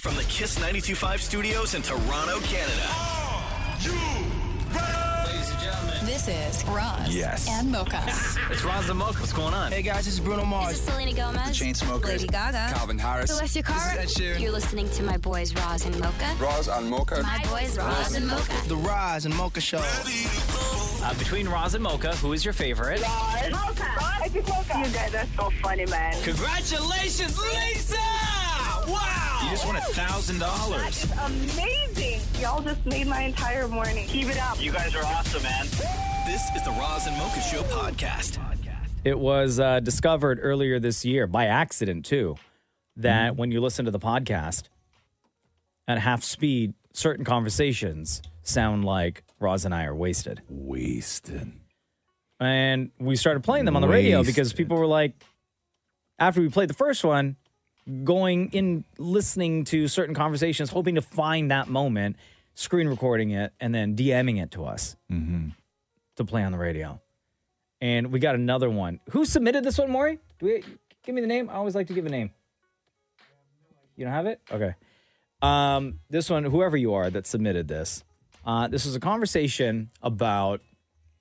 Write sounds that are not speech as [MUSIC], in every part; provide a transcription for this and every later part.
From the Kiss 925 studios in Toronto, Canada. Ladies and gentlemen, This is Roz Yes. and Mocha. it's Roz the Mocha. What's going on? [LAUGHS] Hey guys, this is Bruno This is Selena Gomez. Chainsmokers. Lady Gaga. Calvin Harris. Celestia Cara. This is Ed Sheeran. You're listening to my boys Roz and Mocha. Roz on Mocha. My boys Roz and Mocha. The Roz and Mocha Show. Uh, between Roz and Mocha, who is your favorite? You guys are so funny, man. Congratulations, Lisa! Wow! You just won a thousand dollars. Amazing. Y'all just made my entire morning. Keep it up. You guys are awesome, man. This is the Roz and Mocha Show podcast. It was uh, discovered earlier this year by accident, too, that when you listen to the podcast at half speed, certain conversations sound like Roz and I are wasted. Wasted. And we started playing them on the radio because Wasted. people were like, after we played the first one, going in, listening to certain conversations, hoping to find that moment, screen recording it, and then DMing it to us Mm-hmm. to play on the radio. And we got another one. Who submitted this one, Maury? Do we give me the name? I always like to give a name. You don't have it? Okay. Um, this one, whoever you are that submitted this, uh, this was a conversation about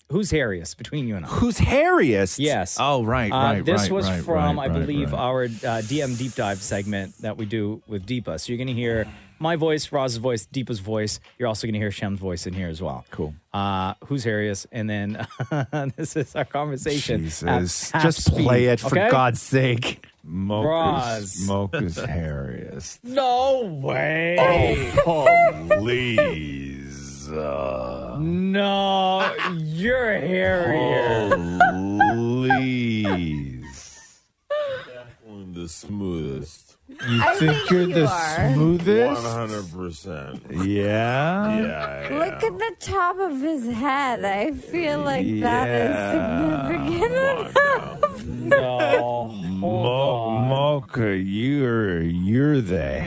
who's hairiest between you and I. Who's hairiest? Yes. Oh, right, Uh, right. this right, was right, from, right, I right, believe, right. our uh, DM deep dive segment that we do with Deepa. So you're going to hear my voice, Roz's voice, Deepa's voice. You're also going to hear Shem's voice in here as well. Cool. Uh, who's hairiest? And then [LAUGHS] this is our conversation. at Jesus. half Just speed, play it for okay? God's sake. Roz. Mocha's, Mocha's [LAUGHS] hairiest. No way. [LAUGHS] Oh, please. Uh, No, you're hairier. please. The smoothest. You I think, think you're you the are. smoothest? 100%. Yeah. Yeah. Look at the top of his head. I feel like that is significant enough. No. Mo- Mocha, you're you're the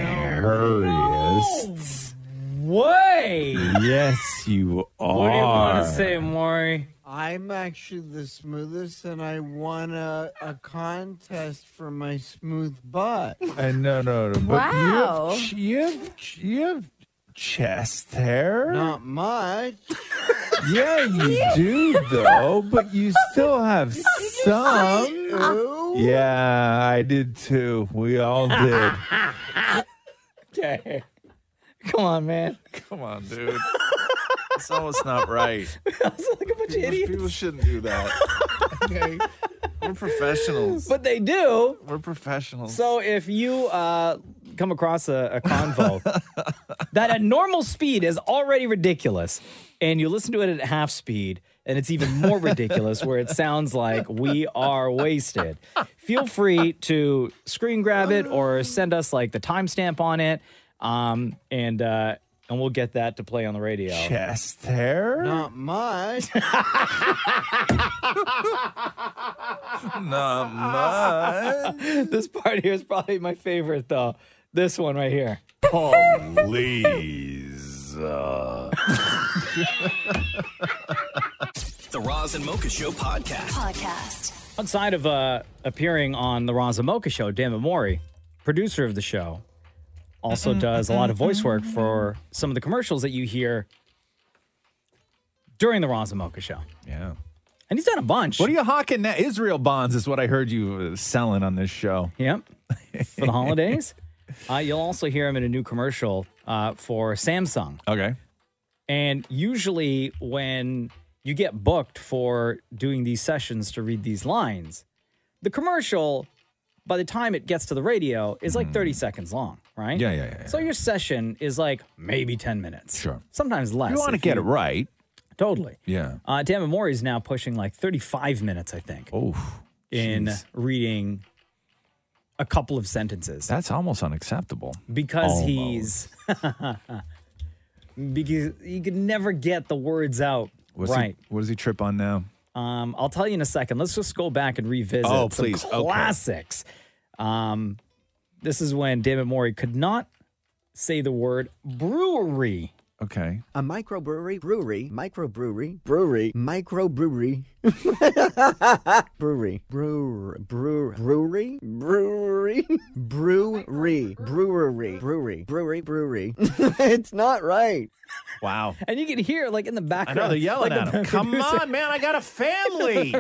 hairiest. Way. [LAUGHS] Yes, you are. What do you want to say, Maury? I'm actually the smoothest, and I won a, a contest for my smooth butt. And no, no, no. But You Wow. have, you have you have chest hair. Not much. [LAUGHS] Yeah, you do though, but you still have some. Ooh. Yeah, I did too. We [LAUGHS] all did. Okay. Come on, man. [LAUGHS] Come on, dude. It's almost not right. I was like a bunch of idiots. People shouldn't do that. Okay. We're professionals. But they do. We're professionals. So if you uh, come across a, a convo that at normal speed is already ridiculous, and you listen to it at half speed, and it's even more ridiculous, where it sounds like we are wasted. Feel free to screen grab it or send us like the timestamp on it, um, and uh, and we'll get that to play on the radio. Chest hair? Not much. Not [LAUGHS] much. this part here is probably my favorite though. This one right here. [LAUGHS] Please. Uh, The Roz and Mocha Show podcast. Podcast. [LAUGHS] Outside of uh, appearing on the Raza Mocha show, Dan Mori, producer of the show, also does a lot of voice work for some of the commercials that you hear during the Raza Mocha show. [LAUGHS] yeah. And he's done a bunch. What are you hawking now? Israel bonds is what I heard you uh, selling on this show. Yep. For the holidays. [LAUGHS] Uh, you'll also hear him in a new commercial uh, for Samsung. Okay. And usually, when you get booked for doing these sessions to read these lines, the commercial, by the time it gets to the radio, is like 30 seconds long, right? Hmm. Yeah, yeah, yeah, yeah. So your session is like maybe 10 minutes. Sure. Sometimes less. You want to if get it right. Totally. Yeah. Uh, Dan Mori is now pushing like 35 minutes, I think, Oh. in jeez. reading a couple of [LAUGHS] sentences. That's almost unacceptable. because he's [LAUGHS] because you could never get the words out What's he- right. what does he trip on now? Um, I'll tell you in a second. Let's just go back and revisit Oh, some please. Okay. classics. Um, this is when David Morey could not say the word brewery. Okay. A microbrewery, brewery, microbrewery, brewery, microbrewery, brewery, brewer, brewer, brewery, brewery, brewery, brewery, brewery, brewery, brewery. [LAUGHS] It's not right. Wow. And you can hear like in the background. they're yelling like, at the him. Come producer- on, man, I got [LAUGHS] a family.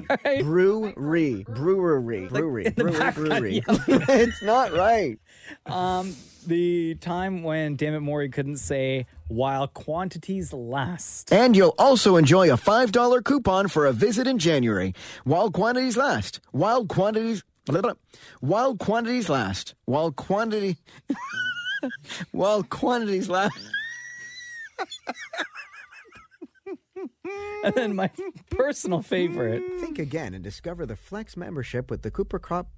Brewery, brewery, brewery, brewery, brewery. [LAUGHS] It's not right. Um, the time when David Morey couldn't say while quantities last. And you'll also enjoy a $5 coupon for a visit in January. While quantities last. While quantities. blah, blah. While quantities last. While quantity. [LAUGHS] while quantities last. And then my personal favorite. Think again and discover the Flex membership with the Cooper Crop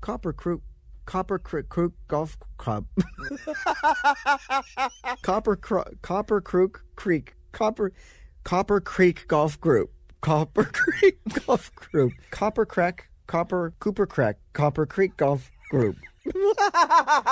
Copper Crew Copper Crew, Crew Golf Club. [LAUGHS] Copper Cro- Copper Crook Creek Copper Copper Creek Golf Group. Copper [LAUGHS] Creek Golf Group. Copper Crack Copper Cooper Crack Copper Creek Golf [LAUGHS] Group.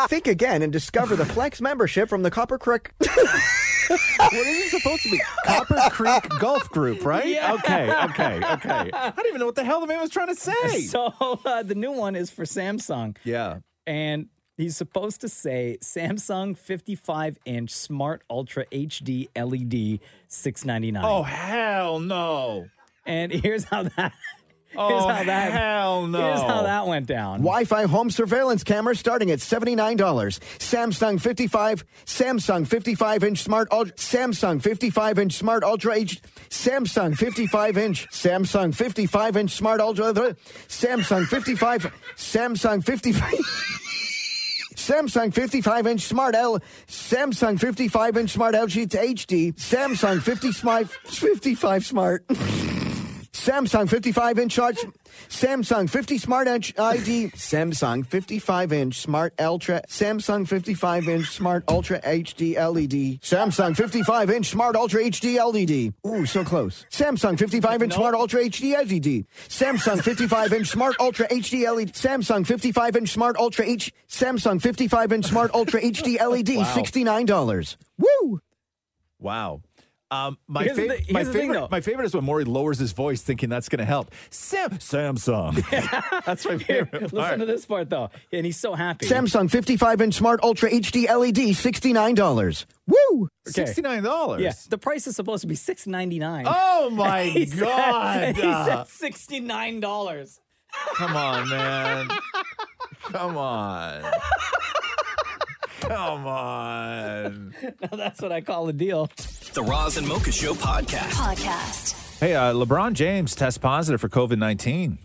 Think again and discover the Flex membership from the Copper [LAUGHS] Creek. what is it supposed to be? Copper Creek Golf Group, right? Okay, okay, okay. [LAUGHS] I don't even know what the hell the man was trying to say. So uh, the new one is for Samsung. Yeah. And he's supposed to say Samsung 55 inch Smart Ultra HD LED 699. Oh, hell no. And here's how that. [LAUGHS] here's Oh, how that, hell Here's how no. that went down. Wi Fi home surveillance camera starting at $79. Samsung 55, Samsung 55 inch smart ultra, Samsung 55 inch smart ultra H, Samsung 55 inch, Samsung 55 inch smart ultra, Samsung 55, Samsung 55. Samsung 55 inch smart L, Samsung 55 inch smart LG to HD, Samsung 55, 55 smart. Samsung 55 inch arch, Samsung 50 smart inch ID, Samsung 55 inch smart ultra, Samsung 55 inch smart ultra HD LED, E Samsung 55 inch smart ultra HD LED. E Ooh, so close. Samsung 55 inch smart ultra HD LED, E Samsung 55 inch smart ultra HD LED, E Samsung 55 inch smart ultra H, Samsung 55 inch smart ultra HD LED, [LAUGHS] Wow. $69. Woo! Wow. Um, my, Here's fav- the- here's my the favorite, thing, though. my favorite is when Maury lowers his voice, thinking that's going to help. Sam, Samsung. [LAUGHS] that's my Here, favorite. listen part. to this part though, and he's so happy. Samsung 55 inch smart ultra HD LED, $69. Woo! Okay. Yeah, the price is supposed to be six ninety nine. [LAUGHS] Oh, my God. he said sixty nine dollars. Come on, [LAUGHS] man. Come on. Come on. Now that's what I call a deal. The Roz and Mocha Show podcast. Podcast. [LAUGHS] Hey, uh, LeBron James test positive for COVID 19.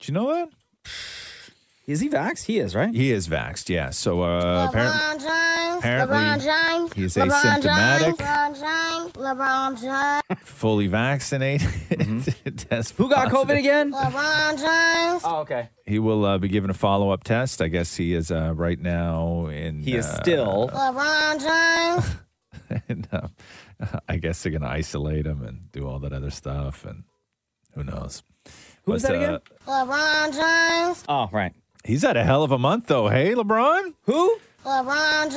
Did you know that? Is he vaxxed? He is, right? He is vaxxed, yeah. So uh, apparently. James. apparently James. he's asymptomatic. James. LeBron James. fully vaccinated. [LAUGHS] Test Mm-hmm. Who got positive. COVID again? LeBron James. Oh, okay. He will uh, be given a follow up test. I guess he is uh, right now in. He is uh, still. [LAUGHS] LeBron James. and, uh, I guess they're going to isolate him and do all that other stuff. And who knows? Who was But, that again? uh, LeBron James. Oh, right. He's had a hell of a month, though. Hey, LeBron? Who? LeBron James.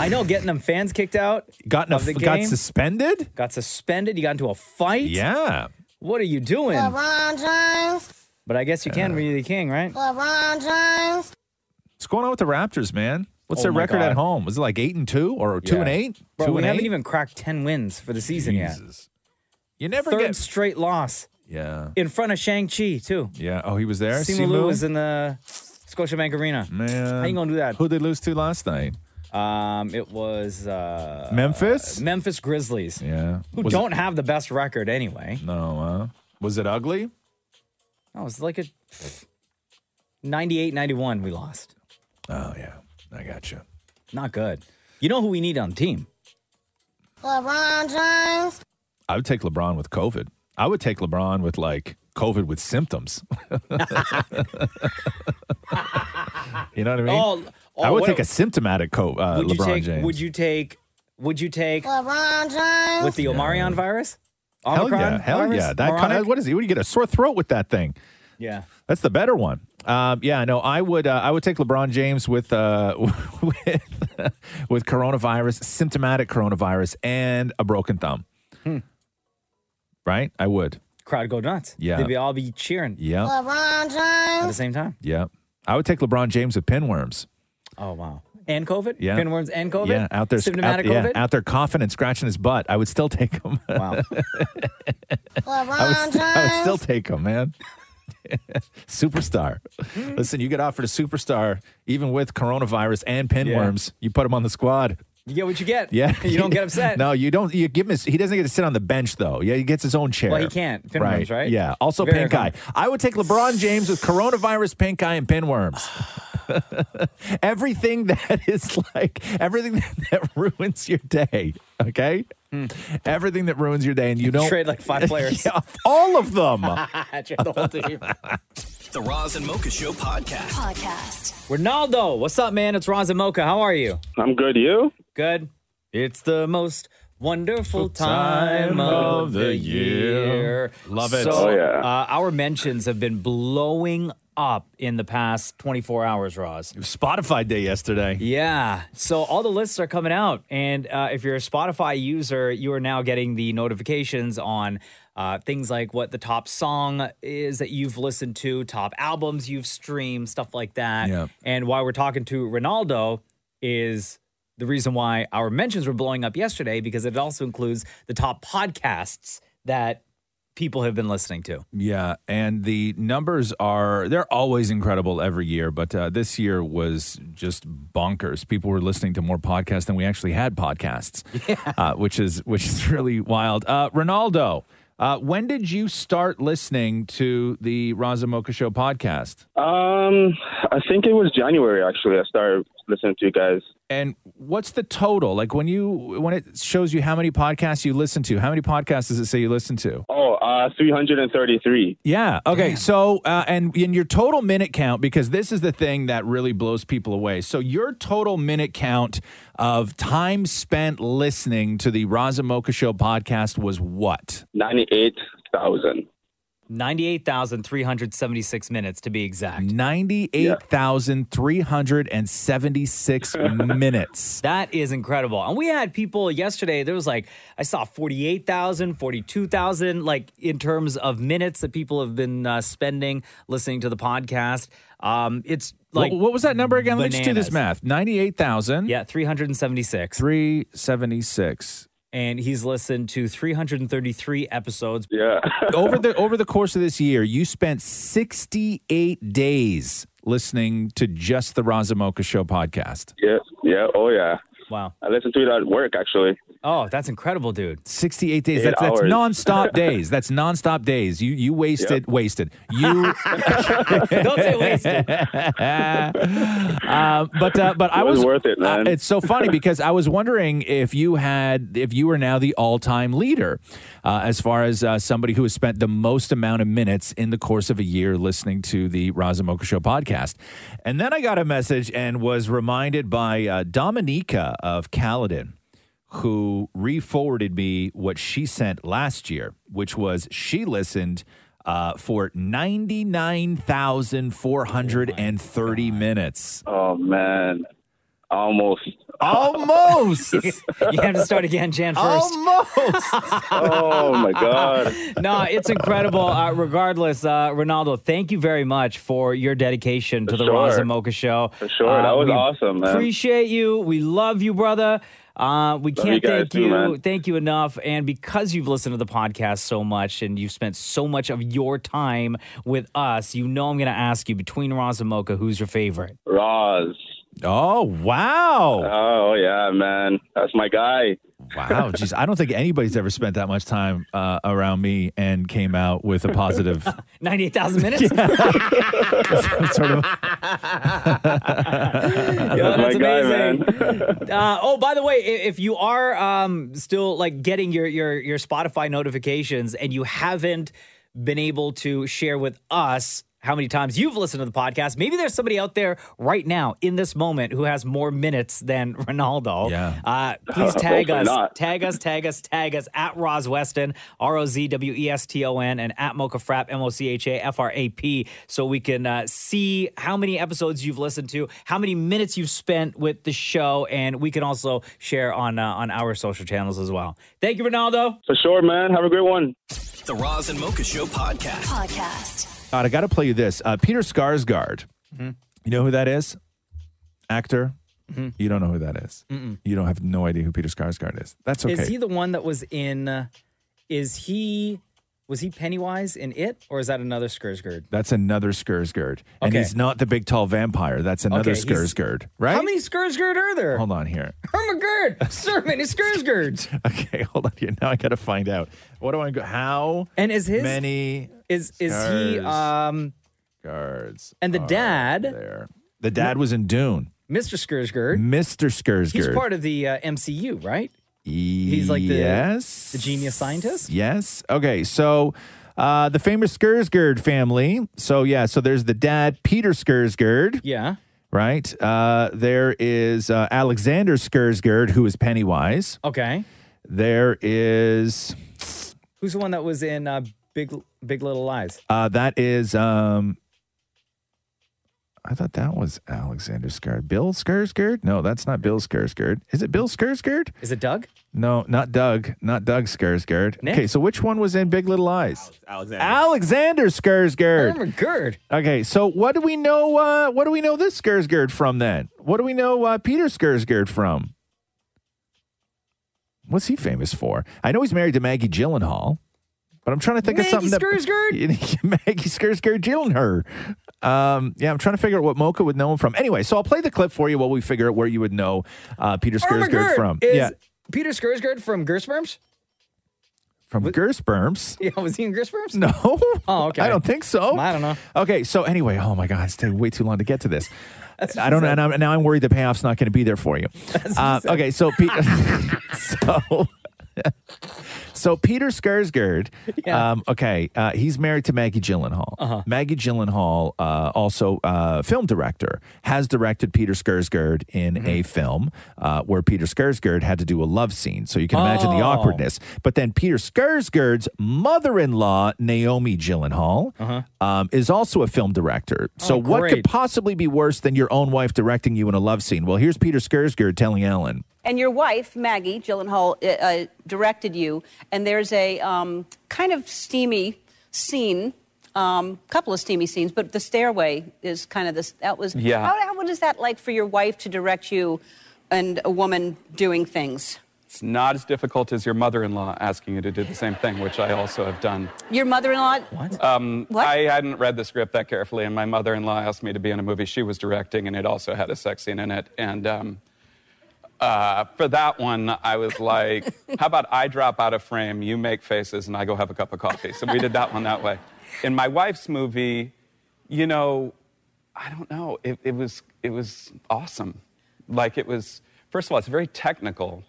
I know getting them fans kicked out. Got in a of the f- got game. suspended? Got suspended. You got into a fight. Yeah. What are you doing? LeBron James. But I guess you can be the king, right? LeBron James. What's going on with the Raptors, man? What's Oh their my record God. at home? Was it like eight and two or two and Yeah. eight? Bro, two we and haven't eight? even cracked ten wins for the season Jesus. yet. You never Third get- straight loss Yeah. in front of Shang Chi too. Yeah. Oh, he was there. Simu Simu? Liu was in the Scotiabank Arena. Man, how you gonna do that? Who they lose to last night? Um, it was uh, Memphis? Memphis Grizzlies. Yeah, who Was it- don't have the best record anyway. No, uh, was it ugly? No, it was like a 98-91 We lost. Oh yeah, I got you. Not good. You know who we need on the team? LeBron James. I would take LeBron with COVID. I would take [LAUGHS] LeBron with like COVID with symptoms. You know what I mean? Oh, oh, I would what- take a symptomatic co- uh, would LeBron you take? James. Would you take? Would you take LeBron James. with the Omarion virus? hell Omicron yeah, hell virus? yeah. That kind Moronic? of, what is it? What do you get a sore throat with that thing? yeah. That's the better one. Um, yeah, no, I would. Uh, I would take LeBron James with uh, [LAUGHS] with with coronavirus, symptomatic coronavirus, and a broken thumb. Hmm. Right, I would. Crowd go nuts. Yeah. they'd be all be cheering Yeah, at LeBron the James. same time. yeah. I would take LeBron James with pinworms. Oh wow. And COVID, Yeah. pinworms, and COVID. Yeah, out there, symptomatic out, yeah, COVID. out there coughing and scratching his butt. I would still take him. [LAUGHS] Wow, I, would LeBron st- I would still James. take him, man. [LAUGHS] superstar. Listen, you get offered a superstar even with coronavirus and pinworms. You put him on the squad. You get what you get. Yeah, [LAUGHS] you don't get [LAUGHS] upset. no, you don't. You give him. His, he doesn't get to sit on the bench though. Yeah, he gets his own chair. Well, he can't. Pinworms, right? Yeah. Also, Very pink eye. I would take LeBron James with coronavirus, pink eye, and pinworms. [LAUGHS] everything that is like everything [LAUGHS] that, that ruins your day. Okay. Everything that ruins your day, and you don't Hmm. Trade, like, [LAUGHS] five players. Yeah, all of them. Trade the whole team. The Roz and Mocha Show podcast. Podcast. Ronaldo, what's up, man? It's Roz and Mocha. How are you? I'm good. You? Good. It's the most wonderful time of the year. Love it. Oh, So, yeah. uh, our mentions have been blowing up in the past 24 hours, Roz. Spotify day yesterday. Yeah. So all the lists are coming out. And uh, if you're a Spotify user, you are now getting the notifications on uh, things like what the top song is that you've listened to, top albums you've streamed, stuff like that. Yeah. And why we're talking to Ronaldo is the reason why our mentions were blowing up yesterday because it also includes the top podcasts that people have been listening to. Yeah, and the numbers are they're always incredible every year, but uh, this year was just bonkers. People were listening to more podcasts than we actually had podcasts, uh, which is which is really wild. Uh, Ronaldo, uh, when did you start listening to the Razamoka Show podcast? Um, I think it was January actually. I started listening to you guys. And what's the total? Like when you when it shows you how many podcasts you listen to, how many podcasts does it say you listen to? Oh, uh, 333. Yeah. Okay. So, uh, and in your total minute count, because this is the thing that really blows people away. So, your total minute count of time spent listening to the Raza Mocha Show podcast was what? 98,000. 98,376 minutes to be exact. 98,376 minutes. That is incredible. And we had people yesterday, there was like, I saw 48,000, 42,000, like in terms of minutes that people have been uh, spending listening to the podcast. Um, it's like. what, what was that number again? Let's do this bananas. math 98,000. Yeah, 376. 376. And he's listened to 333 episodes. Yeah. over the over the course of this year, you spent 68 days listening to just the Raza Mocha Show podcast. Yeah. Yeah. Oh, yeah. Wow. I listened to it at work actually. Oh, that's incredible, dude. 68 days. Eight That's, that's hours. [LAUGHS] nonstop days. That's nonstop days. You you wasted wasted. [LAUGHS] You Don't say [LAUGHS] wasted. um, but uh, but I It was was worth it, man. uh, it's so funny because I was wondering if you had if you were now the all time leader uh, as far as uh, somebody who has spent the most amount of minutes in the course of a year listening to the Razamoka Show podcast. And then I got a message and was reminded by uh, Dominica of Caledon who re-forwarded me what she sent last year, which was she listened uh, for ninety nine thousand four hundred and thirty minutes. Oh, man. Almost. [LAUGHS] Almost. [LAUGHS] You have to start again, [LAUGHS] Jan, first. [LAUGHS] Almost. oh, my God. no, it's incredible. Uh, regardless, uh, Ronaldo, thank you very much for your dedication to the Sure. Roz and Mocha Show. Uh, For sure. That was we awesome, man. Appreciate you. We love you, brother. Uh, we Love can't you guys thank too, you, man. thank you enough. And because you've listened to the podcast so much and you've spent so much of your time with us, you know I'm going to ask you between Roz and Mocha, who's your favorite? Roz. Oh wow. Oh, yeah, man. That's my guy. Wow, jeez, I don't think anybody's ever spent that much time uh, around me and came out with [LAUGHS] a [LAUGHS] positive. [LAUGHS] 98,000 minutes? [LAUGHS] sort of- [LAUGHS] [LAUGHS] Yo, my that's guy, amazing. uh, oh, by the way, i- if you are um, still like getting your, your your Spotify notifications and you haven't been able to share with us how many times you've listened to the podcast. Maybe there's somebody out there right now in this moment who has more minutes than [LAUGHS] Ronaldo. Yeah. Uh, please tag Hopefully us. not. Tag us, tag us, tag us at Roz Weston, R O Z W E S T O N, and at Mocha Frap, M O C H A F R A P, so we can uh, see how many episodes you've listened to, how many minutes you've spent with the show, and we can also share on uh, on our social channels as well. Thank you, Ronaldo. For sure, man. Have a great one. The Roz and Mocha Show podcast. Podcast. God, I got to play you this. Uh, Peter Skarsgård. You know who that is? Actor. You don't know who that is. Mm-mm. You don't have no idea who Peter Skarsgård is. That's okay. Is he the one that was in? Uh, is he? Was he Pennywise in it, or is that another Skarsgård? That's another Skarsgård, and Okay. he's not the big tall vampire. That's another Okay, he's- Skarsgård, right? How many Skarsgård are there? Hold on here. [LAUGHS] Hermagerd, Sir many Skarsgårds. Okay, hold on here. Now I got to find out. What do I go? How And is his many is is he um guards? and the are dad there? The dad was in Dune. Mr. Skarsgård. Mr. Skarsgård. He's part of the uh, MCU, right? He's like the yes, the genius scientist. yes. Okay, so uh, the famous Skarsgård family. So yeah, so there's the dad, Peter Skarsgård. Yeah. Right. Uh, there is uh, Alexander Skarsgård, who is Pennywise. Okay. There is Who's the one that was in uh, Big Big Little Lies? uh, that is um. I thought that was Alexander Skarsgård. Bill Skarsgård? No, that's not Bill Skarsgård. Is it Bill Skarsgård? Is it Doug? No, not Doug. Not Doug Skarsgård. Nick? Okay, so which one was in Big Little Lies? Alexander. Alexander Oh Skarsgård. Hermagerd. Okay, so what do we know? Uh, what do we know this Skarsgård from then? What do we know uh, Peter Skarsgård from? What's he famous for? I know he's married to Maggie Gyllenhaal, but I'm trying to think of Maggie something. that- [LAUGHS] Skarsgård? Maggie Skarsgård Gyllenhaal. Um, yeah, I'm trying to figure out what Mocha would know him from. Anyway, so I'll play the clip for you while we figure out where you would know uh, Peter Skarsgård Hermagerd from. Is yeah, Peter Skarsgård from Gersberms? from Gersberms. [LAUGHS] Yeah, was he in [LAUGHS] Gersberms? No. Oh, okay. I don't think so. I don't know. Okay, so anyway, oh my God, it's taking way too long to get to this. [LAUGHS] That's what I she don't know, said. and I'm, now I'm worried the payoff's not going to be there for [LAUGHS] you. Uh, okay, so Pe- [LAUGHS] so [LAUGHS] so Peter Skarsgård. [LAUGHS] Yeah. Uh-huh. Um, okay, uh, he's married to Maggie Gyllenhaal. Maggie Gyllenhaal, uh, also uh, film director, has directed Peter Skarsgård in Mm-hmm. a film uh, where Peter Skarsgård had to do a love scene. So you can imagine the Oh. awkwardness. But then Peter Skarsgård's mother-in-law, Naomi Gyllenhaal, Uh-huh. um, is also a film director. So Oh, what could great. possibly be worse than your own wife directing you in a love scene? Well, here's Peter Skarsgård telling Ellen. And your wife, Maggie Gyllenhaal, uh, uh, directed you, and there's a um, kind of steamy scene, um, couple of steamy scenes, but the stairway is kind of this. That was Yeah. How, how what is that like for your wife to direct you, and a woman doing things? It's not as difficult as your mother in law asking you to do the same thing, which I also have done. Your mother-in-law. Um, I hadn't read the script that carefully, and my mother in law asked me to be in a movie she was directing, and it also had a sex scene in it. And um, uh, for that one, I was like, how about I drop out of frame, you make faces, and I go have a cup of coffee? So we did that one that way. In my wife's movie, you know, I don't know. It, it was it was awesome. Like it was. First of all, it's very technical,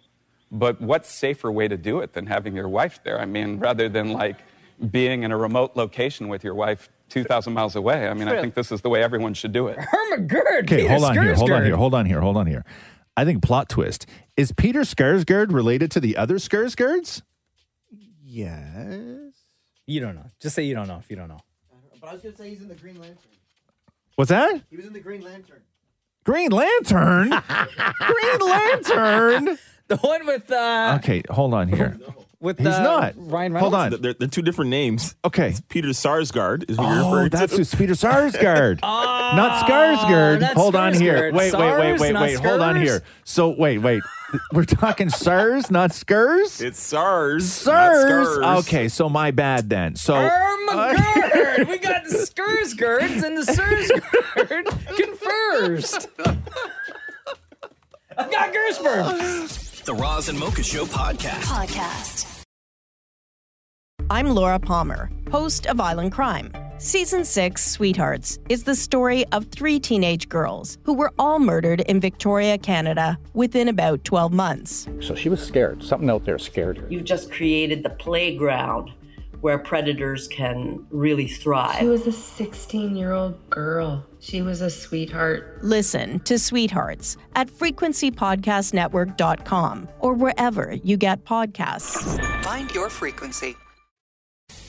but what safer way to do it than having your wife there? I mean, rather than like being in a remote location with your wife 2,000 miles away. I mean, I True. think this is the way everyone should do it. Hermagerd. Okay, Peter hold on here, hold on Skarsgård. here, hold on here, hold on here. I think plot twist is Peter Skarsgård related to the other Skarsgårds? Yes. You don't know. Just say you don't know if you don't know. [LAUGHS] But I was going to say he's in the Green Lantern. What's that? He was in the Green Lantern. Green Lantern. [LAUGHS] Green Lantern. the one with uh Okay, hold on here. with He's uh, not. Ryan Reynolds. Hold on. They're, they're two different names. Okay. Peter Sarsgaard is what you're Oh, referring that's to. who's Peter [LAUGHS] Sarsgaard, not Skarsgård. Ah, that's Hold on here. Skarsgård. Wait, wait, wait, Sars, wait, not wait. Hold on Skars. here. So wait, wait. We're talking Sars, not Skurs. It's SARS. Sars. Okay, so my bad then. So Um, uh, Hermagerd. [LAUGHS] we got the Skarsgårds and the Sarsgård confers. I got Gersberms. The Roz and Mocha Show podcast. Podcast. I'm Laura Palmer, host of Island Crime. Season 6, Sweethearts, is the story of three teenage girls who were all murdered in Victoria, Canada within about 12 months. So she was scared. Something out there scared her. You've just created the playground where predators can really She thrive. was a 16 year old girl. She was a sweetheart. Listen to Sweethearts at frequencypodcastnetwork.com or wherever you get podcasts. Find your frequency.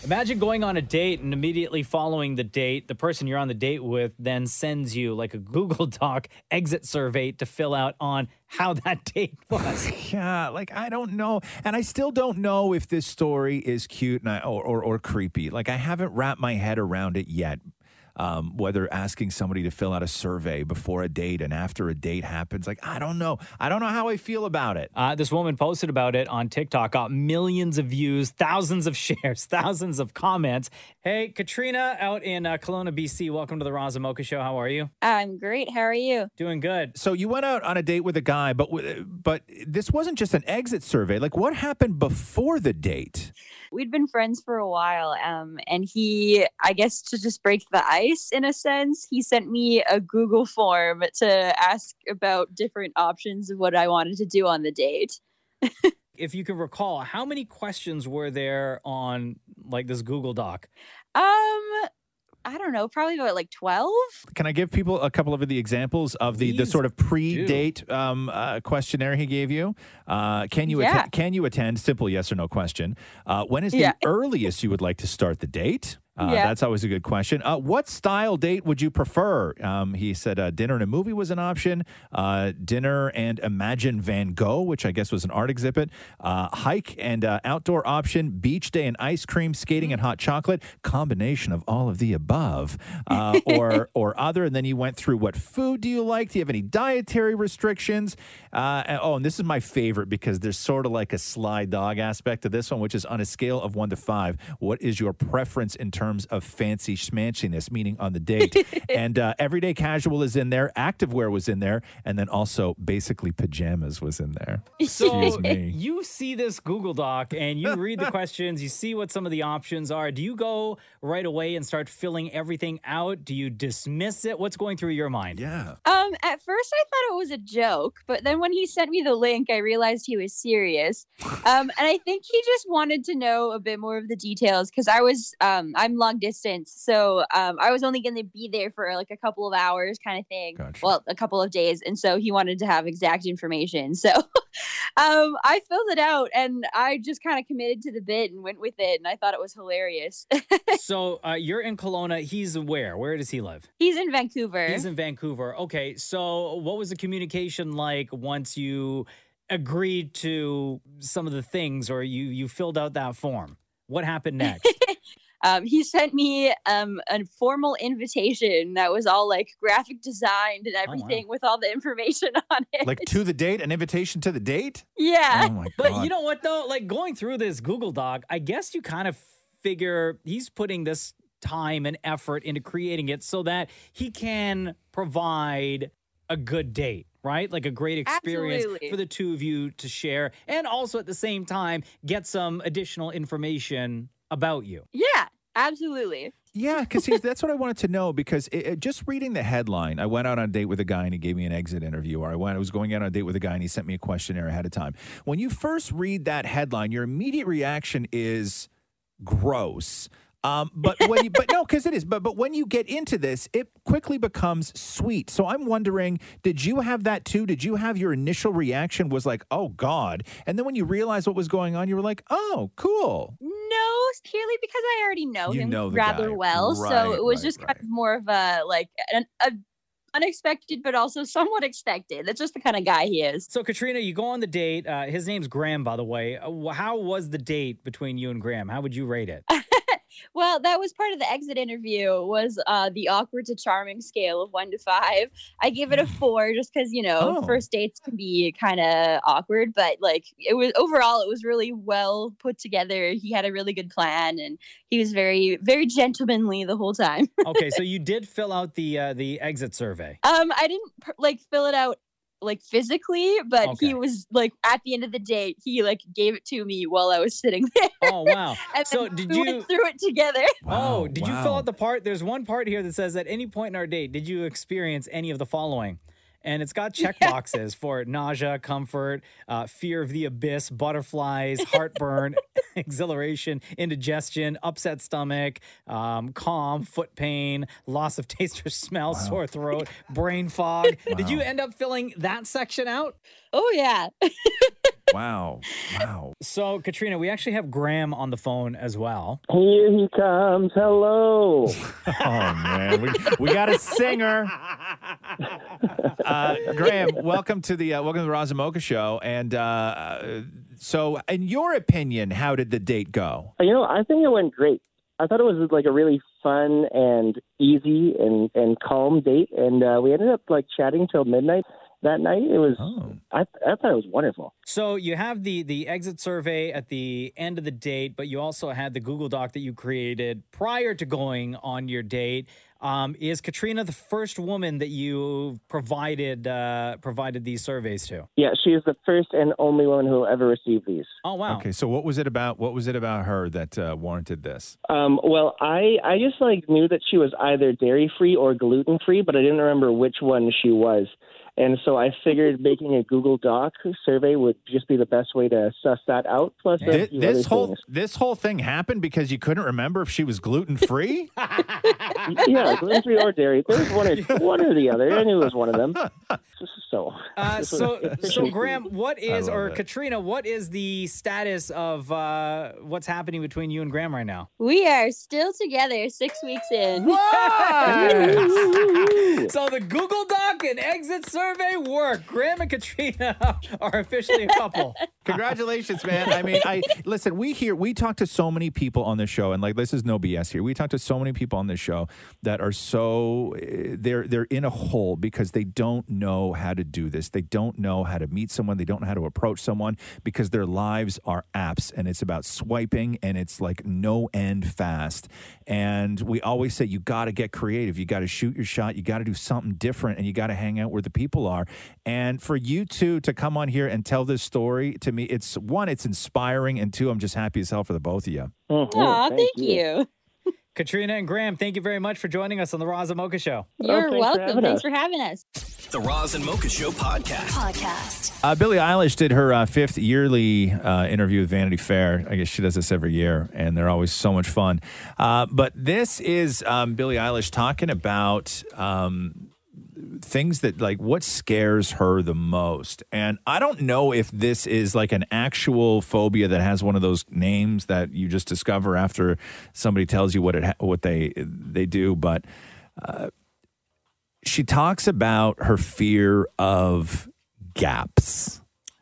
Imagine going on a date and immediately following the date, the person you're on the date with then sends you like a Google [LAUGHS] Doc exit survey to fill out on how that [LAUGHS] date was. Yeah, like I don't know, and I still don't know if this story is cute and I, or, or or creepy. Like I haven't wrapped my head around it yet. Um, whether asking somebody to fill out a survey before a date and after a date happens, like I don't know. I don't know how I feel about it. Uh, this woman posted about it on TikTok, got millions of views, thousands of [LAUGHS] shares, thousands of comments. Hey, Katrina out in uh, Kelowna, BC, welcome to the Roz and Mocha Show. How are you? I'm great. How are you? Doing good. So you went out on a date with a guy, but w- but this wasn't just an exit survey. Like what happened before the date? We'd been friends for a while, um, and he, I guess, to just break the ice in a sense, he sent me a Google form to ask about different options of what I wanted to do on the date. If you can recall, how many questions were there on like this Google Doc? Um, I don't know, probably about like twelve. Can I give people a couple of the examples of the, the sort of pre-date um, uh, questionnaire he gave you? Uh, can you Yeah. atten- can you attend? Simple yes or no question. Uh, when is the Yeah. earliest you would like to start the date? Uh, Yeah. That's always a good question. Uh, what style date would you prefer? Um, he said uh, dinner and a movie was an option. Uh, dinner and Imagine Van Gogh, which I guess was an art exhibit. Uh, hike and uh, outdoor option. Beach day and ice cream. Skating and hot chocolate. Combination of all of the above, [LAUGHS] uh, or or other. And then he went through what food do you like? Do you have any dietary restrictions? Uh, and- oh, and this is my favorite because there's sort of like a sly dog aspect to this one, which is on a scale of one to five, what is your preference in terms of fancy schmanchiness, meaning on the date? and uh, everyday casual is in there, activewear was in there, and then also basically pajamas was in there. Excuse So me. you see this Google Doc and you [LAUGHS] read the questions, you see what some of the options are. Do you go right away and start filling everything out? Do you dismiss it? What's going through your mind? Yeah. Um, at first I thought it was a joke, but then when he sent me the link, I realized he was serious. Um, and I think he just wanted to know a bit more of the details because I was, um, I'm long distance, so um, I was only going to be there for like a couple of hours, kind of thing. Well, a couple of days, and so he wanted to have exact information. [LAUGHS] So, um, I filled it out, and I just kind of committed to the bit and went with it, and I thought it was hilarious. [LAUGHS] [LAUGHS] so uh, you're in Kelowna. He's where? Where does he live? He's in Vancouver. He's in Vancouver. Okay. So what was the communication like once you agreed to some of the things or you you filled out that form? What happened next? um, he sent me um, a formal invitation that was all like graphic designed and Oh, wow. everything with all the information [LAUGHS] on it. Like to the date, an invitation to the date? yeah. Oh my [LAUGHS] But you know what though? Like going through this Google Doc, I guess you kind of figure he's putting this time and effort into creating it so that he can provide a good date, right? Like a great experience Absolutely. for the two of you to share and also at the same time get some additional information about you. Yeah, absolutely. Yeah, because that's what I wanted to know. Because it, it- just reading the headline, I went out on a date with a guy and he gave me an exit interview, or I went, I was going out on a date with a guy and he sent me a questionnaire ahead of time. When you first read that headline, your immediate reaction is gross. Um, but when you, but no, because it is. But but when you get into this, it quickly becomes sweet. So I'm wondering, did you have that too? Did you have your initial reaction was like, oh God, and then when you realized what was going on, you were like, oh, cool. No, purely because I already know You him know the rather guy. well. so Right, it was right, just kind of more of a like an a unexpected, but also somewhat expected. That's just the kind of guy he is. So Katrina, you go on the date. Uh, his name's Graham, by the way. Uh, wh- How was the date between you and Graham? How would you rate it? Well, that was part of the exit interview was uh, the awkward to charming scale of one to five. I give Mm. it a four just because you know Oh. first dates can be kind of awkward, but like it was overall it was really well put together. He had a really good plan, and he was very very gentlemanly the whole time. okay, so you did fill out the uh, the exit survey. [LAUGHS] Um, I didn't per- like fill it out like physically, but Okay. he was like at the end of the date, he like gave it to me while I was sitting [LAUGHS] there. Oh wow! and So then did we you- went through it together? oh, did you fill out the part? There's one part here that says at any point in our date, did you experience any of the following? and it's got check boxes for nausea, comfort, uh, fear of the abyss, [LAUGHS] butterflies, heartburn, [LAUGHS] exhilaration, indigestion, upset stomach, um, calm, foot pain, loss of taste or smell, sore throat, [LAUGHS] brain fog. Did you Wow. end up filling that section out? Oh yeah. Wow. Wow. So, Katrina, we actually have Graham on the phone as well. Here he comes. Hello. oh man, we, we got a singer. [LAUGHS] Uh, Graham, welcome to the uh, welcome to the Razamoka show. And uh, so, in your opinion, how did the date go? [LAUGHS] You know, I think it went great. I thought it was like a really fun and easy and, and calm date, and uh, we ended up like chatting till midnight that night. It was Oh. I I thought it was wonderful. So you have the the exit survey at the end of the date, but you also had the Google Doc that you created prior to going on your date. Um, is Katrina the first woman that you provided uh, provided these surveys to? [LAUGHS] Yeah, she is the first and only woman who will ever receive these. Oh wow. Okay, so what was it about? What was it about her that uh, warranted this? Um, well, I I just like knew that she was either dairy free or gluten free, but I didn't remember which one she was. And so I figured making a Google Doc survey would just be the best way to suss that out. Plus, a Thi- few this other whole things. this whole thing happened because you couldn't remember if she was gluten free. [LAUGHS] yeah, gluten free or dairy. There was one or one or the other. I knew it was one of them. So, Uh, so, so Graham, what I is love or it. Katrina, what is the status of uh, what's happening between you and Graham right now? We are still together six weeks in. [LAUGHS] so the Google Doc and exit survey work. Graham and Katrina [LAUGHS] are officially a couple. Congratulations, man. I mean, I listen, we hear we talk to so many people on this show and like this is no BS here. We talk to so many people on this show that are so eh, they're they're in a hole because they don't know how to do this. They don't know how to meet someone, they don't know how to approach someone because their lives are apps and it's about swiping and it's like no end fast. And we always say you got to get creative. You got to shoot your shot. You got to do something different and you got to hang out where the people are. And for you two to come on here and tell this story to me, it's one, it's inspiring. And two, I'm just happy as hell for the both of you. Aw, Oh, thank, you. Katrina and Graham, thank you very much for joining us on the Raza Mocha Show. [LAUGHS] You're welcome. Oh, Thanks for having us. The Roz and Mocha Show podcast. Podcast. Uh, Billie Eilish did her uh, fifth yearly uh, interview with Vanity Fair. I guess she does this every year, and they're always so much fun. Uh, but this is um, Billie Eilish talking about um, things that, like, what scares her the most. And I don't know if this is like an actual phobia that has one of those names that you just discover after somebody tells you what it ha- what they they do, but. Uh, she talks about her fear of gaps.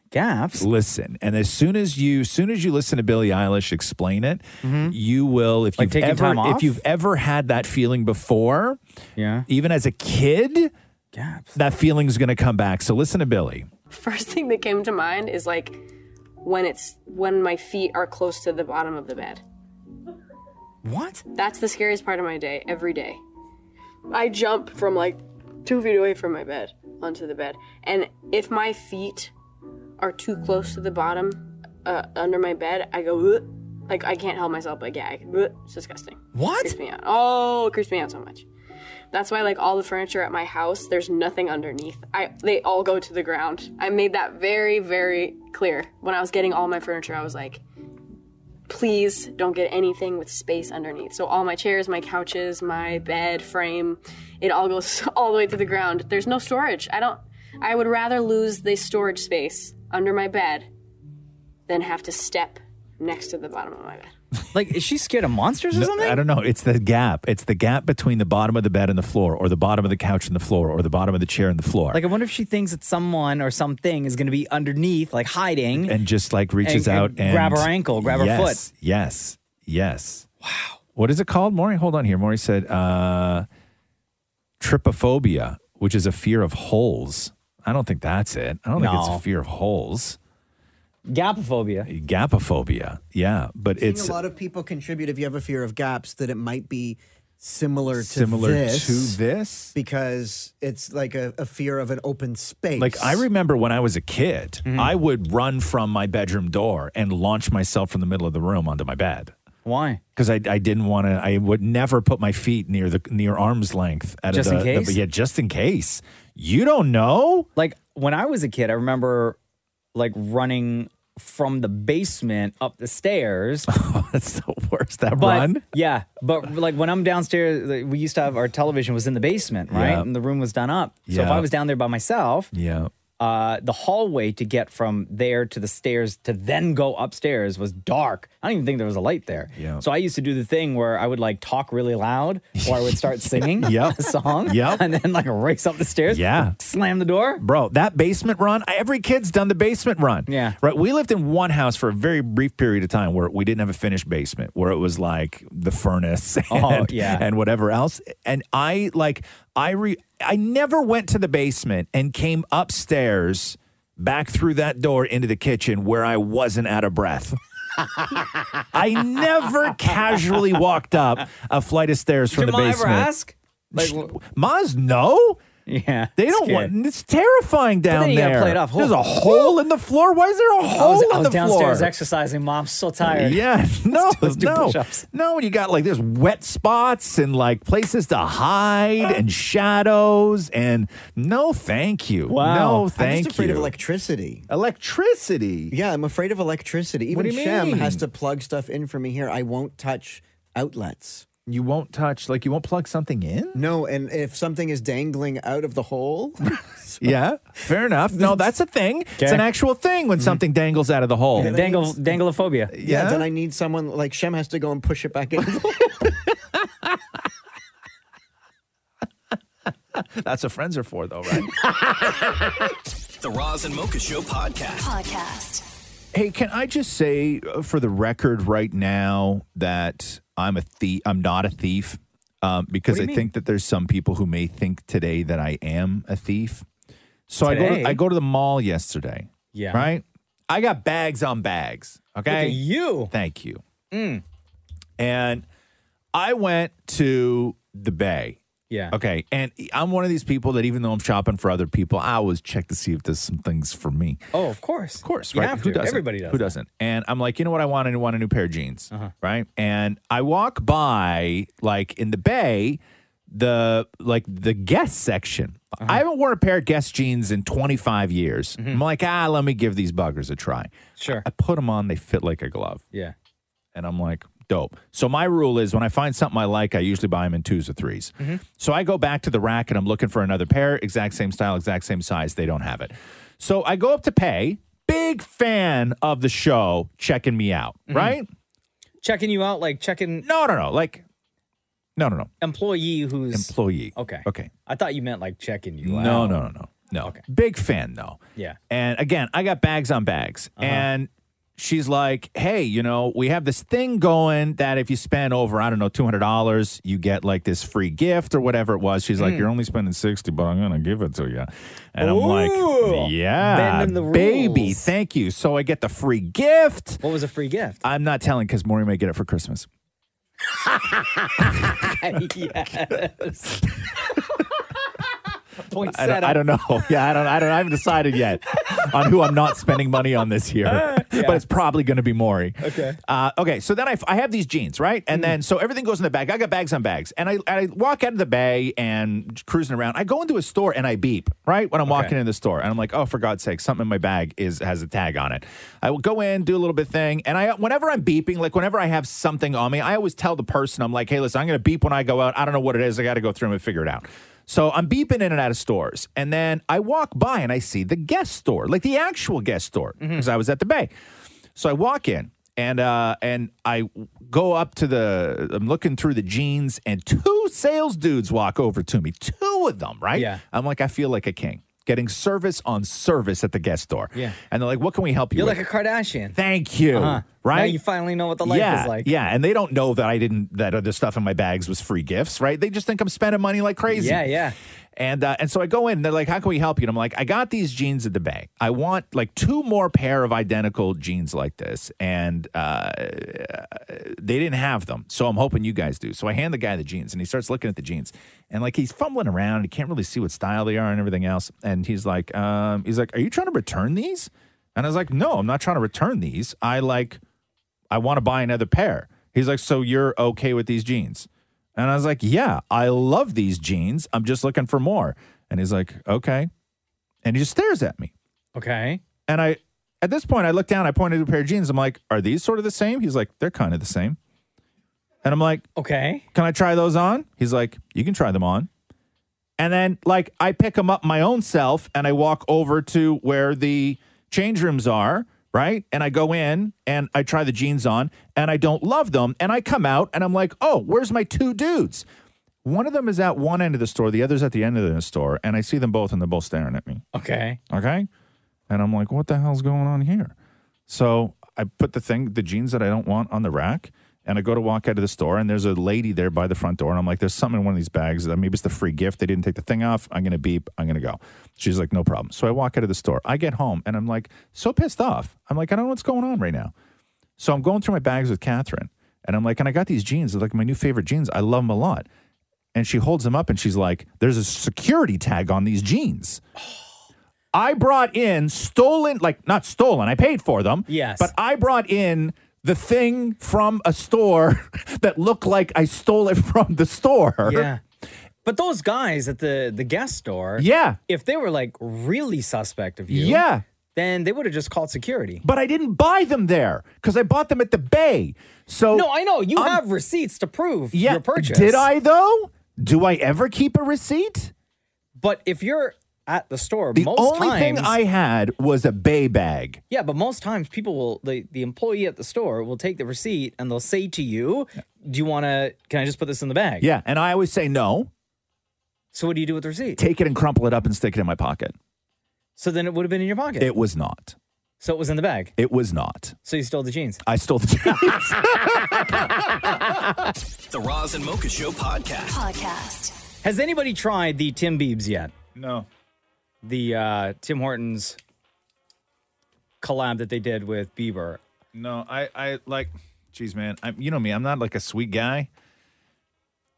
Gaps. Listen, and as soon as you, soon as you listen to Billie Eilish explain it, Mhm. you will. If Like you've taking ever, time off? if you've ever had that feeling before, yeah, even as a kid, gaps. That feeling's going to come back. So listen to Billie. First thing that came to mind is like when it's when my feet are close to the bottom of the bed. What? That's the scariest part of my day every day. I jump from like 2 feet away from my bed onto the bed. And if my feet are too close to the bottom uh, under my bed, I go "Ugh." like I can't help myself but gag. Ugh. It's disgusting. What? Creeps me out. Oh, it creeps me out so much. That's why, like all the furniture at my house, there's nothing underneath. I they all go to the ground. I made that very, very clear when I was getting all my furniture. I was like, please don't get anything with space underneath. So all my chairs, my couches, my bed frame, it all goes [LAUGHS] all the way to the ground. There's no storage. I don't. I would rather lose the storage space under my bed than have to step next to the bottom of my bed. Like, is she scared of monsters or No, something? I don't know. It's the gap. It's the gap between the bottom of the bed and the floor, or the bottom of the couch and the floor, or the bottom of the chair and the floor. Like, I wonder if she thinks that someone or something is going to be underneath, like hiding. and just like reaches And- out and and grab her ankle, grab her Yes, Yes, yes. Wow. What is it called, Maury? Hold on here. Maury said uh, trypophobia, which is a fear of holes. I don't think that's it. I don't think No. it's a fear of holes. Gapophobia. Gapophobia. Yeah, but Seeing it's a lot of people contribute if you have a fear of gaps that it might be similar to Similar this to this because it's like a, a fear of an open space. Like I remember when I was a kid, Mm-hmm. I would run from my bedroom door and launch myself from the middle of the room onto my bed. Why? Because I, I didn't want to. I would never put my feet near the near arm's length. Out Just in of the, the- case? yeah, just in case. You don't know? Like when I was a kid, I remember like running from the basement up the [LAUGHS] stairs. Oh, That's the worst. That But- run? Yeah, but like when I'm downstairs, like, we used to have our television was in the basement, right? Yeah. And the room was done up. So if Yeah. I was down there by myself, Yeah. uh, the hallway to get from there to the stairs to then go upstairs was dark. I don't even think there was a light there. Yeah. So I used to do the thing where I would like talk really loud, or I would [LAUGHS] start singing Yep. a song, Yep. [LAUGHS] and then like race up the stairs. Yeah. Slam the door. Bro, that basement run, every kid's done the basement run. Yeah. Right. We lived in one house for a very brief period of time where we didn't have a finished basement, where it was like the furnace [LAUGHS] and, Oh, yeah. and whatever else. And I like I re I never went to the basement and came upstairs back through that door into the kitchen where I wasn't out of [LAUGHS] breath. I never casually walked up a flight of stairs from Did the Ma ever basement. ask? Like, Ma's no. Yeah, they don't scared. want. It's terrifying But down then you gotta there. play it off. There's a Hold- hole in the floor. Why is there a hole I was, in I was Oh, the downstairs floor? exercising, mom. I'm so tired. [LAUGHS] Yeah, [LAUGHS] no, Let's do no, push-ups. no. You got like there's wet spots and like places to hide and shadows and no, thank you. no, I'm thank just afraid you. of electricity. [LAUGHS] Electricity? Yeah, I'm afraid of electricity. What Even do you Shem mean? has to plug stuff in for me here. I won't touch outlets. You won't touch, like you won't plug something in? No, and if something is dangling out of the hole, [LAUGHS] yeah, fair enough. No, that's a thing. It's an actual thing Mm-hmm. when something dangles out of the hole. Yeah, Dangle- dangleophobia. yeah, then I need someone like Shem has to go and push it back in. [LAUGHS] that's what friends are for, though, right? [LAUGHS] The Roz and Mocha Show podcast. Podcast. Hey, can I just say uh, for the record right now that I'm a thief. I'm not a thief um, because What do I you mean? think that there's some people who may think today that I am a thief. So I go Today? to, I go to the mall yesterday. Yeah. Right. I got bags on bags. Okay. at you. Thank you. Mm. And I went to the Bay. Yeah. Okay. And I'm one of these people that even though I'm shopping for other people, I always check to see if there's some things for me. Oh, of course. Of course, You right? have Who to. doesn't? Everybody does. Uh-huh. Who doesn't? And I'm like, you know what? I want. I want a new pair of jeans, right? And I walk by, like in the bay, the like the guest section. Uh-huh. I haven't worn a pair of guest jeans in 25 years. I'm like, ah, let me give these buggers a try. Mm-hmm. Sure. I put them on. They fit like a glove. Yeah. And I'm like, dope. So my rule is when I find something I like, I usually buy them in twos or 3s Mm-hmm. So I go back to the rack and I'm looking for another pair, exact same style, exact same size. They don't have it. So I go up to pay. Big fan of the show checking me out, right? Mm-hmm. Checking you out, like checking. No, no, no. Like, no, no, no. Employee who's. Employee. Okay. Okay. I thought you meant like checking you out. No, no, no, no. No. Big fan though. Yeah. Uh-huh. And again, I got bags on bags. And she's like, hey, you know, we have this thing going that if you spend over, I don't know, $200, you get like this free gift or whatever it was. She's like, Mm. you're only spending 60 but I'm going to give it to you. And I'm Ooh. like, yeah, Bending the baby, rules. thank you. So I get the free gift. What was a free gift? I'm not telling because Maury may get it for Christmas. [LAUGHS] [LAUGHS] yes. Point I don't, I don't know. [LAUGHS] Yeah, I don't. I don't. I haven't decided yet on who I'm not spending money on this year. But it's probably going to be Maury. Okay. Uh, okay. So then I, f- I have these jeans, right? And then so everything goes in the bag. I got bags on bags, and I I walk out of the bay and cruising around. I go into a store and I beep right when I'm walking in the store, and I'm like, oh, for God's sake, something in my bag is has a tag on it. I will go in, do a little bit thing, and I whenever I'm beeping, like whenever I have something on me, I always tell the person, I'm like, hey, listen, I'm going to beep when I go out. I don't know what it is. I got to go through 'em and figure it out. So I'm beeping in and out of stores. And then I walk by and I see the guest store, like the actual guest store, because I was at the bay. So I walk in and uh and I w- go up to the I'm looking through the jeans and two sales dudes walk over to me. Two of them, right? Yeah. I'm like, I feel like a king. Getting service on service at the guest store. Yeah. And they're like, what can we help you You're with? like a Kardashian. Thank you. Uh-huh. Right? Now you finally know what the life yeah, is like. Yeah, and they don't know that I didn't that other stuff in my bags was free gifts, right? They just think I'm spending money like crazy. Yeah, yeah. And uh, and so I go in and they're like, "How can we help you?" And I'm like, "I got these jeans at the bay. I want like two more pair of identical jeans like this." And uh, they didn't have them, so I'm hoping you guys do. So I hand the guy the jeans, and he starts looking at the jeans, and like he's fumbling around, he can't really see what style they are and everything else. And he's like, um, he's like, "Are you trying to return these?" And I was like, "No, I'm not trying to return these. I like." I want to buy another pair. He's like, So you're okay with these jeans? And I was like, Yeah, I love these jeans. I'm just looking for more. And he's like, okay. And he just stares at me. Okay. And I, at this point, I look down, I pointed at a pair of jeans. I'm like, are these sort of the same? He's like, they're kind of the same. And I'm like, okay. Can I try those on? He's like, you can try them on. And then, like, I pick them up my own self and I walk over to where the change rooms are, right? And I go in and I try the jeans on and I don't love them. And I come out and I'm like, oh, where's my two dudes? One of them is at one end of the store, the other's at the end of the store. And I see them both and they're both staring at me. Okay. Okay. And I'm like, what the hell's going on here? So I put the thing, the jeans that I don't want on the rack. And I go to walk out of the store, and there's a lady there by the front door. And I'm like, there's something in one of these bags. that Maybe it's the free gift. They didn't take the thing off. I'm going to beep. I'm going to go. She's like, no problem. So I walk out of the store. I get home, and I'm like, so pissed off. I'm like, I don't know what's going on right now. So I'm going through my bags with Catherine, and I'm like, and I got these jeans. They're like my new favorite jeans. I love them a lot. And she holds them up, and she's like, there's a security tag on these [SIGHS] jeans. I brought in stolen, like not stolen, I paid for them. Yes. But I brought in the thing from a store [LAUGHS] that looked like I stole it from the store. Yeah. But those guys at the the guest store, yeah, if they were like really suspect of you, Yeah. then they would have just called security. But I didn't buy them there because I bought them at the bay. So no, I know you have receipts to prove yeah, your purchase. Did I though? Do I ever keep a receipt? But if you're at the store, The most only times, thing I had was a bay bag. Yeah, but most times people will the, the employee at the store will take the receipt and they'll say to you, "Do you want to? Can I just put this in the bag?" Yeah, and I always say no. So what do you do with the receipt? Take it and crumple it up and stick it in my pocket. So then it would have been in your pocket. It was not. so it was in the bag. It was not. So you stole the jeans. I stole the jeans. [LAUGHS] The Roz and Mocha Show podcast. Podcast. [LAUGHS] Has anybody tried the Tim Biebs yet? No. The uh, Tim Hortons collab that they did with Bieber. No, I, I like, geez, man, I, you know me, I'm not like a sweet guy.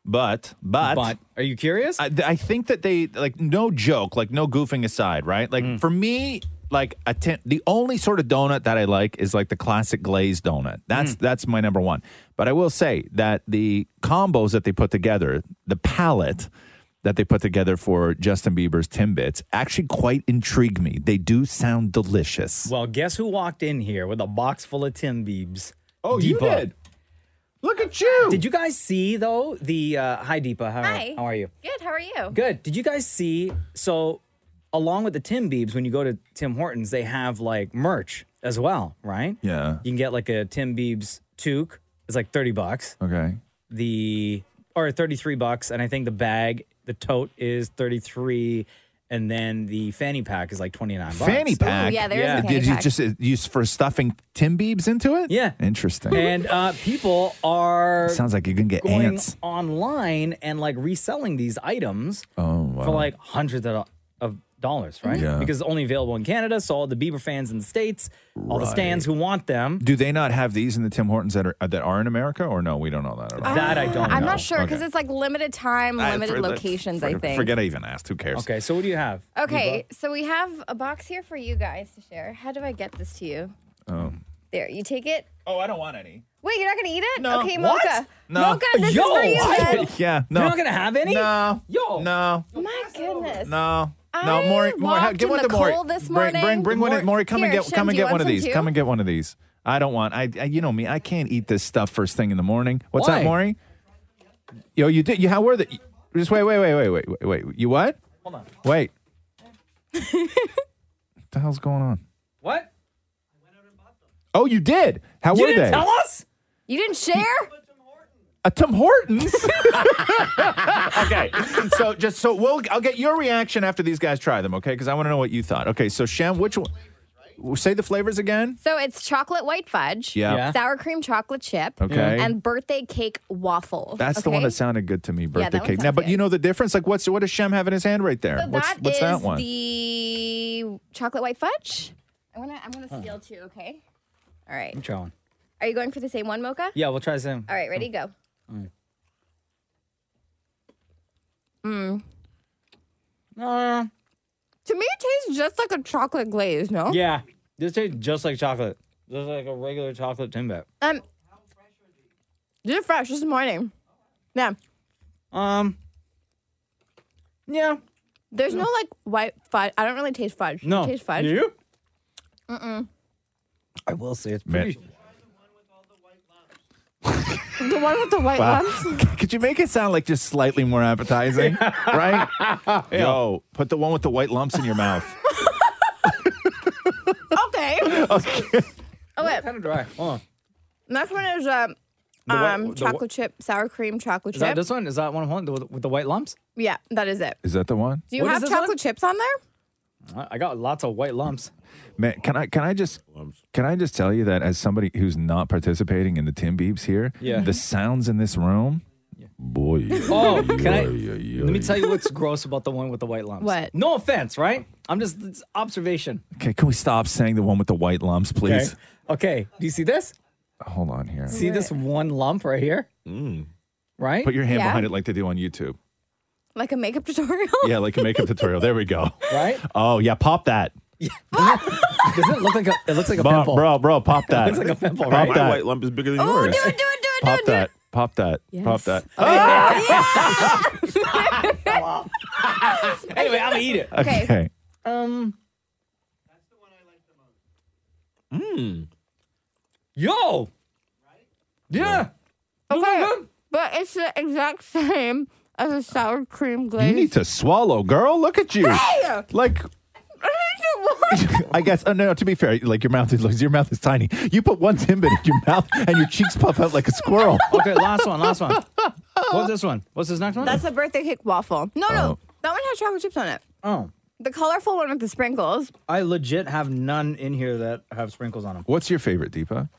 But, but, But, are you curious? I, I think that they like no joke, like no goofing aside, right? Like Mm. for me, like a tin, the only sort of donut that I like is like the classic glazed donut. That's Mm. that's my number one. But I will say that the combos that they put together, the palette that they put together for Justin Bieber's Timbits, actually quite intrigue me. They do sound delicious. Well, guess who walked in here with a box full of Tim Biebs? Oh, you Deepa. did. Look at you. Did you guys see though the uh, hi Deepa? How, Hi. How are you? Good. How are you? Good. Did you guys see? So, along with the Tim Biebs, when you go to Tim Hortons, they have like merch as well, right? Yeah. You can get like a Tim Biebs toque. It's like thirty bucks. Okay. The or thirty three bucks, and I think the bag, the tote is thirty three, and then the fanny pack is like twenty nine bucks. Fanny pack. Did you just uh, use for stuffing Tim Biebs into it? Yeah. Interesting. and uh, people are Sounds like you can get going ants. online and like reselling these items Oh, wow. for like hundreds of, of dollars, right? Yeah. Because it's only available in Canada. So all the Bieber fans in the states, all the Right. stands who want them. Do they not have these in the Tim Hortons that are uh, that are in America, or no? We don't know that. At all. That I don't Um, I'm not sure because it's like limited time, I- limited for- locations. I forget- think. Forget I even asked. Who cares? Okay, so what do you have? Okay, so we have a box here for you guys to share. How do I get this to you? Oh. There, you take it. Oh, I don't want any. Wait, you're not gonna eat it? No. Okay, What? Mocha. No. Mocha, this Yo, is for you. I- then. Yeah. No. You're not gonna have any? No. Yo. No. My goodness. No. No. I More. More. walked Give in one the to Maury. cold this bring, bring. morning. Bring one. to Maury- Maury, come and Here, get. come Shem, and do you get want one of some these. too? Come and get one of these. I don't want. I, I. You know me. I can't eat this stuff first thing in the morning. What's Why? up, Maury? Yo, you did. You how were the? Just wait. Wait. Wait. Wait. Wait. Wait. Wait. You what? Hold on. [LAUGHS] Wait. what the hell's going on? What? Oh, you did. How You were didn't they? tell us? You didn't share? A Tim Hortons. okay. So just so we'll I'll get your reaction after these guys try them, okay? Because I want to know what you thought. Okay, so Shem, which one? Say the flavors again. So it's chocolate white fudge, Yeah. Yeah. sour cream chocolate chip, Okay. and birthday cake waffle. That's the one okay? that sounded good to me. Birthday that one cake. Now, sounds but you know the difference. Like, what's what does Shem have in his hand right there? So what's that what's is that one? The chocolate white fudge. I wanna I'm gonna steal two, okay? All right. I'm trying. Are you going for the same one, Mocha? Yeah, we'll try the same. All right, ready, go. Mm. Mm. Uh, To me, it tastes just like a chocolate glaze, no? Yeah. This tastes just like chocolate. Just like a regular chocolate Timbit. Um, these are fresh this morning. Yeah. Um, yeah. There's no like white fudge. I don't really taste fudge. Do you No. taste fudge. Do you? Mm-mm. I will say it's pretty. The one with the [LAUGHS] white Wow. lumps. [LAUGHS] Could you make it sound like just slightly more [LAUGHS] appetizing, right? Yo, put the one with the white lumps in your mouth. [LAUGHS] Okay. Okay. Oh wait. Kind of dry. Hold on. Next one is um, The white- um the wh- chocolate chip, sour cream chocolate Is chip. that this one? Is that one? Hold on, the- with the white lumps? Yeah, that is it. Is that the one? Do you have chocolate chips on there? I I got lots of white lumps. Man, can I can I just can I just tell you that as somebody who's not participating in the Tim Beeps here, Yeah. the sounds in this room, boy. Oh, can I? Let me tell you what's gross about the one with the white lumps. What? No offense, right? I'm just it's observation. Okay, can we stop saying the one with the white lumps, please? Okay. okay. Do you see this? Hold on here. See this one lump right here? Mm. Right? Put your hand Yeah. behind it like they do on YouTube. Like a makeup [LAUGHS] tutorial. Yeah, like a [LAUGHS] makeup tutorial. There we go. Right? Oh yeah, pop that. Does it look like a? It looks like a Bro- pimple. Bro, bro, pop [LAUGHS] that. looks like a pimple, pop right? My That. white lump is bigger than yours. do it, do [LAUGHS] it, do it, pop do it. That. Pop that. Pop that. [LAUGHS] anyway, I'm gonna eat it. Okay. Okay. Um. Mmm. Yo. Yeah. Okay, but it's the exact same as a sour cream glaze. You need to swallow, girl. Look at you. Hey! Like I guess. Oh, no, no. To be fair, like your mouth is your mouth is tiny. You put one Timbit in your mouth, and your cheeks puff out like a squirrel. [LAUGHS] Okay. Last one. Last one. What's this one? What's this next one? That's a birthday cake waffle. No, no, that one has chocolate chips on it. Oh. The colorful one with the sprinkles. I legit have none in here that have sprinkles on them. What's your favorite, Deepa?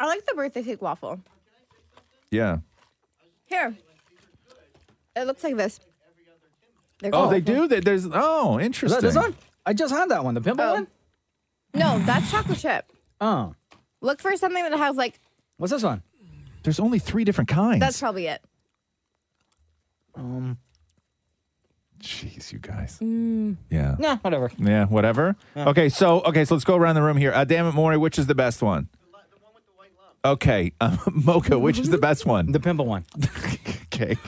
I like the birthday cake waffle. Yeah. Here. It looks like this. They're Oh, they colorful. do. They, there's oh, Is interesting. that this one? I just had that one. The pimple one. No, that's chocolate chip. Oh. Look for something that has like What's this one? There's only three different kinds. that's probably it. Um. Jeez, you guys. Mm. Yeah. Nah. Whatever. Yeah. Whatever. Yeah. Okay. So okay. So let's go around the room here. Uh, damn it, Maury. Which is the best one? Okay, um, [LAUGHS] Mocha, which is the best one? The pimple one. [LAUGHS] okay.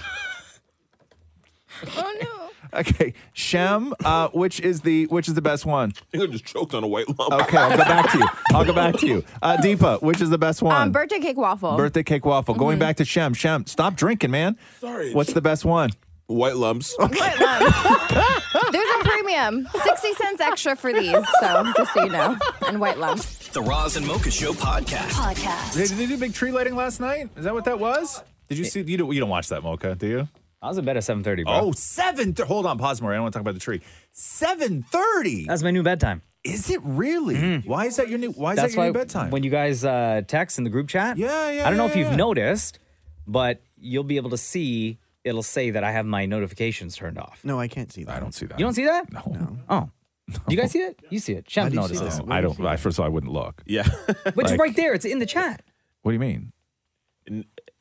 Oh no. [LAUGHS] Okay, Shem, uh, which is the which is the best one? I think I just choked on a white lump. Okay, I'll go back to you. I'll go back to you. Uh, Deepa, which is the best one? Um, Mm-hmm. birthday cake waffle. Birthday cake waffle. Going back to Shem. Shem, stop drinking, man. Sorry. What's the best one? White lumps. There's a premium, sixty cents extra for these. So just so you know, and white lumps. The Roz and Mocha Show podcast. Podcast. Did they do big tree lighting last night? Is that what that was? Did you see? You don't. You don't watch that, Mocha, do you? I was in bed at seven thirty. Oh, seven. Th- hold on, pause more. I don't want to talk about the tree. Seven thirty. That's my new bedtime. Mm-hmm. Is it really? Why is that your new? Why is That's that your new why bedtime? When you guys uh, text in the group chat, yeah, yeah, I don't know yeah, if you've yeah. noticed, but you'll be able to see. It'll say that I have my notifications turned off. No, I can't see that. I don't see that. You don't see that? No. Oh. Do you guys see it? You see it. How Chef do you see notices. that? No, I don't. I, first of all, I wouldn't look. Yeah. But it's right there. It's in the chat. [LAUGHS] What do you mean?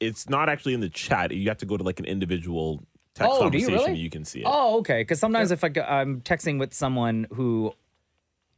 It's not actually in the chat. You have to go to like an individual text oh, do you conversation. really? You can see it. Oh, okay. Because sometimes if I, go- I'm texting with someone who,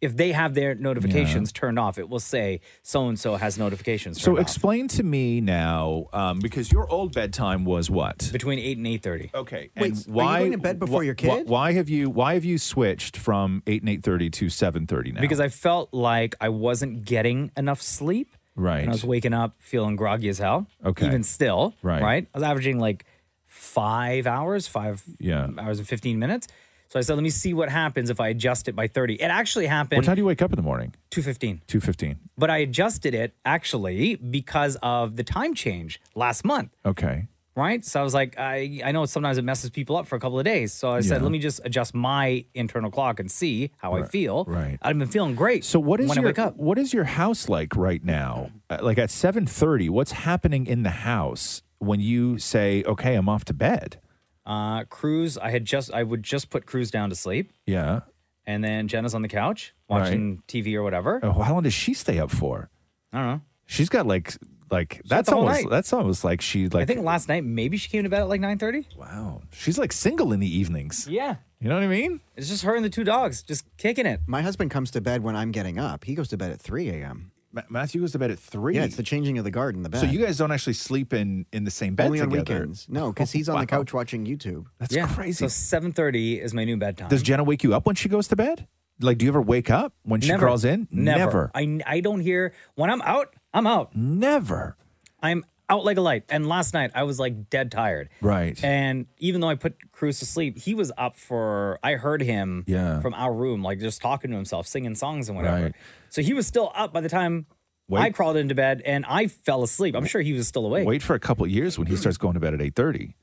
if they have their notifications turned off, it will say so and so has notifications. So Turned off. explain to me now, um, because your old bedtime was what? Between eight and eight thirty. Okay. Wait, and so are you going to bed before your wh- kid? Why have you Why have you switched from eight and eight thirty to seven thirty now? Because I felt like I wasn't getting enough sleep. Right. And I was waking up feeling groggy as hell. Okay. Even still. Right. Right. I was averaging like five hours, five Yeah. hours and 15 minutes. So I said, let me see what happens if I adjust it by 30. It actually happened. what time do you wake up in the morning? 2.15. Two fifteen. But I adjusted it actually because of the time change last month. Okay. Right. So I was like, I, I know sometimes it messes people up for a couple of days. So I said, Yeah. let me just adjust my internal clock and see how I Right, feel. right. I've been feeling great. So what is when your I wake up. What is your house like right now? Uh, Like at seven thirty, what's happening in the house when you say, "Okay, I'm off to bed"? Uh, Cruz, I had just I would just put Cruz down to sleep, Yeah. and then Jenna's on the couch watching TV or whatever. Oh, how long does she stay up for? I don't know. She's got like like up that's the whole almost night. that's almost like she like I think last night maybe she came to bed at like nine thirty. wow she's like single in the evenings. Yeah, You know what I mean? it's just her and the two dogs just kicking it. My husband comes to bed when I'm getting up. He goes to bed at 3 a.m. Ma- Matthew goes to bed at three. Yeah, it's the changing of the guard in the bed. So you guys don't actually sleep in in the same bed Only on together. weekends. [LAUGHS] No, because he's on the couch watching YouTube. That's crazy. So seven thirty is my new bedtime. Does Jenna wake you up when she goes to bed? Like, do you ever wake up when she Never. crawls in? Never. I I don't hear when I'm out. I'm out. Never. I'm out like a light. And last night I was like dead tired. Right. And even though I put Cruz to sleep, he was up for. I heard him. Yeah. From our room, like just talking to himself, singing songs and whatever. Right. So he was still up by the time. Wait. I crawled into bed and I fell asleep. I'm sure he was still awake. Wait for a couple of years when he starts going to bed at eight [LAUGHS] thirty.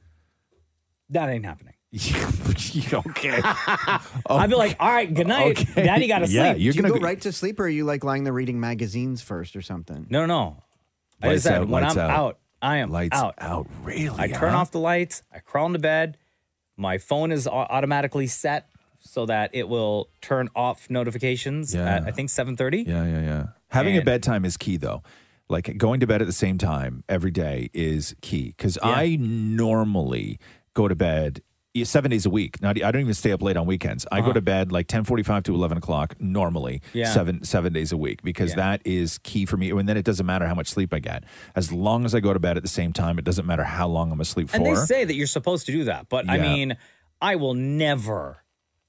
That ain't happening. [LAUGHS] okay. I'd be like, all right, [LAUGHS] good night. Okay. Daddy got to sleep. Do you go right to sleep, or are you like lying there reading magazines first or something? No, no. I Lights just said out, when lights I'm out. out. I am Lights out. out. Really? I turn huh? off the lights. I crawl into bed. My phone is au- automatically set so that it will turn off notifications at I think 7:30. Yeah, yeah, yeah. Having a And- bedtime is key, though. Like going to bed at the same time every day is key because I normally go to bed yeah, seven days a week. Not, e, I don't even stay up late on weekends. I go Uh-huh. to bed like ten forty-five to eleven o'clock normally. Yeah. seven seven days a week because that is key for me. And then it doesn't matter how much sleep I get. As long as I go to bed at the same time, it doesn't matter how long I'm asleep And for. they say that you're supposed to do that, but I Yeah. mean, I will never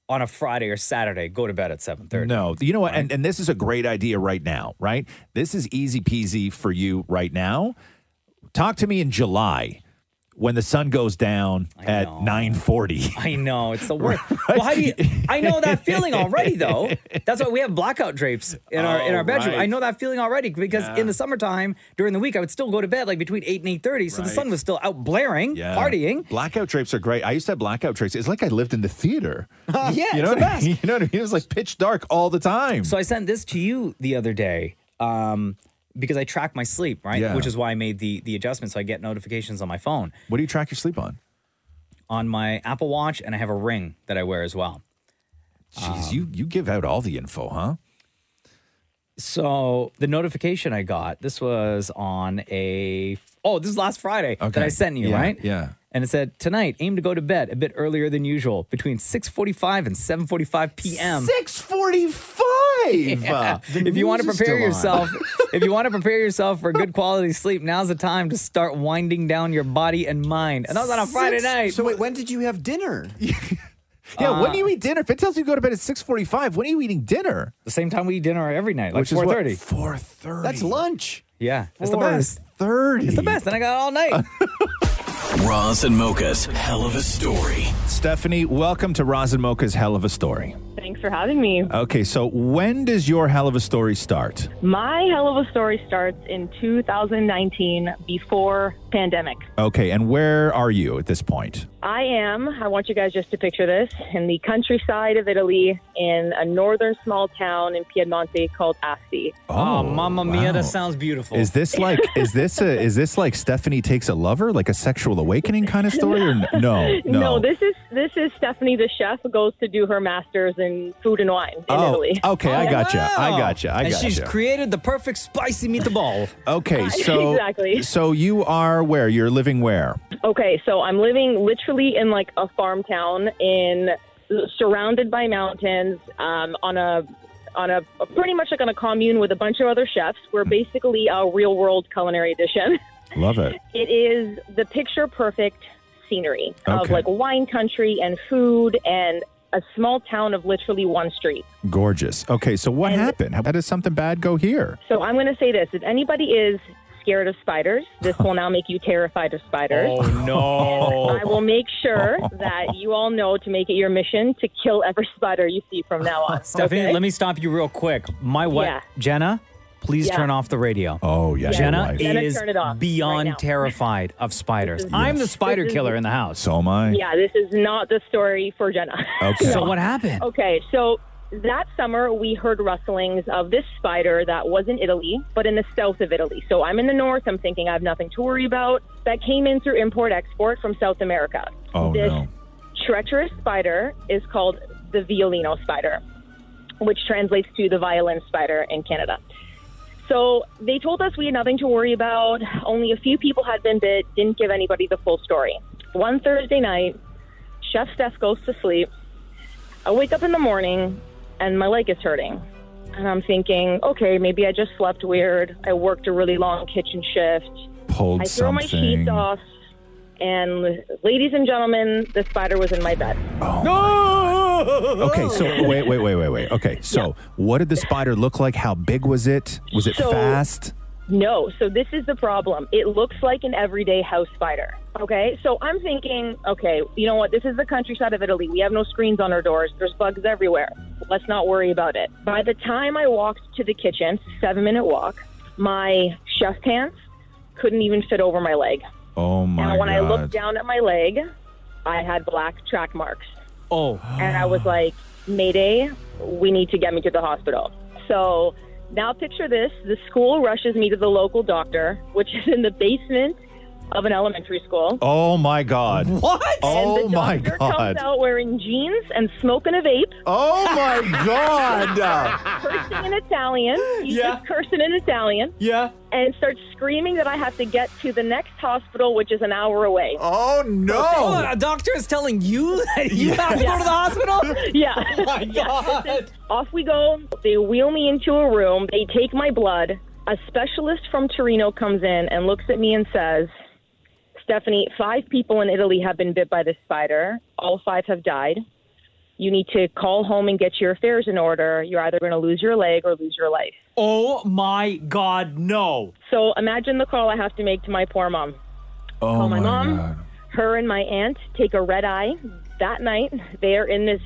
on a Friday or Saturday go to bed at [LAUGHS] 7:30. No, you know what? And, and this is a great idea right now, right? This is easy peasy for you right now. Talk to me in July when the sun goes down at 940. [LAUGHS] I know it's [LAUGHS] the worst. Well, how do you? I know that feeling already, though. That's why we have blackout drapes in our in [LAUGHS] Oh, our bedroom. right. I know that feeling already because Yeah. in the summertime during the week, I would still go to bed like between eight and eight thirty, so the Right. sun was still out blaring, Yeah. partying. Blackout drapes are great. I used to have blackout drapes. It's like I lived in the theater. [LAUGHS] Yeah, you it's know the what I best. mean? [LAUGHS] You know what I mean? It was like pitch dark all the time. So I sent this to you the other day um, because I track my sleep, right? Yeah. Which is why I made the the adjustment, so I get notifications on my phone. What do you track your sleep on? On my Apple Watch, and I have a ring that I wear as well. Um, Jeez, you you give out all the info, huh? So the notification I got, this was on a oh, this is last Friday that I sent you, Yeah, right? Yeah. And it said tonight, aim to go to bed a bit earlier than usual, between 6:45 and 7:45 p.m. 645. [LAUGHS] Yeah. If you want to prepare yourself, [LAUGHS] if you want to prepare yourself for good quality sleep, now's the time to start winding down your body and mind. And that was on a Friday Six- night. So wait, when did you have dinner? Yeah, Uh, when do you eat dinner? If it tells you to go to bed at 645, when are you eating dinner? The same time we eat dinner every night, like Which is what, 4:30. 4:30. That's lunch. Yeah, it's the Four best. Thirty. It's the best, and I got it all night. Roz and Mocha's hell [LAUGHS] of a story. Stephanie, welcome to Roz and Mocha's Hell of a Story. Thanks for having me. Okay, so when does your Hell of a Story start? My hell of a story starts in 2019 before pandemic. Okay, and where are you at this point? I am, I want you guys just to picture this, in the countryside of Italy in a northern small town in Piedmonte called Asti. Oh, Mamma Mia, wow. that sounds beautiful. Is this like [LAUGHS] is this a is this like Stephanie takes a lover, like a sexual awakening kind of story [LAUGHS] or [LAUGHS] n- no? No. this is this is Stephanie the chef who goes to do her masters in food and wine in Oh, Italy. okay, I gotcha. I Wow. gotcha. I and gotcha. she's created the perfect spicy meatball. okay, [LAUGHS] so Exactly. so you are where? You're living where? Okay, so I'm living literally in like a farm town in surrounded by mountains um, on a on a pretty much like on a commune with a bunch of other chefs. We're basically a real world culinary edition. Mm-hmm. Love it. [LAUGHS] It is the picture perfect scenery of Okay. like wine country and food and a small town of literally one street. Gorgeous. Okay, so what happened? How does something bad go here? So I'm going to say this: if anybody is scared of spiders, this will now make you terrified of spiders. Oh, no. [LAUGHS] I will make sure that you all know to make it your mission to kill every spider you see from now on. Stephanie, okay? let me stop you real quick. My wife, Yeah. Jenna, please Yeah. turn off the radio. Oh, yeah, your Jenna wife. Jenna, is turn it off beyond right now. terrified of spiders. This is- I'm the Yes. spider this is- killer in the house. So am I. Yeah, this is not the story for Jenna. Okay. So what happened? Okay, so that summer we heard rustlings of this spider that was in Italy, but in the south of Italy. So I'm in the north, I'm thinking I have nothing to worry about. That came in through import export from South America. Oh this no. treacherous spider is called the violino spider, which translates to the violin spider in Canada. So they told us we had nothing to worry about. Only a few people had been bit, didn't give anybody the full story. One Thursday night, Chef Steph goes to sleep. I wake up in the morning and my leg is hurting. And I'm thinking, okay, maybe I just slept weird. I worked a really long kitchen shift. Pulled I threw my sheets something. off. And ladies and gentlemen, the spider was in my bed. Oh. no! Oh Okay, [LAUGHS] so wait, wait, wait, wait, wait. Okay, so what did the spider look like? How big was it? Was it So- fast? No, so this is the problem. It looks like an everyday house spider. Okay, so I'm thinking, okay, you know what? This is the countryside of Italy. We have no screens on our doors. There's bugs everywhere. Let's not worry about it. By the time I walked to the kitchen, seven minute walk, my chef pants couldn't even fit over my leg. Oh my and when I god! looked down at my leg, I had black track marks. Oh. And I was like, Mayday, we need to get me to the hospital. So now picture this the school rushes me to the local doctor, which is in the basement of an elementary school. Oh my god! And Oh the my doctor god! comes out wearing jeans and smoking a vape. Oh [LAUGHS] my God. cursing in Italian. He's Yeah. just cursing in Italian. Yeah. And starts screaming that I have to get to the next hospital, which is an hour away. Oh no! Oh, a doctor is telling you [LAUGHS] that you have to go to [LAUGHS] the hospital? [LAUGHS] Yeah. Oh my [LAUGHS] Yeah. god. Off we go. They wheel me into a room. They take my blood. A specialist from Torino comes in and looks at me and says, Stephanie, five people in Italy have been bit by this spider. All five have died. You need to call home and get your affairs in order. You're either going to lose your leg or lose your life. Oh my god, no. So imagine the call I have to make to my poor mom. Oh my, Hmm? mom, her and my aunt take a red eye that night. They are in this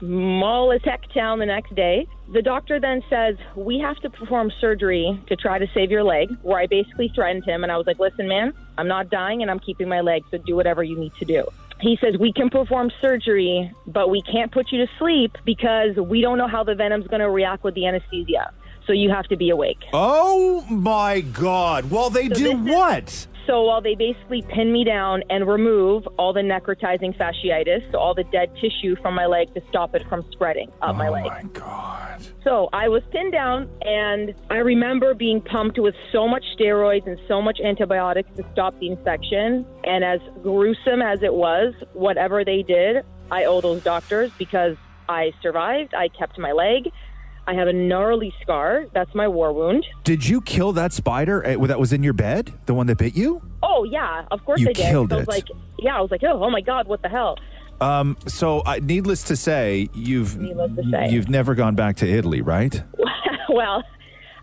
small as heck town the next day. The doctor then says, We have to perform surgery to try to save your leg, where I basically threatened him and I was like, Listen, man, I'm not dying and I'm keeping my leg, so do whatever you need to do. He says, We can perform surgery, but we can't put you to sleep because we don't know how the venom's going to react with the anesthesia. So you have to be awake. Oh my God! Well, they do what? So while they basically pin me down and remove all the necrotizing fasciitis, so all the dead tissue from my leg to stop it from spreading up my leg. oh my God. So I was pinned down, and I remember being pumped with so much steroids and so much antibiotics to stop the infection. And as gruesome as it was, whatever they did, I owe those doctors because I survived. I kept my leg. I have a gnarly scar. That's my war wound. Did you kill that spider eh, that was in your bed? The one that bit you? Oh yeah, of course You I did. killed I was it. like, yeah, I was like, oh, oh my god, what the hell? Um, so, uh, needless to say, you've to say. you've never gone back to Italy, right? [LAUGHS] well,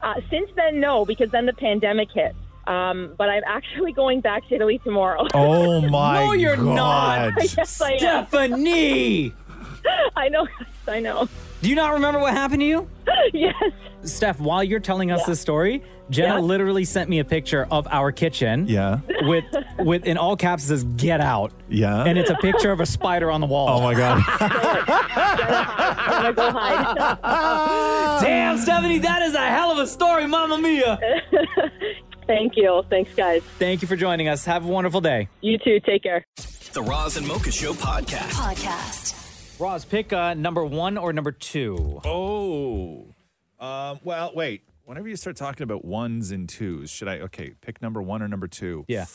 uh, since then, no, because then the pandemic hit. Um, but I'm actually [LAUGHS] going back to Italy tomorrow. [LAUGHS] Oh my! No, you're God. not. [LAUGHS] Yes, I am. Stephanie, [LAUGHS] I know, [LAUGHS] I know. do you not remember what happened to you? [LAUGHS] yes. Steph, while you're telling us this story, Jenna Yeah. literally sent me a picture of our kitchen. Yeah. With with in all caps it says "Get out." Yeah. And it's a picture of a spider on the wall. Oh my god. I'm gonna [LAUGHS] go [LAUGHS] hide. Damn, Stephanie, that is a hell of a story, Mamma Mia. [LAUGHS] Thank you. Thanks, guys. Thank you for joining us. Have a wonderful day. You too. Take care. The Roz and Mocha Show podcast. Podcast. Roz, pick uh, number one or number two. [LAUGHS] Oh, um, well, wait. Whenever you start talking about ones and twos, should I? Okay, pick number one or number two. Yeah.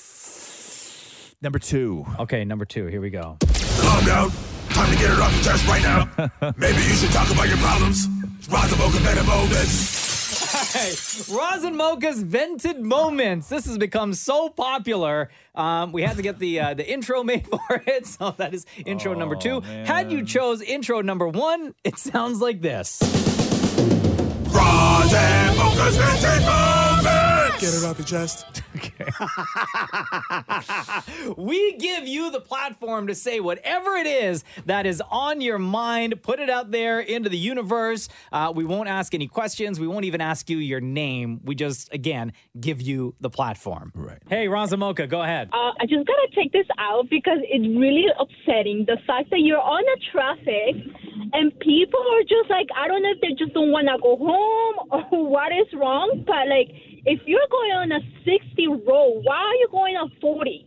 Number two. Okay, number two. Here we go. Calm down. Time to get it off your chest right [LAUGHS] now. Maybe you should talk about your problems. It's Roz and Mocha better moments. Hey, Roz and Mocha's vented moments. This has become so popular. Um, we had to get the uh, the intro made [LAUGHS] for it, so that is intro number two. Had you chose intro number one, it sounds like this. Roz and Mocha's vented moments. Get it off your chest. we give you the platform to say whatever it is that is on your mind. Put it out there into the universe. Uh, we won't ask any questions. We won't even ask you your name. We just, again, give you the platform. Right. Hey, Razamoka, go ahead. Uh, I just gotta take this out because it's really upsetting. The fact that you're on a traffic and people are just like, I don't know if they just don't wanna go home [LAUGHS] or what is wrong, but like, if you're going on a 60 road, why are you going on 40?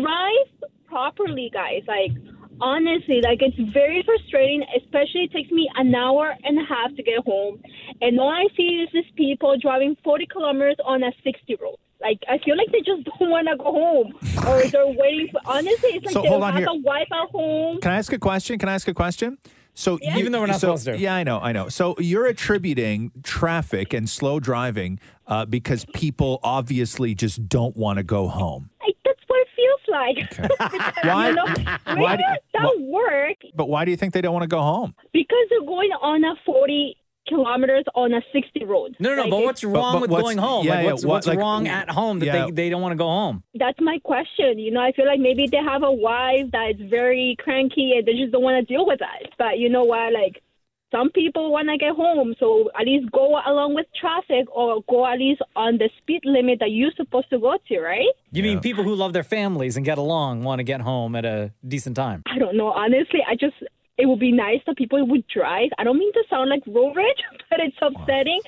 Drive properly, guys. Like, honestly, like, it's very frustrating, especially it takes me an hour and a half to get home. And all I see is these people driving 40 kilometers on a 60 road. Like I feel like they just [LAUGHS] don't want to go home, [LAUGHS] or they're waiting for. Honestly, it's like So, they hold on have here. a wife at home. Can I ask a question? Can I ask a question? So Yeah. Even though we're not so- supposed to. Yeah, I know, I know. So you're attributing traffic and slow driving uh, because people obviously just don't want to go home. That's what it feels like. Because, [LAUGHS] Why- You know, why do- radio don't work But why do you think they don't want to go home? because you're going on a 40 kilometers on a 60 road. No, no, no. Like, But what's it's- wrong but with what's- going home? yeah, like, yeah, what's, what- what's like, wrong at home that yeah. they, they don't want to go home? That's my question. You know, I feel like maybe they have a wife that is very cranky and they just don't want to deal with that. But you know what? Like, some people want to get home, so at least go along with traffic or go at least on the speed limit that you're supposed to go to, right? You mean people who love their families and get along want to get home at a decent time? I don't know. Honestly, I just it would be nice that people would drive. I don't mean to sound like road rage, [LAUGHS] but it's upsetting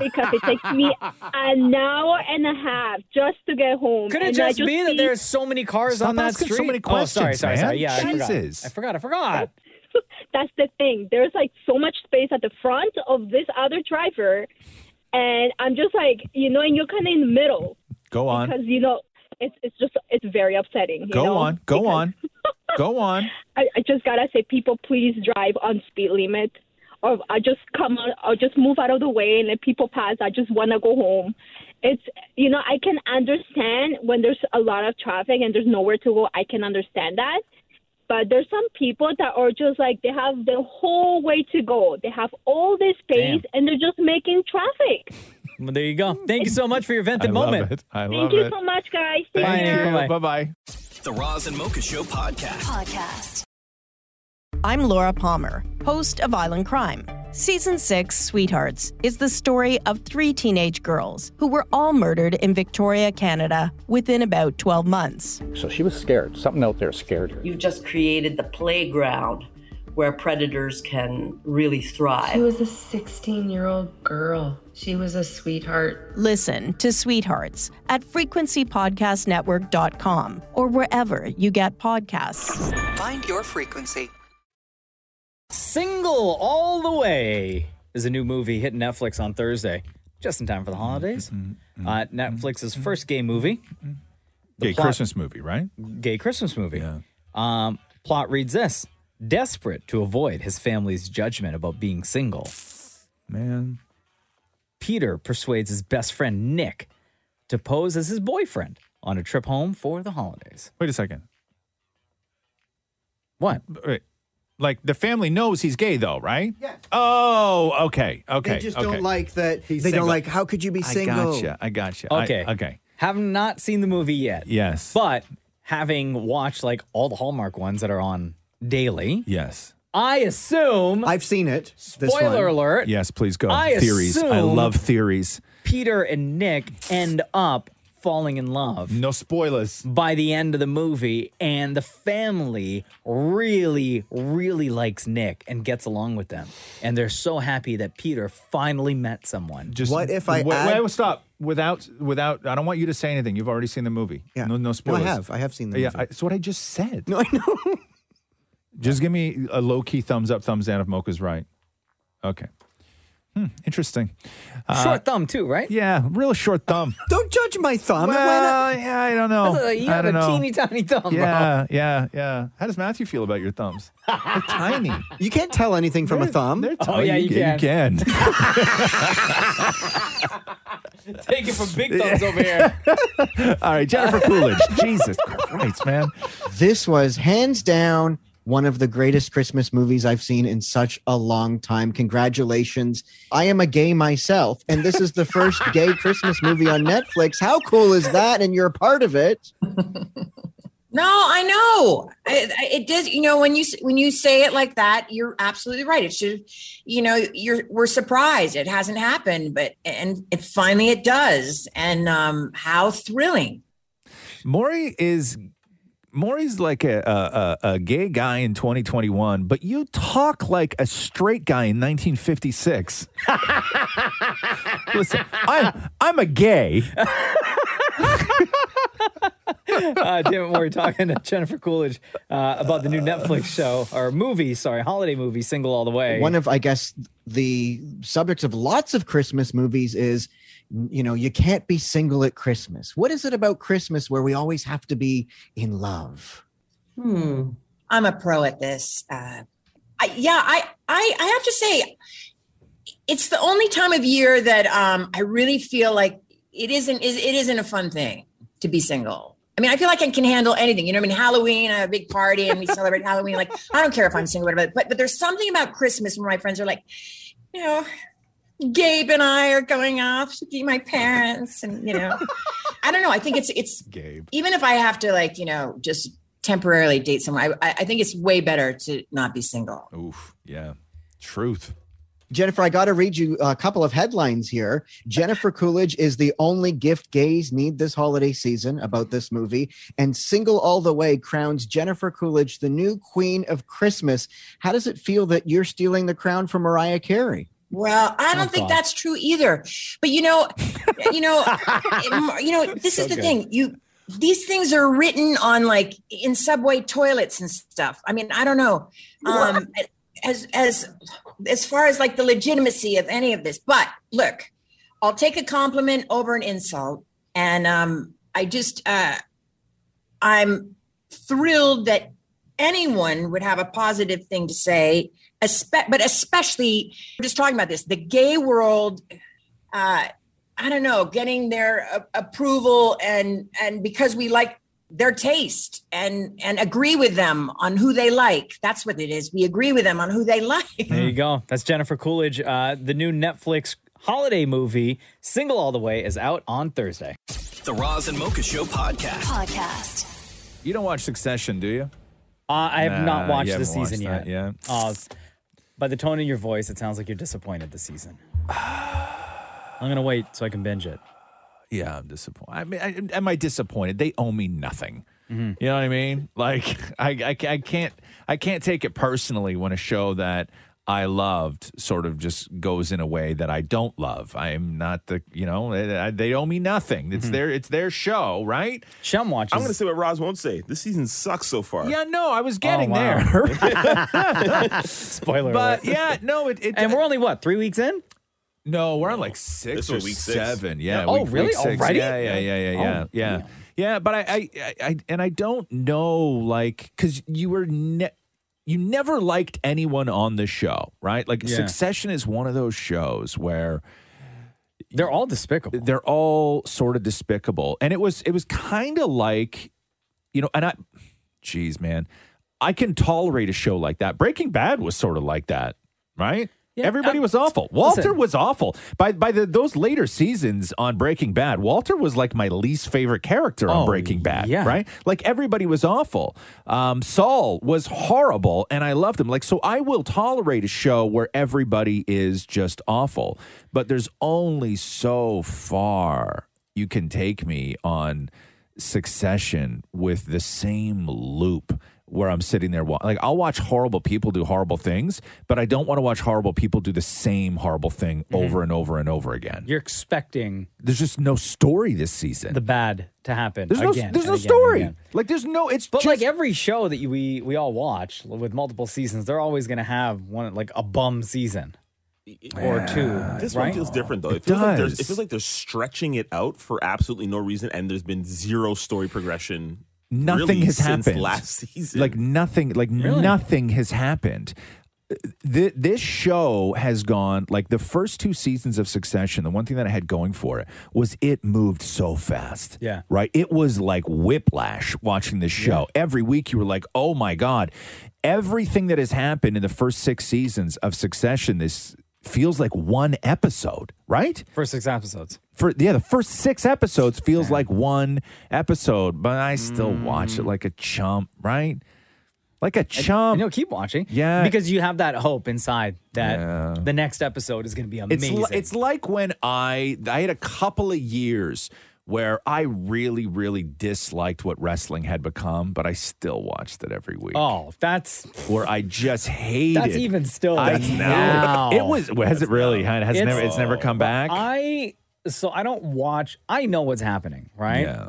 because it takes me an hour and a half just to get home. Could it And I just be that see- there are so many cars Stop on that asking street? so many oh, sorry, questions, sorry, sorry. man. Yeah, Jesus. I forgot. I forgot. [LAUGHS] That's the thing. There's like so much space at the front of this other driver, and I'm just like, you know, and you're kind of in the middle Go on. because you know it's it's just it's very upsetting. you Go know? on. Go [LAUGHS] on. go on. I, I just gotta say, people, please drive on speed limit, or I just come out, or just move out of the way and let people pass. I just wanna go home. It's you know I can understand when there's a lot of traffic and there's nowhere to go. I can understand that, but there's some people that are just like they have the whole way to go. They have all this space and they're just making traffic. Well, there you go. Thank you so much for your [LAUGHS] vented I love moment. it. I Thank you so much, guys. Take care. Bye bye. The Roz and Mocha Show podcast. Podcast. I'm Laura Palmer, host of Island Crime. Season 6, Sweethearts, is the story of three teenage girls who were all murdered in Victoria, Canada within about 12 months. So she was scared. Something out there scared her. You've just created the playground where predators can really She thrive. was a 16 year old girl. She was a sweetheart. Listen to Sweethearts at frequencypodcastnetwork.com or wherever you get podcasts. Find your frequency. Single All the Way is a new movie hitting Netflix on Thursday, just in time for the holidays. Uh, Netflix's first gay movie. Mm-hmm. Gay Christmas movie, right? Gay Christmas movie. Um, plot reads this Desperate to avoid his family's judgment about being single, man, Peter persuades his best friend Nick to pose as his boyfriend on a trip home for the holidays. Wait a second. What? Wait. Like the family knows he's gay though, right? Yes. Oh, okay. Okay. They just okay. don't like that. He's they single. don't like. How could you be single? I gotcha. I gotcha. I- Okay. okay. Have not seen the movie yet. Yes. But having watched like all the Hallmark ones that are on daily. Yes. I assume I've seen it. Spoiler alert. Yes, please go. I theories. I assume- love theories. Peter and Nick end up falling in love. No spoilers. By the end of the movie, and the family really, really likes Nick and gets along with them. And they're so happy that Peter finally met someone. Just wait, wait, stop without without. I don't want you to say anything. You've already seen the movie. Yeah. No, no spoilers. have. I have seen the yeah, movie. I, it's what I just said. No, I know. just give me a low key thumbs up, thumbs down if Mocha's right. Okay. Hmm, interesting. Uh, Short thumb too, right? Yeah, real short thumb. [LAUGHS] don't judge my thumb. Well, yeah, I don't know. [LAUGHS] [LAUGHS] you I have don't a know. teeny tiny thumb. yeah, yeah, yeah. How does Matthew feel about your thumbs? [LAUGHS] They're tiny. You can't tell anything from a thumb. Oh, They're tiny. You can. Take it from big thumbs [LAUGHS] over here. All right, Jennifer Coolidge. [LAUGHS] Jesus Christ, man. This was hands down one of the greatest Christmas movies I've seen in such a long time. Congratulations. I am a gay myself, and this is [LAUGHS] the first gay Christmas movie on Netflix. How cool is that? And you're a part of it. No, I know. I, I, it does. You know, when you s- when you say it like that, you're absolutely right. It should. You know, you're we're surprised it hasn't happened, but and it finally it does. And um, how thrilling! Maury is Maury's like a, a, a, a gay guy in 2021, but you talk like a straight guy in [LAUGHS] 1956. Listen, I'm I'm a gay. [LAUGHS] uh, David Moore talking to Jennifer Coolidge uh, about the new Netflix show or movie, sorry, holiday movie, Single All the Way. One of, I guess, the subjects of lots of Christmas movies is, you know, you can't be single at Christmas. What is it about Christmas where we always have to be in love? Hmm. I'm a pro at this. Uh, I, yeah, I I I have to say, it's the only time of year that um I really feel like it isn't is it isn't a fun thing to be single. I mean, I feel like I can handle anything. You know, what I mean, Halloween, I have a big party, and we celebrate Halloween. Like, I don't care if I'm single, whatever. But but there's something about Christmas where my friends are like, you know, Gabe and I are going off to see my parents, and you know, I don't know. I think it's it's Gabe. Even if I have to like you know just temporarily date someone, I I I think it's way better to not be single. Oof. Yeah. Truth. Jennifer, I got to read you a couple of headlines here. Jennifer Coolidge is the only gift gays need this holiday season about this movie. And Single All the Way crowns Jennifer Coolidge the new queen of Christmas. How does it feel that you're stealing the crown from Mariah Carey? Well, I don't Oh, think God. that's true either. But you know, you know, it- you know, this So is the good. thing. You these things are written on like in subway toilets and stuff. I mean, I don't know. Um as as as far as like the legitimacy of any of this. But look, I'll take a compliment over an insult and um I just uh I'm thrilled that anyone would have a positive thing to say, espe- but especially we're just talking about this the gay world. Uh, I don't know, getting their a- approval and and because we like their taste and and agree with them on who they like. That's what it is. We agree with them on who they [LAUGHS] like. There you go. That's Jennifer Coolidge. Uh, the new Netflix holiday movie, Single All the Way, is out on Thursday. The Roz and Mocha Show podcast. Podcast. You don't watch Succession, do you? Uh, I have not Nah, watched you the haven't watched season that yet. yet. Uh, by the tone in your voice, it sounds like you're disappointed this season. I'm gonna wait so I can binge it. Yeah, I'm disappointed. I mean, I, am I disappointed? They owe me nothing. You know what I mean? Like, [LAUGHS] I, I, ca- I can't, I can't take it personally when a show that I loved sort of just goes in a way that I don't love. I am not the, you know, I, I- they owe me nothing. It's their, it's their show, right? Shum watches. I'm going to say what Roz won't say. This season sucks so far. Yeah, no, I was getting [LAUGHS] there. Spoiler But alert. yeah, no, it, it And we're only what three weeks in? No, we're on like six Oh, This or was week six. seven. Yeah. Yeah. Oh, really? six. Already? Yeah, yeah, yeah, yeah, Oh, yeah. yeah. Yeah, but I, I, I, I, and I don't know, like, because you were, ne- you never liked anyone on the show, right? Like, Yeah. Succession is one of those shows where they're all despicable. They're all sort of despicable, and it was, it was kind of like, you know, and I, geez, man, I can tolerate a show like that. Breaking Bad was sort of like that, right? Everybody was awful. Walter listen. was awful. By by the those later seasons on Breaking Bad, Walter was like my least favorite character on Oh, Breaking Bad. yeah. Right? Like everybody was awful. Um, Saul was horrible, and I loved him. Like so, I will tolerate a show where everybody is just awful, but there's only so far you can take me on Succession with the same loop where I'm sitting there, wa- like I'll watch horrible people do horrible things, but I don't want to watch horrible people do the same horrible thing over and over and over again. You're expecting There's just no story this season. the bad to happen. There's no- again there's and no again and story. again. Like there's no. It's but like every show that you, we we all watch with multiple seasons, they're always gonna have one like a bum season or two. This right? one feels different though. It It, feels Like does. there's- it feels like they're stretching it out for absolutely no reason, and there's been zero story progression. nothing really, has since happened last season. Like nothing, like Really? nothing has happened. Th- This show has gone like the first two seasons of Succession. The one thing that I had going for it was it moved so fast. Yeah. Right? It was like whiplash watching this show. Every week you were like, oh my God. Everything that has happened in the first six seasons of Succession, this feels like one episode, right? First six episodes. for yeah, the first six episodes feels like one episode, but I still watch it Mm. like a chump, right? Like a chump. No, keep watching. Yeah. Because you have that hope inside that the next episode is going to be It's amazing. li- it's like when I I had a couple of years where I really really disliked what wrestling had become, but I still watched it every week. oh, that's Where I just hated. That's even still I that's hated- now. It was. Has it really? It has It's- never. It's never come back. I so I don't watch. I know what's happening, right? Yeah.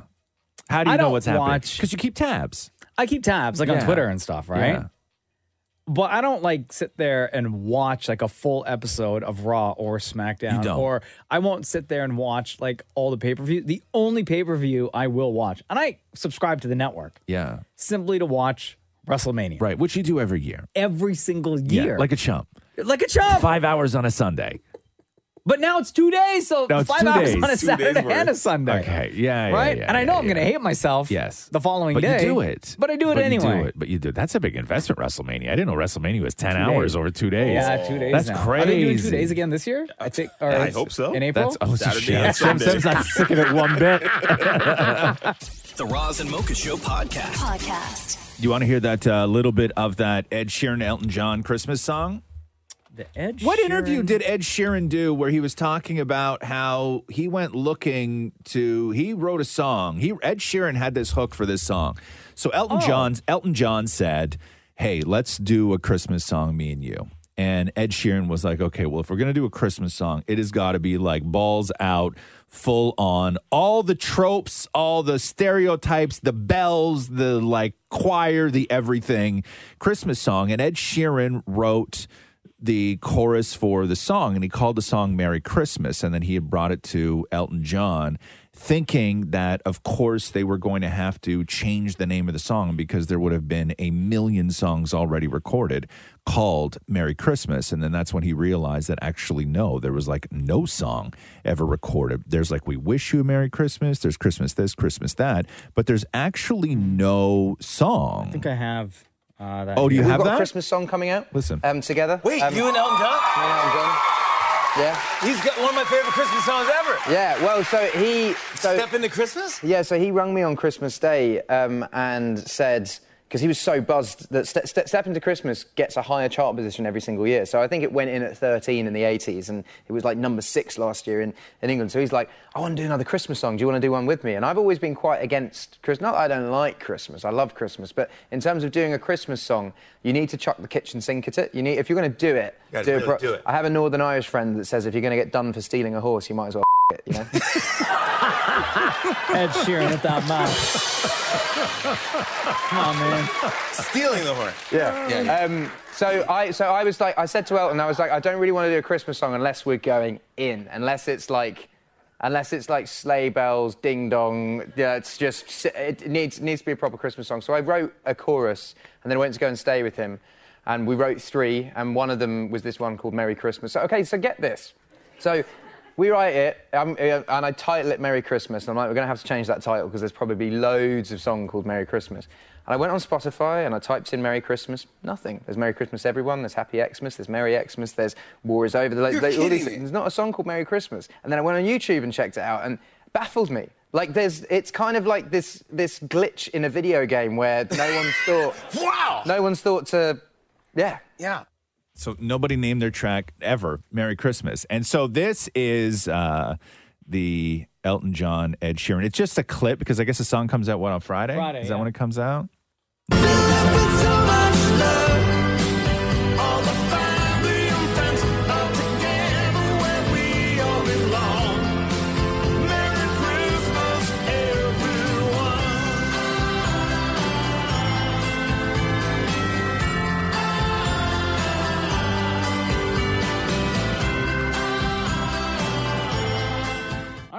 How do you I know don't what's happening? watch- 'Cause you keep tabs. I keep tabs like on Yeah. Twitter and stuff, right? Yeah. But I don't like sit there and watch like a full episode of Raw or SmackDown, You don't. or I won't sit there and watch like all the pay per view. The only pay per view I will watch, and I subscribe to the network Yeah. simply to watch WrestleMania Right, which you do every year. every single Yeah, year, like a chump. like a chump. Five hours on a Sunday. But now it's two days, so No, it's five two hours days. on a Two days Saturday and a worth. Sunday. Okay, yeah, yeah, right. yeah, and I know yeah, I'm going to yeah. hate myself. Yes. the following but day. you do it. but I do it But you anyway. it. But you do. That's a big investment. WrestleMania. I didn't know WrestleMania was ten Two hours days. over two days. Yeah, two days. That's now. crazy. Are they doing two days again this year? I think. Or I it's hope so. In April. That's oh, Saturday shit. and Sam- Sunday. Sam's not sick of it one bit. The Roz and Mocha Show podcast. Podcast. you want to hear that uh, little bit of that Ed Sheeran Elton John Christmas song? The Ed What interview did Ed Sheeran do where he was talking about how he went looking to he wrote a song. He Ed Sheeran had this hook for this song. So Elton John's Elton John said, "Hey, let's do a Christmas song me and you." And Ed Sheeran was like, "Okay, well if we're going to do a Christmas song, it has got to be like balls out, full on, all the tropes, all the stereotypes, the bells, the like choir, the everything Christmas song." And Ed Sheeran wrote the chorus for the song and he called the song Merry Christmas and then he had brought it to Elton John thinking that of course they were going to have to change the name of the song because there would have been a million songs already recorded called Merry Christmas and then that's when he realized that actually no there was like no song ever recorded there's like we wish you a merry christmas there's christmas this christmas that but there's actually no I song think I have. Uh, that Oh, do you here. have that? song coming out. Listen. Um, together. Wait, Um, you and Elton John? Me and Elton John. Yeah. He's got one of my favorite Christmas songs ever. Yeah, well, so he. So, Step into Christmas? Yeah, so he rung me on Christmas Day um, and said, because he was so buzzed that Ste- Ste- Step Into Christmas gets a higher chart position every single year. So I think it went in at 13 in the 80s, and it was like number six last year in, in England. So he's like, I want to do another Christmas song. Do you want to do one with me? And I've always been quite against Christmas. Not that I don't like Christmas, I love Christmas. But in terms of doing a Christmas song, you need to chuck the kitchen sink at it. You need, if you're going to do it, Gotta do, do pro- it, do it. I have a Northern Irish friend that says if you're going to get done for stealing a horse, you might as well [LAUGHS] it, you know? Ed Sheeran with that mouth. Come on, man. Stealing the horn. Yeah. Um, so I, so I was like, I said to Elton, I was like, I don't really want to do a Christmas song unless we're going in, unless it's like, unless it's like sleigh bells, ding dong. Yeah, it's just, it needs needs to be a proper Christmas song. So I wrote a chorus, and then went to go and stay with him, and we wrote three, and one of them was this one called Merry Christmas. So, okay, so get this, so. We write it, um, uh, and I title it Merry Christmas. And I'm like, we're going to have to change that title because there's probably loads of songs called Merry Christmas. And I went on Spotify and I typed in Merry Christmas. Nothing. There's Merry Christmas, everyone. There's Happy Xmas. There's Merry Xmas. There's War is Over. There's, You're there's all kidding these me. things. There's not a song called Merry Christmas. And then I went on YouTube and checked it out and baffled me. Like there's, it's kind of like this this glitch in a video game where no one's thought. [LAUGHS] wow. No one's thought to, yeah. Yeah. So nobody named their track ever "Merry Christmas," and so this is uh, the Elton John Ed Sheeran. It's just a clip because I guess the song comes out what on Friday. Friday, is that yeah. when it comes out?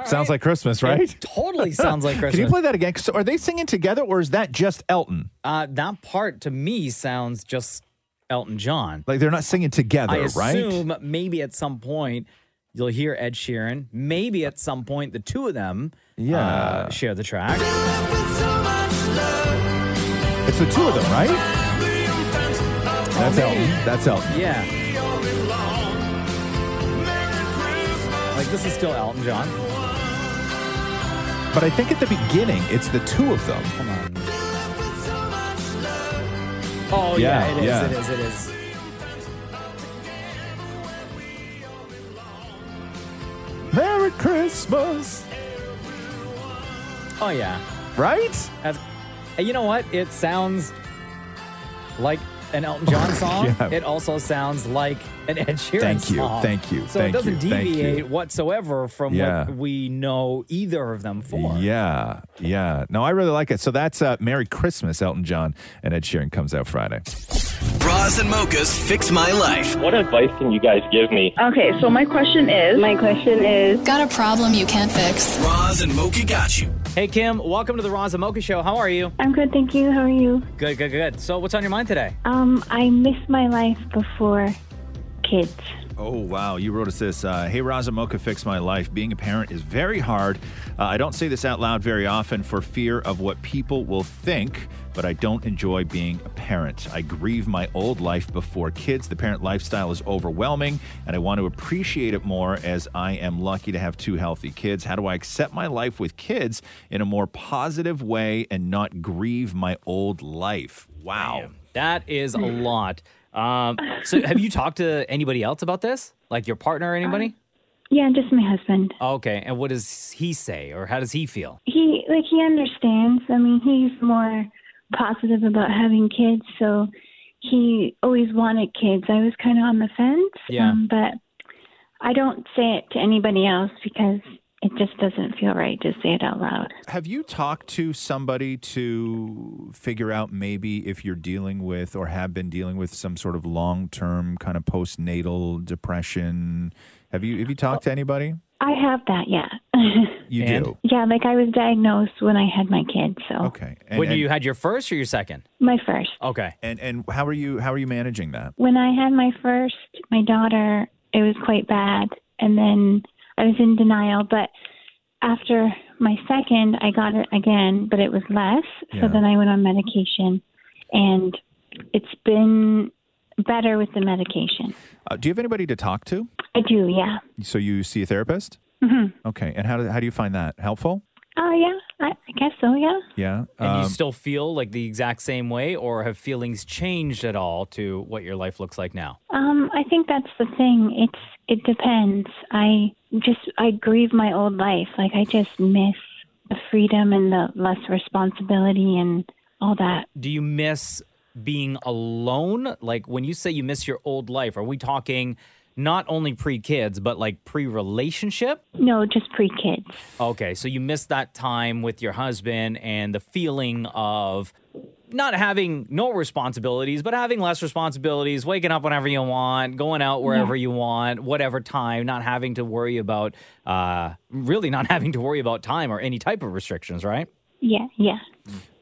Sounds like Christmas, right? It totally sounds [LAUGHS] like Can you Christmas. play that again? So are they singing together, or is that just Elton? Uh, that part to me sounds just Elton John. Like they're not singing together, I right? assume maybe at some point you'll hear Ed Sheeran. Maybe at some point the two of them yeah. uh, share the track. It's the two of them, right? That's Elton. That's Elton. Yeah. Like this is still Elton John. But I think at the beginning, it's the two of them. Come on. Oh yeah, Yeah, it is. yeah. It is. It is. Merry Christmas. Oh yeah. Right? That's, and you know what? It sounds like an Elton [LAUGHS] John song. Yeah. It also sounds like an Ed Sheeran Thank you, song. thank you, So thank it doesn't you, thank you. deviate whatsoever from Yeah. what we know either of them for. Yeah, yeah. No, I really like it. So that's uh, Merry Christmas, Elton John, and Ed Sheeran comes out Friday. Roz and Mocha's Fix My Life. What advice can you guys give me? Okay, so my question is. My question is. Got a problem you can't fix. Roz and Mocha got you. Hey Kim, welcome to the Roz and Mocha Show. How are you? I'm good, thank you. How are you? Good, good, good. So what's on your mind today? Um, I miss my life before. kids. Oh, wow. You wrote us this. Uh, hey, Razamoka, fix my life. Being a parent is very hard. Uh, I don't say this out loud very often for fear of what people will think, but I don't enjoy being a parent. I grieve my old life before kids. The parent lifestyle is overwhelming, and I want to appreciate it more as I am lucky to have two healthy kids. How do I accept my life with kids in a more positive way and not grieve my old life? Wow. Hmm. That is a lot. Um, so, have you talked to anybody else about this? Like your partner or anybody? Yeah, just my husband. okay. And what does he say, or how does he feel? He like he understands. I mean, he's more positive about having kids, so he always wanted kids. I was kind of on the fence, Yeah. um, but I don't say it to anybody else because it just doesn't feel right to say it out loud. Have you talked to somebody to figure out maybe if you're dealing with or have been dealing with some sort of long term kind of postnatal depression? Have you have you talked to anybody? I have that, yeah. [LAUGHS] You do. yeah, like I was diagnosed when I had my kids, so Okay. when you had your first or your second? my first. Okay. And and how are you how are you managing that? When I had my first, my daughter, it was quite bad. And then I was in denial. But after my second, I got it again, but it was less. Yeah. So then I went on medication. And it's been better with the medication. Uh, do you have anybody to talk to? I do, yeah. So you see a therapist? hmm Okay. And how do, how do you find that helpful? Oh, yeah. I, I guess so, yeah. Yeah. And Um, you still feel like the exact same way, or have feelings changed at all to what your life looks like now? Um, I think that's the thing. It's it depends. I just I grieve my old life. Like I just miss the freedom and the less responsibility and all that. Do you miss being alone? Like when you say you miss your old life, are we talking not only pre kids, but like pre relationship? No, just pre kids. Okay, so you missed that time with your husband and the feeling of not having no responsibilities, but having less responsibilities, waking up whenever you want, going out wherever you want, whatever time, not having to worry about, uh, really not [LAUGHS] having to worry about time or any type of restrictions, right? Yeah, yeah,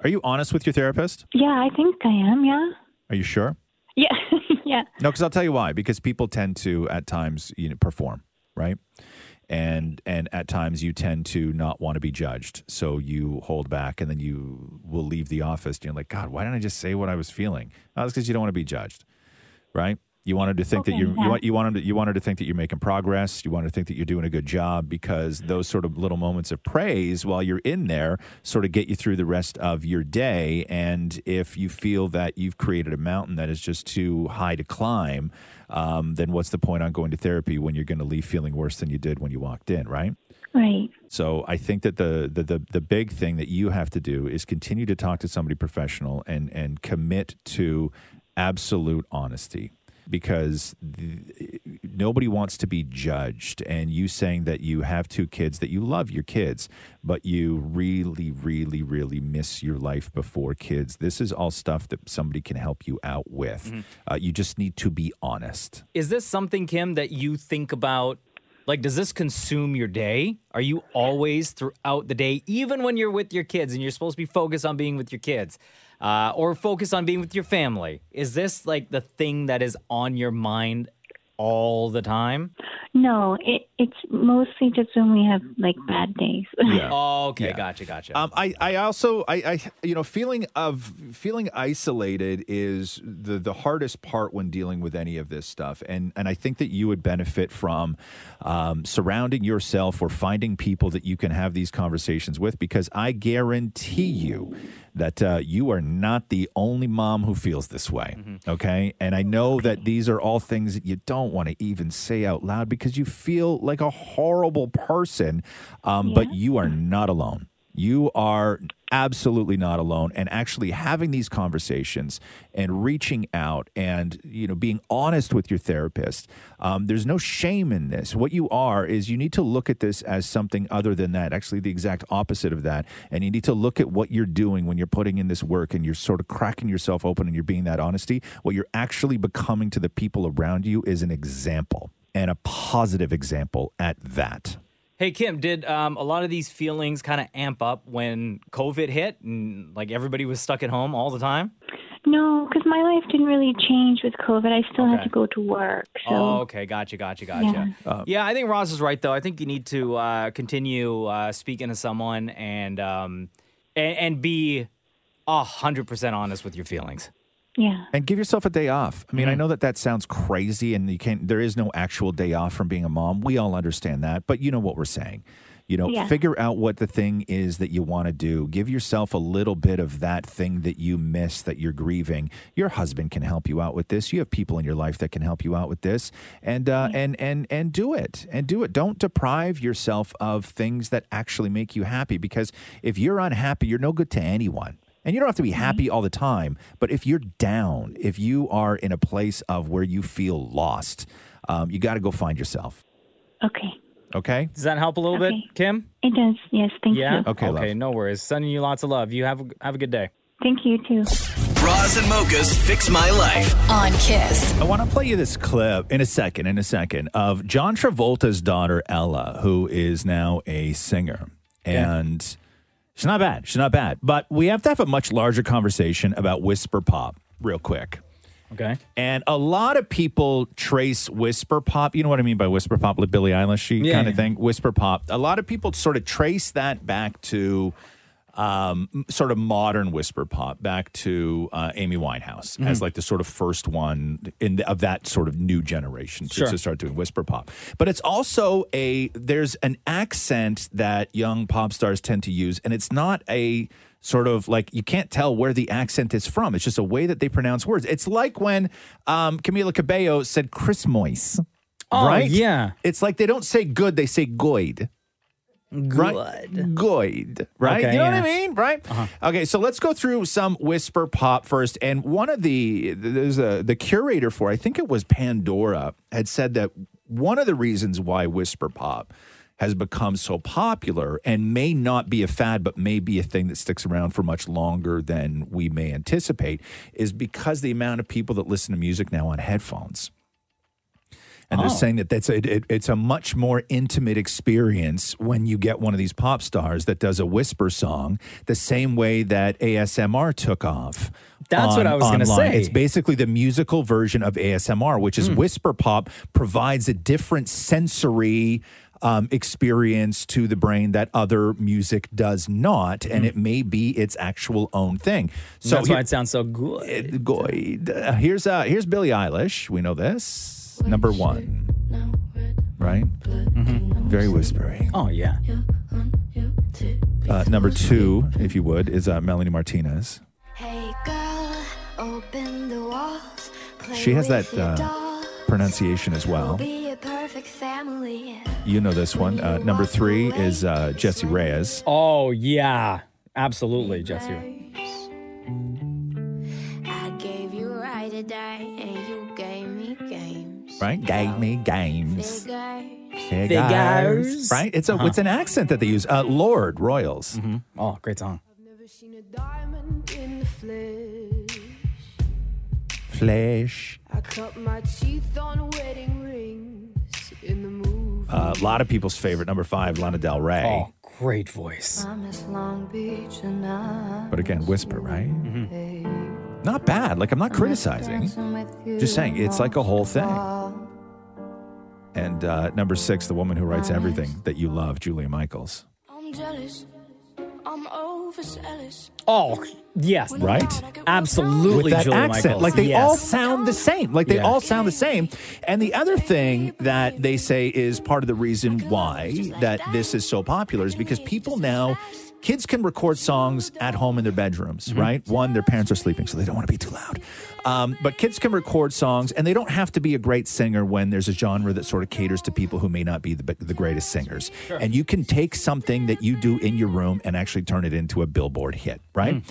Are you honest with your therapist? yeah. I think I am. Yeah, Are you sure? yeah, [LAUGHS] yeah. [LAUGHS] No, because I'll tell you why. Because people tend to, at times, you know, perform right, and and at times you tend to not want to be judged, so you hold back, and then you will leave the office. And you're like, God, why didn't I just say what I was feeling? Oh, that's because you don't want to be judged, right? You wanted to think that Okay, you you yeah. want you wanted to, you wanted to think that you're making progress. You wanted to think that you're doing a good job because those sort of little moments of praise while you're in there sort of get you through the rest of your day. And if you feel that you've created a mountain that is just too high to climb, um, then what's the point on going to therapy when you're going to leave feeling worse than you did when you walked in, right? Right. So I think that the, the the the big thing that you have to do is continue to talk to somebody professional and and commit to absolute honesty because the, nobody wants to be judged and you saying that you have two kids that you love your kids but you really really really miss your life before kids this is all stuff that somebody can help you out with uh, you just need to be honest Is this something, Kim, that you think about? Like, does this consume your day? Are you always throughout the day, even when you're with your kids and you're supposed to be focused on being with your kids uh, or focused on being with your family? Is this like the thing that is on your mind all the time? No, it it's mostly just when we have like bad days. Oh, [LAUGHS] Okay, Yeah. gotcha, gotcha. Um, I, I also I, I you know feeling of feeling isolated is the the hardest part when dealing with any of this stuff and and I think that you would benefit from um, surrounding yourself or finding people that you can have these conversations with because I guarantee you that uh, you are not the only mom who feels this way okay and I know that these are all things that you don't want to even say out loud because you feel like a horrible person um, but you are not alone you are absolutely not alone and actually having these conversations and reaching out and you know being honest with your therapist um, there's no shame in this what you are is you need to look at this as something other than that actually the exact opposite of that and you need to look at what you're doing when you're putting in this work and you're sort of cracking yourself open and you're being that honesty what you're actually becoming to the people around you is an example and a positive example at that Hey, Kim, did um, a lot of these feelings kind of amp up when COVID hit and like everybody was stuck at home all the time? No, because my life didn't really change with COVID. I still had to go to work. So Oh, okay. Gotcha, gotcha, gotcha. Uh, Yeah. I think Ross is right, though. I think you need to uh, continue uh, speaking to someone and, um, and, and be 100% honest with your feelings. yeah. And give yourself a day off. I mean, I know that that sounds crazy and you can't, there is no actual day off from being a mom. We all understand that, but you know what we're saying. You know, Yeah. figure out what the thing is that you want to do. Give yourself a little bit of that thing that you miss that you're grieving. Your husband can help you out with this. You have people in your life that can help you out with this. And uh, and and and do it. And do it. Don't deprive yourself of things that actually make you happy because if you're unhappy, you're no good to anyone. And you don't have to be happy all the time, but if you're down, if you are in a place of where you feel lost, um, you got to go find yourself. Okay. Okay. Does that help a little bit, Kim? It does. Yes. Thank yeah. you. Okay. Okay. No worries. Sending you lots of love. You have a- have a good day. Thank you too. Roz and Mocha's Fix My Life. on Kiss. I want to play you this clip in a second, in a second, of John Travolta's daughter, Ella, who is now a singer. And she's not bad. She's not bad. But we have to have a much larger conversation about Whisper Pop real quick. Okay. And a lot of people trace whisper pop. You know what I mean by whisper pop, like Billie Eilish Yeah. kind of thing. Whisper pop. A lot of people sort of trace that back to um, m- sort of modern whisper pop, back to uh, Amy Winehouse as Mm-hmm. Mhm. like the sort of first one in the, of that sort of new generation to, Sure. to start doing whisper pop. But it's also a there's an accent that young pop stars tend to use, and it's not a sort of like you can't tell where the accent is from. It's just a way that they pronounce words. It's like when um, Camila Cabello said Chris Moise. Oh, right? yeah. It's like they don't say good, they say goid. Right? Goid. Right? Okay, you know yeah. Uh-huh. what I mean? Right? Okay, so let's go through some whisper pop first. And one of the there's a the curator for I think it was Pandora had said that one of the reasons why whisper pop has become so popular and may not be a fad, but may be a thing that sticks around for much longer than we may anticipate, is because the amount of people that listen to music now on headphones and they're Oh. saying that that's it, it, it's a much more intimate experience when you get one of these pop stars that does a whisper song the same way that ASMR took off. That's what I was gonna online. say. It's basically the musical version of ASMR, which Hmm. is whisper pop, provides a different sensory um, experience to the brain that other music does not, and it may be its actual own thing. So Hmm. That's why here- it sounds so good. Goid. Uh, here's uh, here's Billie Eilish. We know this number one, right? Mm-hmm. Very whispery. Oh yeah. Uh, number two, if you would, is uh, Melanie Martinez. Hey girl, open the walls. Play She has with that your uh, dolls. pronunciation as well. Be a perfect family. You know this one. Uh, number three is uh, Jesse Reyes. Oh yeah. Absolutely, Jesse. I gave you right to die, and you gave me game. Right? Gave me games. Figures. Figures. Figures. Right? It's a Uh-huh. it's an accent that they use. Uh, Lord Royals. Oh, great song. Flesh. I cut my teeth on wedding rings in the movie. Uh, A lot of people's favorite number five, Lana Del Rey. Oh, great voice. Promise Long Beach and I. But again, whisper, right? Not bad. Like I'm not criticizing. Just saying, it's like a whole thing. And uh, number six, the woman who writes everything that you love, Julia Michaels. I'm jealous. I'm overzealous. Oh, yes. Right? Absolutely, With that Julia accent. Michaels. Like they Yes. all sound the same. Like they Yeah. all sound the same. And the other thing that they say is part of the reason why that this is so popular is because people now kids can record songs at home in their bedrooms, Mm-hmm. right? One, their parents are sleeping, so they don't want to be too loud. Um, but kids can record songs, and they don't have to be a great singer when there's a genre that sort of caters to people who may not be the, the greatest singers. And you can take something that you do in your room and actually turn it into a billboard hit, right?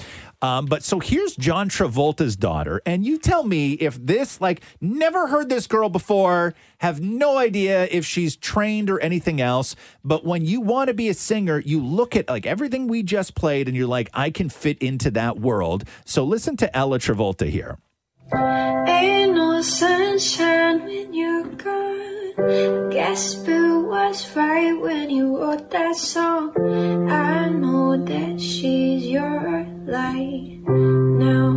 Um, but so here's John Travolta's daughter, and you tell me if this, like, never heard this girl before, have no idea if she's trained or anything else. But when you want to be a singer, you look at like everything we just played, and you're like, I can fit into that world. So listen to Ella Travolta here. Ain't no sunshine when you're gone. Guess Bill was right when he wrote that song. I know that she's your light now.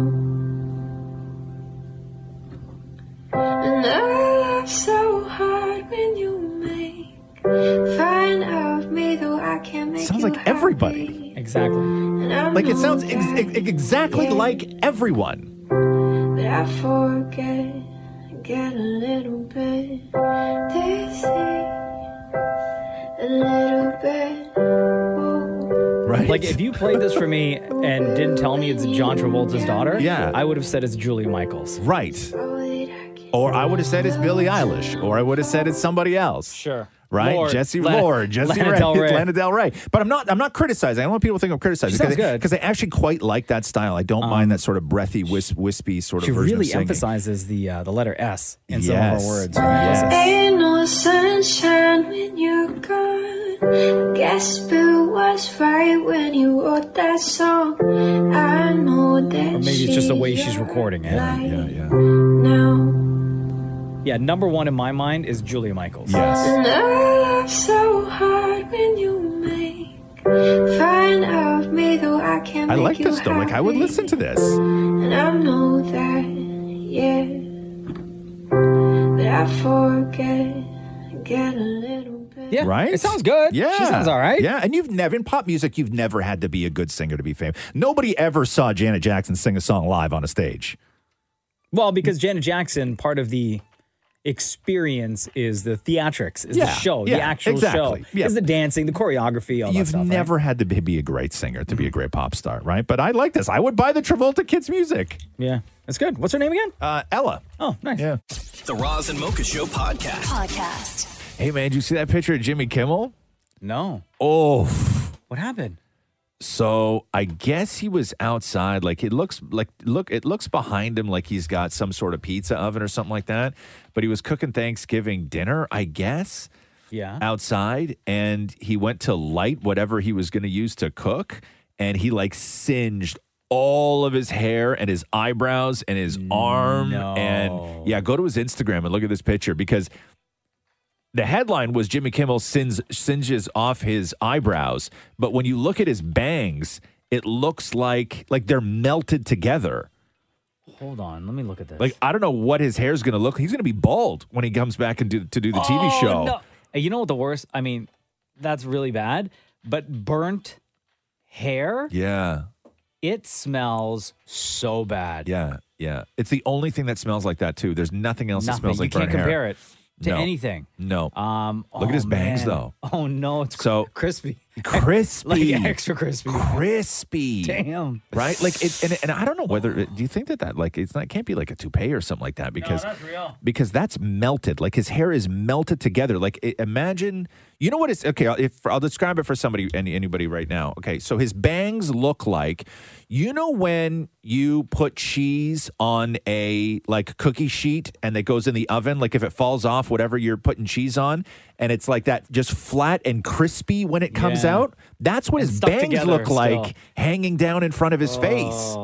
everybody. Exactly. Like it sounds ex- ex- exactly like everyone. But I forget, get a little bit dizzy, a little bit. Right. Like if you played this for me and didn't tell me it's John Travolta's daughter, Yeah. I would have said it's Julie Michaels. Right. Or I would have said it's Billie Eilish, or I would have said it's somebody else. Sure. Right, Lorde. Jesse Lana- Lore, Jesse Lana Ray, Del [LAUGHS] Rey. Lana Del Rey. But I'm not. I'm not criticizing. I don't want people to think I'm criticizing. She sounds good. Uh-huh. because I actually quite like that style. I don't mind that sort of breathy, wisp, wispy sort of She version really of singing. emphasizes the uh, the letter S in some of Yes. her words. Yes. Ain't no sunshine when you're gone. Guess Bill was right when he wrote that song. I know that Or maybe it's just the way she she's recording it. Yeah, yeah, yeah. now Yeah, number one in my mind is Julia Michaels. and I laugh so hard when you make fun of me, though I can't I make like you this though. Like I would listen to this. And I know that, yeah. But I forget, get a little bit. Right? it sounds good. She Yeah. sounds all right. Yeah. And you've never, in pop music, you've never had to be a good singer to be famous. Nobody ever saw Janet Jackson sing a song live on a stage. Well, because Janet Jackson, part of the experience is the theatrics, is the Yeah, show, the yeah, actual exactly. show, Yeah. is the dancing, the choreography, all You've that stuff. right? never had to be, be a great singer to be a great pop star, right? But I like this. I would buy the Travolta Kids music. Yeah. That's good. What's her name again? Uh, Ella. Oh, nice. Yeah. The Roz and Mocha Show podcast. Podcast. Hey, man, did you see that picture of Jimmy Kimmel? No. Oh. What happened? So I guess he was outside. Like it looks like look it looks behind him like he's got some sort of pizza oven or something like that. But he was cooking Thanksgiving dinner, I guess. Yeah. outside and he went to light whatever he was going to use to cook and he like singed all of his hair and his eyebrows and his arm and yeah go to his instagram and look at this picture because the headline was jimmy kimmel singe, singes off his eyebrows but when you look at his bangs it looks like like they're melted together Hold on. Let me look at this. like i don't know what his hair's going to look he's going to be bald when he comes back and do, to do the tv Oh, show no. Hey, You know what the worst? I mean, that's really bad, but burnt hair, yeah it smells so bad. Yeah, yeah. It's the only thing that smells like that too. There's nothing else that Nothing. smells you like can't burnt hair. compare it to No. anything. No. Um, Look at his oh, bangs man. though. [LAUGHS] Oh no, it's So crispy. [LAUGHS] Crispy. Like [LAUGHS] extra crispy. Crispy. Damn. Right? Like it and, and I don't know whether do you think that that like it's not it can't be like a toupee or something like that because that's real. because that's melted. Like his hair is melted together. Like i- imagine you know what it's okay, I'll- if I'll describe it for somebody any, anybody right now. Okay. So his bangs look like you know when you put cheese on a like cookie sheet and it goes in the oven like if it falls off whatever you're putting cheese on and it's like that just flat and crispy when it comes Yeah. out? That's what And his stuck bangs together look still. like hanging down in front of his face.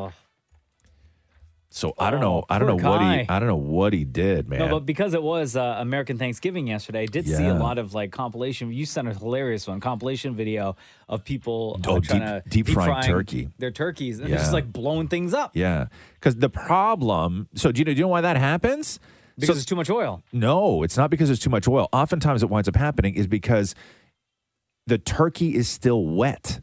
So I don't know. I don't Oh. poor know what guy. he. I don't know what he did, man. No, but because it was uh, American Thanksgiving yesterday, I did see a Yeah. lot of like compilation. You sent a hilarious one compilation video of people uh, Oh, trying deep- to deep frying turkey. Their turkeys, and they're just Yeah. like blowing things up yeah, because the problem. So do you know? Do you know why that happens? because so, it's too much oil. No, it's not because there's too much oil. Oftentimes, it winds up happening is because the turkey is still wet.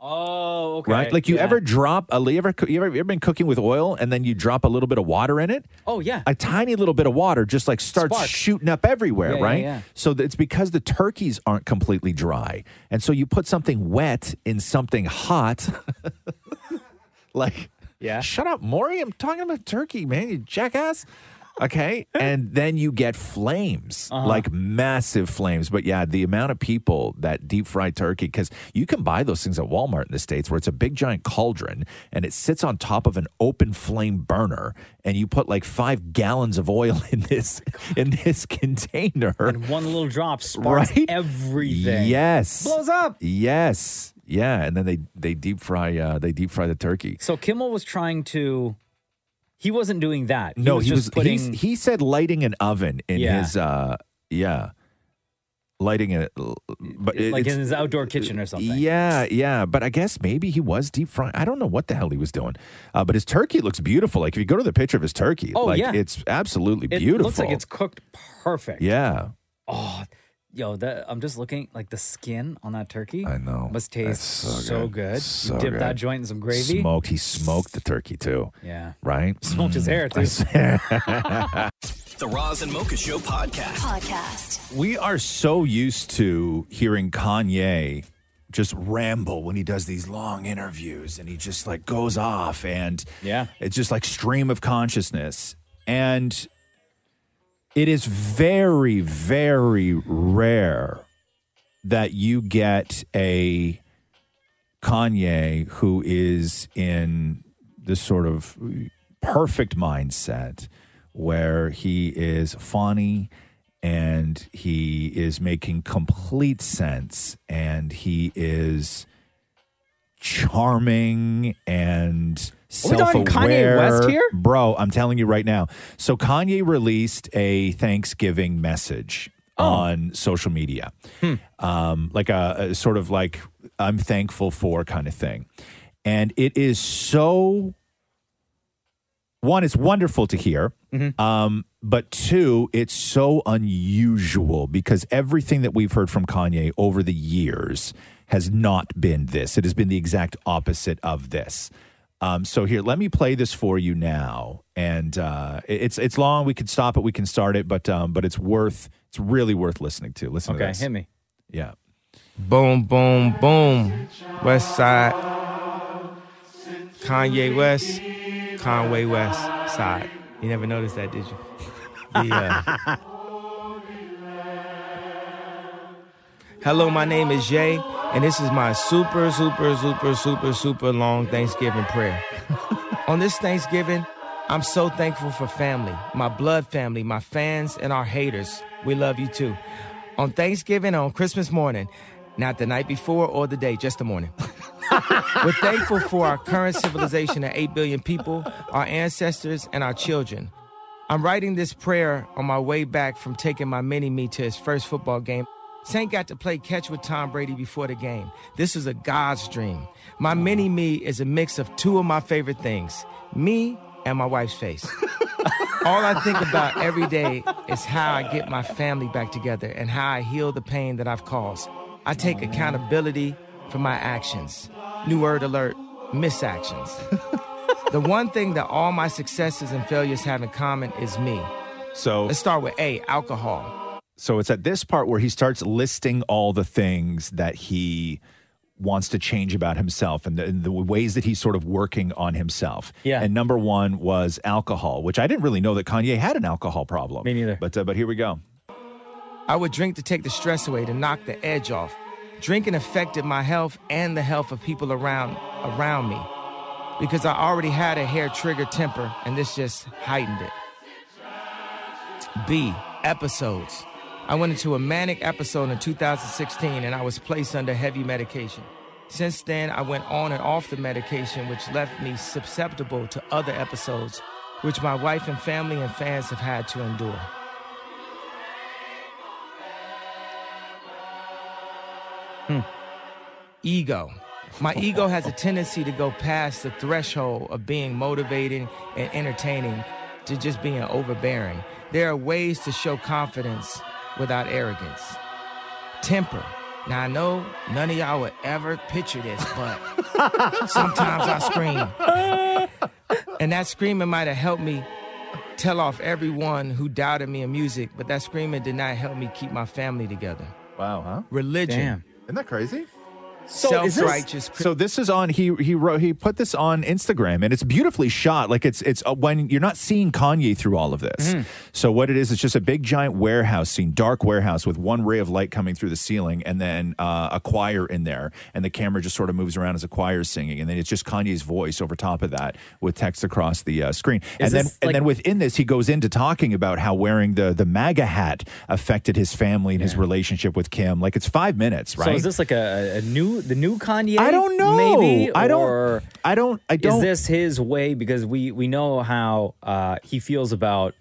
Oh, okay. Right? Like you Yeah. ever drop a you ever you ever, you ever been cooking with oil and then you drop a little bit of water in it? Oh yeah. A tiny little bit of water just like starts Sparks. shooting up everywhere, Yeah, yeah, right? yeah. So th- it's because the turkeys aren't completely dry. And so you put something wet in something hot. like Yeah. Shut up, Maury. I'm talking about turkey, man. You jackass. Okay. and then you get flames, Uh-huh. like massive flames. But yeah, the amount of people that deep fry turkey, because you can buy those things at Walmart in the States where it's a big giant cauldron and it sits on top of an open flame burner and you put like five gallons of oil [LAUGHS] in this in this container. And one little [LAUGHS] drop sparks Right? everything. Yes. Blows up. Yes. Yeah. And then they they deep fry uh they deep fry the turkey. So Kimmel was trying to. He wasn't doing that. No, he was. just putting. he's- he said lighting an oven in Yeah. his. uh Yeah, lighting a. But it- like it's- in his outdoor kitchen or something. Yeah, yeah, but I guess maybe he was deep frying. I don't know what the hell he was doing, uh, but his turkey looks beautiful. Like if you go to the picture of his turkey, Oh, like yeah. it's absolutely It beautiful. looks like it's cooked perfect. yeah, Yo, that I'm just looking like the skin on that turkey. I know. Must taste so, good. So you dip that good. joint in some gravy. Smoke. He smoked the turkey too. Yeah. Right? Mm. Smoked his hair, [LAUGHS] too. I [LAUGHS] swear. The Roz and Mocha Show podcast. Podcast. We are so used to hearing Kanye just ramble when he does these long interviews and he just like goes off and yeah. It's just like stream of consciousness and it is very very rare that you get a Kanye who is in this sort of perfect mindset where he is funny and he is making complete sense and he is charming and Are we talking self-aware Kanye West here? bro i'm telling you right now so kanye released a thanksgiving message on social media um, like a, a sort of like i'm thankful for kind of thing and it is so one it's wonderful to hear Mm-hmm. um, but two it's so unusual because everything that we've heard from kanye over the years has not been this it has been the exact opposite of this um, so here let me play this for you now and uh, it- it's it's long we could stop it we can start it but um, but it's worth it's really worth listening to listen to Okay, this hit me. yeah Boom, boom, boom. West Side. Kanye West. Conway West Side. You never noticed that, did you? Yeah. Hello, my name is Jay, and this is my super, super, super, super, super long Thanksgiving prayer. On this Thanksgiving, I'm so thankful for family, my blood family, my fans, and our haters. We love you too. On Thanksgiving, on Christmas morning, not the night before or the day, just the morning. We're thankful for our current civilization of 8 billion people, our ancestors, and our children. I'm writing this prayer on my way back from taking my mini me to his first football game. Saint got to play catch with Tom Brady before the game. This is a God's dream. My mini me is a mix of two of my favorite things me and my wife's face. All I think about every day is how I get my family back together and how I heal the pain that I've caused. I take accountability for my actions. New word alert misactions. the one thing that all my successes and failures have in common is me. So let's start with A alcohol. So it's at this part where he starts listing all the things that he wants to change about himself and the, and the ways that he's sort of working on himself. Yeah. And number one was alcohol, which I didn't really know that Kanye had an alcohol problem. Me neither. But uh, but here we go. I would drink to take the stress away, to knock the edge off. Drinking affected my health and the health of people around around me because I already had a hair trigger temper and this just heightened it. B, episodes. I went into a manic episode in 2016 and I was placed under heavy medication. Since then, I went on and off the medication, which left me susceptible to other episodes, which my wife and family and fans have had to endure. ego. My ego has a tendency to go past the threshold of being motivating and entertaining to just being overbearing. There are ways to show confidence without arrogance. Temper. Now, I know none of y'all would ever picture this, [LAUGHS] but sometimes I [LAUGHS] scream. And that screaming might have helped me tell off everyone who doubted me in music, but that screaming did not help me keep my family together. Wow, huh? Religion. Damn. Isn't that crazy? So is this- Self-righteous cri- So this is on he he wrote he put this on Instagram and it's beautifully shot like it's it's uh, when you're not seeing Kanye through all of this. Mm-hmm. So what it is it's just a big giant warehouse scene, dark warehouse with one ray of light coming through the ceiling and then uh, a choir in there and the camera just sort of moves around as a choir is singing and then it's just Kanye's voice over top of that with text across the uh, screen. and Is then this and like- then within this he goes into talking about how wearing the the MAGA hat affected his family and his relationship with Kim. Like it's 5 minutes, right? So is this like a, a new the new Kanye? I don't know. Maybe I don't- Or I don't. I Is don't- this his way? Because we we know how uh, he feels about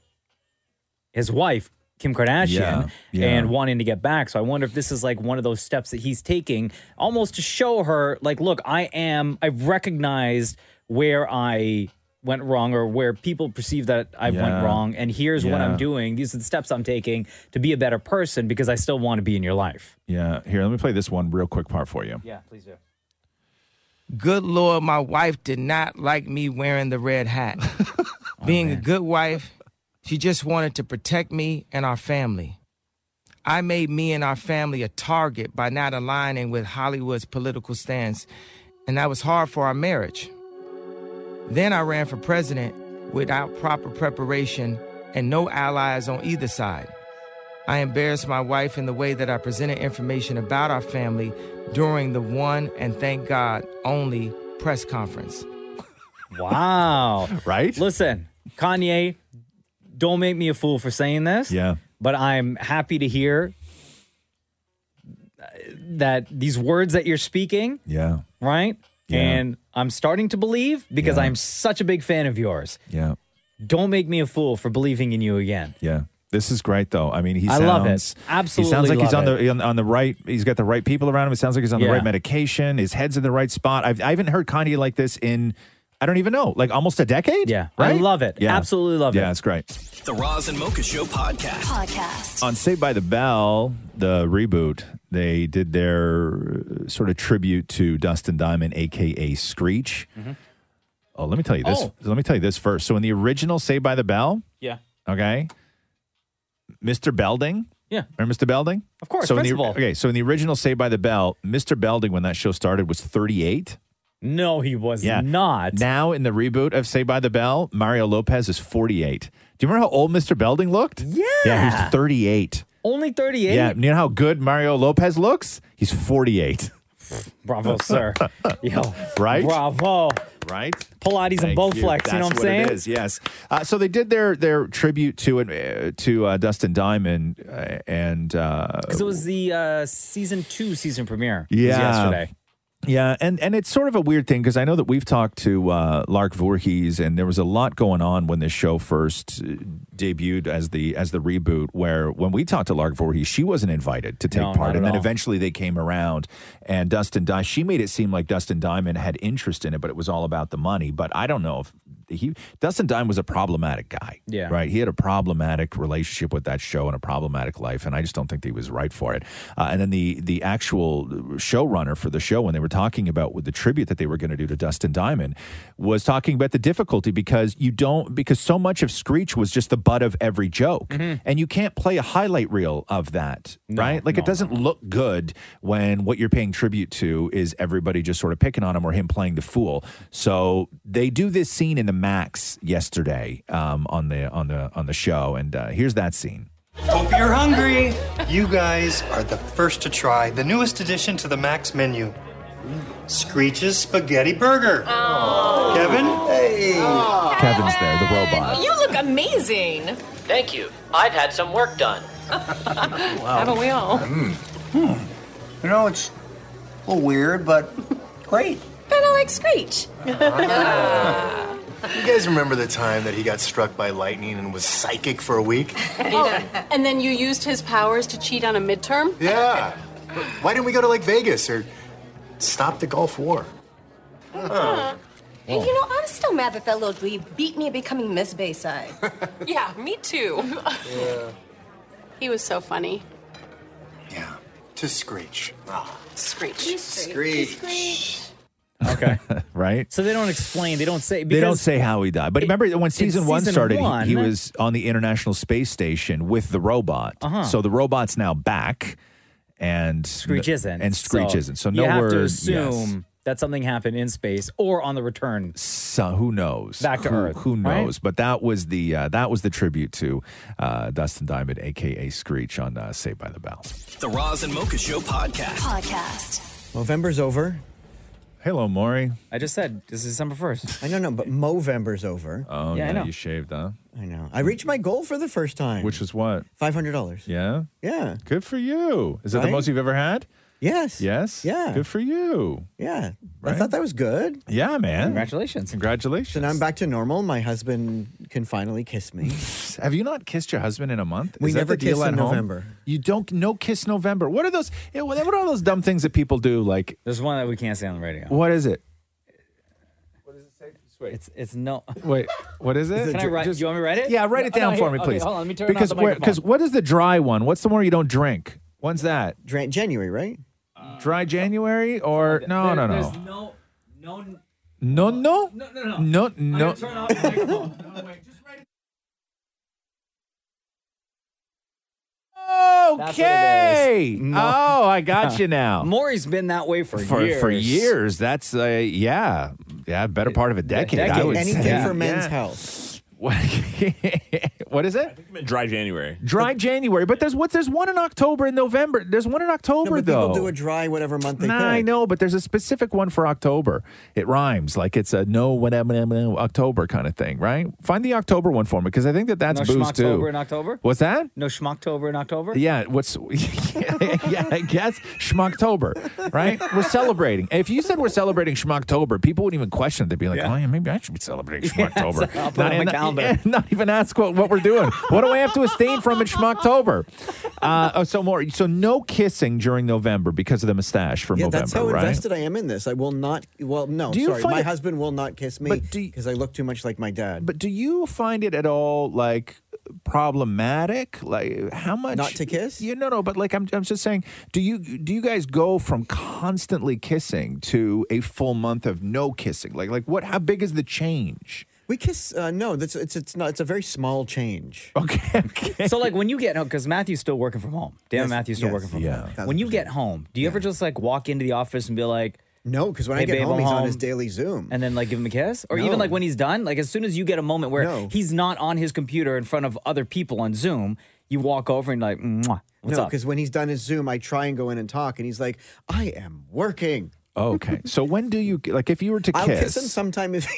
his wife Kim Kardashian Yeah, yeah. and wanting to get back. So I wonder if this is like one of those steps that he's taking, almost to show her, like, look, I am. I've recognized where I went wrong or where people perceive that I Yeah. went wrong. And here's what Yeah. I'm doing. These are the steps I'm taking to be a better person because I still want to be in your life. Yeah. Here, let me play this one real quick part for you. Yeah, please do. Good Lord, my wife did not like me wearing the red hat. Being a good wife, she just wanted to protect me and our family. I made me and our family a target by not aligning with Hollywood's political stance, and that was hard for our marriage. Then I ran for president without proper preparation and no allies on either side. I embarrassed my wife in the way that I presented information about our family during the one and thank God only press conference. Wow. [LAUGHS] right? Listen, Kanye, don't make me a fool for saying this. Yeah. But I'm happy to hear uh, that these words that you're speaking, Yeah. right? Yeah. And I'm starting to believe because Yeah. I'm such a big fan of yours. Yeah. Don't make me a fool for believing in you again. Yeah. This is great though. I mean, he I sounds love it. Absolutely He sounds like he's love on the on, on the right. He's got the right people around him. It sounds like he's on Yeah. the right medication. His head's in the right spot. I've, I haven't heard Kanye like this in I don't even know, like almost a decade. Yeah, I right. love it. Absolutely love it. Yeah, it's great. The Roz and Mocha Show podcast. Podcast. On Saved by the Bell, the reboot, they did their uh, sort of tribute to Dustin Diamond, aka Screech. Oh, let me tell you this. Oh. Let me tell you this first. So in the original Saved by the Bell, Yeah. okay, Mr. Belding. Yeah. Remember Mr. Belding? Of course, So in the, principal. okay, so in the original Saved by the Bell, Mr. Belding, when that show started, was 38. No, he was not. Now in the reboot of Saved by the Bell, Mario Lopez is 48. Do you remember how old Mr. Belding looked? Yeah. Yeah, he was 38. Only 38? Yeah, you know how good Mario Lopez looks? He's 48. Bravo, [LAUGHS] sir. Yo. Right? Bravo. Right? Pilates and Thank bowflex. flex. You know what I'm That's saying? It is, yes. Uh, so they did their their tribute to it uh, to uh, Dustin Diamond uh, and uh, Because it was the uh, season two season premiere. It was Yeah. yesterday. Yeah, and and it's sort of a weird thing because I know that we've talked to uh, Lark Voorhees, and there was a lot going on when this show first uh, debuted as the as the reboot. Where when we talked to Lark Voorhees, she wasn't invited to take No, not part, and at then all. eventually they came around, and Dustin Di she made it seem like Dustin Diamond had interest in it, but it was all about the money. But I don't know if he Dustin Diamond was a problematic guy, Yeah. right. He had a problematic relationship with that show and a problematic life, and I just don't think that he was right for it. Uh, and then the the actual showrunner for the show, when they were talking about with the tribute that they were going to do to Dustin Diamond, was talking about the difficulty because you don't because so much of Screech was just the butt of every joke, and you can't play a highlight reel of that, right? Like it doesn't look good when what you're paying tribute to is everybody just sort of picking on him or him playing the fool. So they do this scene in the Max yesterday um, on the on the on the show, and uh, here's that scene. Hope you're hungry. You guys are the first to try the newest addition to the Max menu. Screech's spaghetti burger. Oh. Kevin? Hey. Kevin's there, the robot. You look amazing. Thank you. I've had some [LAUGHS] work done. Haven't we all? You know, it's a little weird, but great. Kind of like Screech. You guys remember the time that he got struck by lightning and was psychic for a week? Oh, [LAUGHS] and then you used his powers to cheat on a midterm? Yeah. Why didn't we go to like Vegas or stop the Gulf War? Uh-huh. Whoa. Oh. You know, I'm still mad that that little dweeb beat me at becoming Miss Bayside. yeah, me too. [LAUGHS] he was so funny. To Screech. Ah. Screech. Screech. Okay. [LAUGHS] right. So they don't explain. They don't say. they don't because- say how he died, but remember that when in season, one season started, he- one- he, was on the International Space Station with the robot. Uh-huh. So the robot's now back, and Screech isn't. and Screech So isn't. So you no have word. to yes. assume that something happened in space or on the return. So who knows? Back to who, Earth, Who right? knows? But that was the uh, that was the tribute to uh, Dustin Diamond, aka Screech, on uh, Saved by the Bell. The Roz and Mocha Show podcast. Podcast. November's over. Hello, Maury. I just said this is December 1st. I know, no, but Movember's over. Oh yeah, I know. you shaved, huh? I know. I reached my goal for the first time. Which was what? $500. Yeah. Yeah. Good for you. Is that the Right? most you've ever had? Yes. Yes. Yeah. Good for you. Yeah. I thought that was good. Yeah, man. Congratulations. Congratulations. So now I'm back to normal. My husband can finally kiss me. [LAUGHS] Have you not kissed your husband in a month? We Is never that the deal kiss at in home? November. You don't no kiss November. What are those? eh, What are all those dumb things that people do? Like There's one that we can't say on the radio. what is it? It's it's no. Wait, what is it? Can I write? Just- do you want me to write it? Yeah, write it No, down no, for here. me, Okay, please. hold on, let me turn because on the microphone. because what is the dry one? What's the one you don't drink? When's that? January, right? dry January or [LAUGHS] no, no, no, There's no, no. no, no, No, no, no. no, I'm no. gonna turn off the microphone. [LAUGHS] That's what it Okay. is. No. Oh, I [LAUGHS] got you now. Maury's been that way for, for years. for years. That's uh, yeah, yeah, better part of a decade. I would Anything say. for men's Yeah. health. what is it? Dry January. Dry January, but there's what there's one in October and November. There's one in October But though. people do a dry whatever month they Nah, I pick. know, but there's a specific one for October. It rhymes like it's a no whatever October kind of thing, right? Find the October one for me because I think that that's no booze too. Schmocktober in October. What's that? No schmocktober in October. Yeah, what's [LAUGHS] yeah, I guess Schmucktober, right? We're celebrating. If you said we're celebrating Schmucktober, people wouldn't even question it. They'd be like, "Oh yeah, maybe I should be [LAUGHS] celebrating Yeah, Schmucktober." so I'll put it on my and calendar. and not even ask what, what we're doing. what do I have to abstain from in Schmucktober? Uh, oh, so more. So no kissing during November because of the mustache for yeah, November, that's how right? invested I am in this. I will not. Well, no, Do you sorry, find my it- husband will not kiss me because I look too much like my dad. But do you find it at all like problematic? Like how much Not to kiss? You no no, but like I'm I'm just saying, do you do you guys go from constantly kissing to a full month of no kissing? Like like what how big is the change? We kiss. Uh, no, that's it's it's not. It's a very small change. Okay. [LAUGHS] So like when you get home, because Matthew's still working from home. Dan Yes, Matthew's still yes. working from Yeah. home. When you get home, do you ever just like walk into the office and be like, No, because when I Hey, get babe, home, I'm he's on home. his daily Zoom. and then like give him a kiss, or even No. like when he's done, like as soon as you get a moment where he's not on his computer in front of other people on Zoom, you walk over and like, Mwah, what's no, up? because when he's done his Zoom, I try and go in and talk, and he's like, "I am working." Oh, Okay. [LAUGHS] so when do you like if you were to I'll kiss him kiss- sometime if [LAUGHS]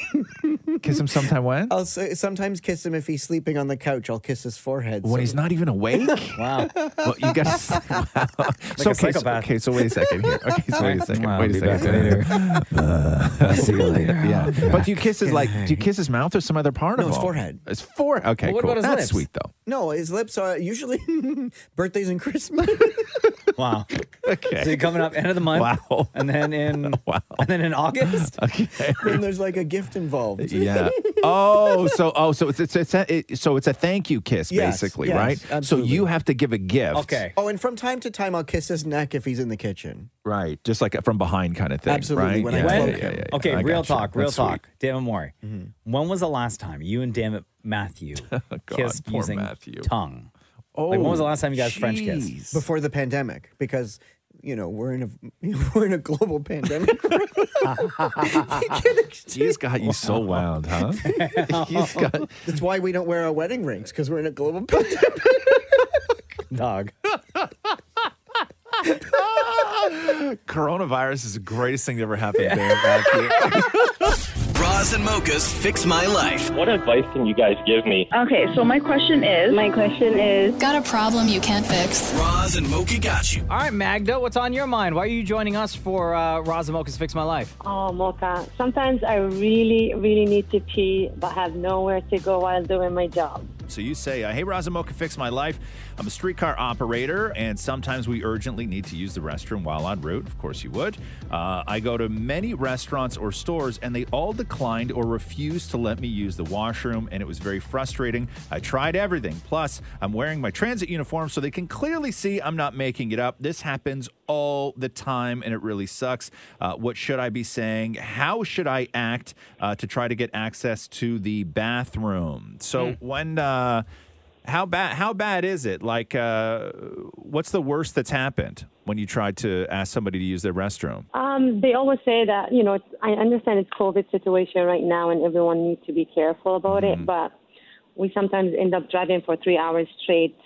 Kiss him sometime when? I'll say, sometimes kiss him if he's sleeping on the couch. I'll kiss his forehead When he's not even awake? [LAUGHS] wow. Well, you got to. Wow. a okay, so, psychopath. okay, so wait a second here. Okay, so wait a second. Wow, wait a be back second. later. I'll see you later. [LAUGHS] Yeah. [LAUGHS] But do you kiss his like? Do you kiss his mouth or some other part No, of his him? forehead. His forehead. Okay, But what cool. about his That's lips? sweet though. No, his lips are usually [LAUGHS] birthdays and Christmas. [LAUGHS] Wow. Okay. So you're coming up end of the month. Wow. And then in wow. And then in August. Okay. then there's like a gift involved. [LAUGHS] [LAUGHS] Yeah. Oh, so oh, so it's it's, it's a, it, so it's a thank you kiss Yes, basically, yes, right? So you have to give a gift. Oh, and from time to time, I'll kiss his neck if he's in the kitchen. Right. Just like a from behind kind of thing. Right? Absolutely, when I yeah, cloak yeah, yeah, him. yeah, yeah. Okay, I real gotcha. talk, real That's talk. Dammit Mori. Mm-hmm. When was the last time you and Dammit Matthew kissed poor using Matthew. tongue? like when Oh, was the last time you guys French kissed? Before the pandemic, because you know we're in a [LAUGHS] we're in a [LAUGHS] global pandemic. [LAUGHS] He's got you [LAUGHS] so wound, huh? He's [LAUGHS] got That's why we don't wear our wedding rings because we're in a global [LAUGHS] pandemic. Dog. Coronavirus is the greatest thing that ever happened to Dan Matthew. [LAUGHS] Bras and mochas fix my life. What advice can you guys give me? Okay, so my question is. My question is. Got a problem you can't fix. Bras and mocha got you. All right, Magda, what's on your mind? Why are you joining us for uh, Razamoka's Fix My Life? Oh, Mocha. Sometimes I really, really need to pee, but have nowhere to go while doing my job. So you say, uh, "Hey, Razamo can fix my life. I'm a streetcar operator, and sometimes we urgently need to use the restroom while en route. Of course, you would. Uh, I go to many restaurants or stores, and they all declined or refused to let me use the washroom, and it was very frustrating. I tried everything. Plus, I'm wearing my transit uniform, so they can clearly see I'm not making it up. This happens all the time, and it really sucks. Uh, what should I be saying? How should I act uh, to try to get access to the bathroom? So when uh, how bad how bad is it? Like, uh, what's the worst that's happened when you tried to ask somebody to use their restroom? Um, they always say that, you know, it's, I understand it's COVID situation right now and everyone needs to be careful about it, but we sometimes end up driving for three hours straight.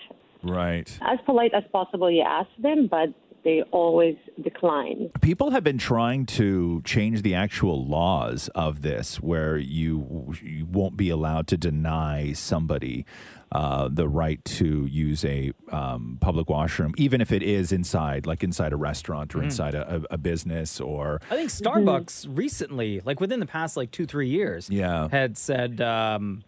Right. As polite as possible, you ask them, but they always decline. People have been trying to change the actual laws of this, where you you won't be allowed to deny somebody uh, the right to use a um, public washroom, even if it is inside, like inside a restaurant or Mm. inside a, a, a business or I think Mm-hmm. Starbucks recently, like within the past like two, three years, Yeah. had said um,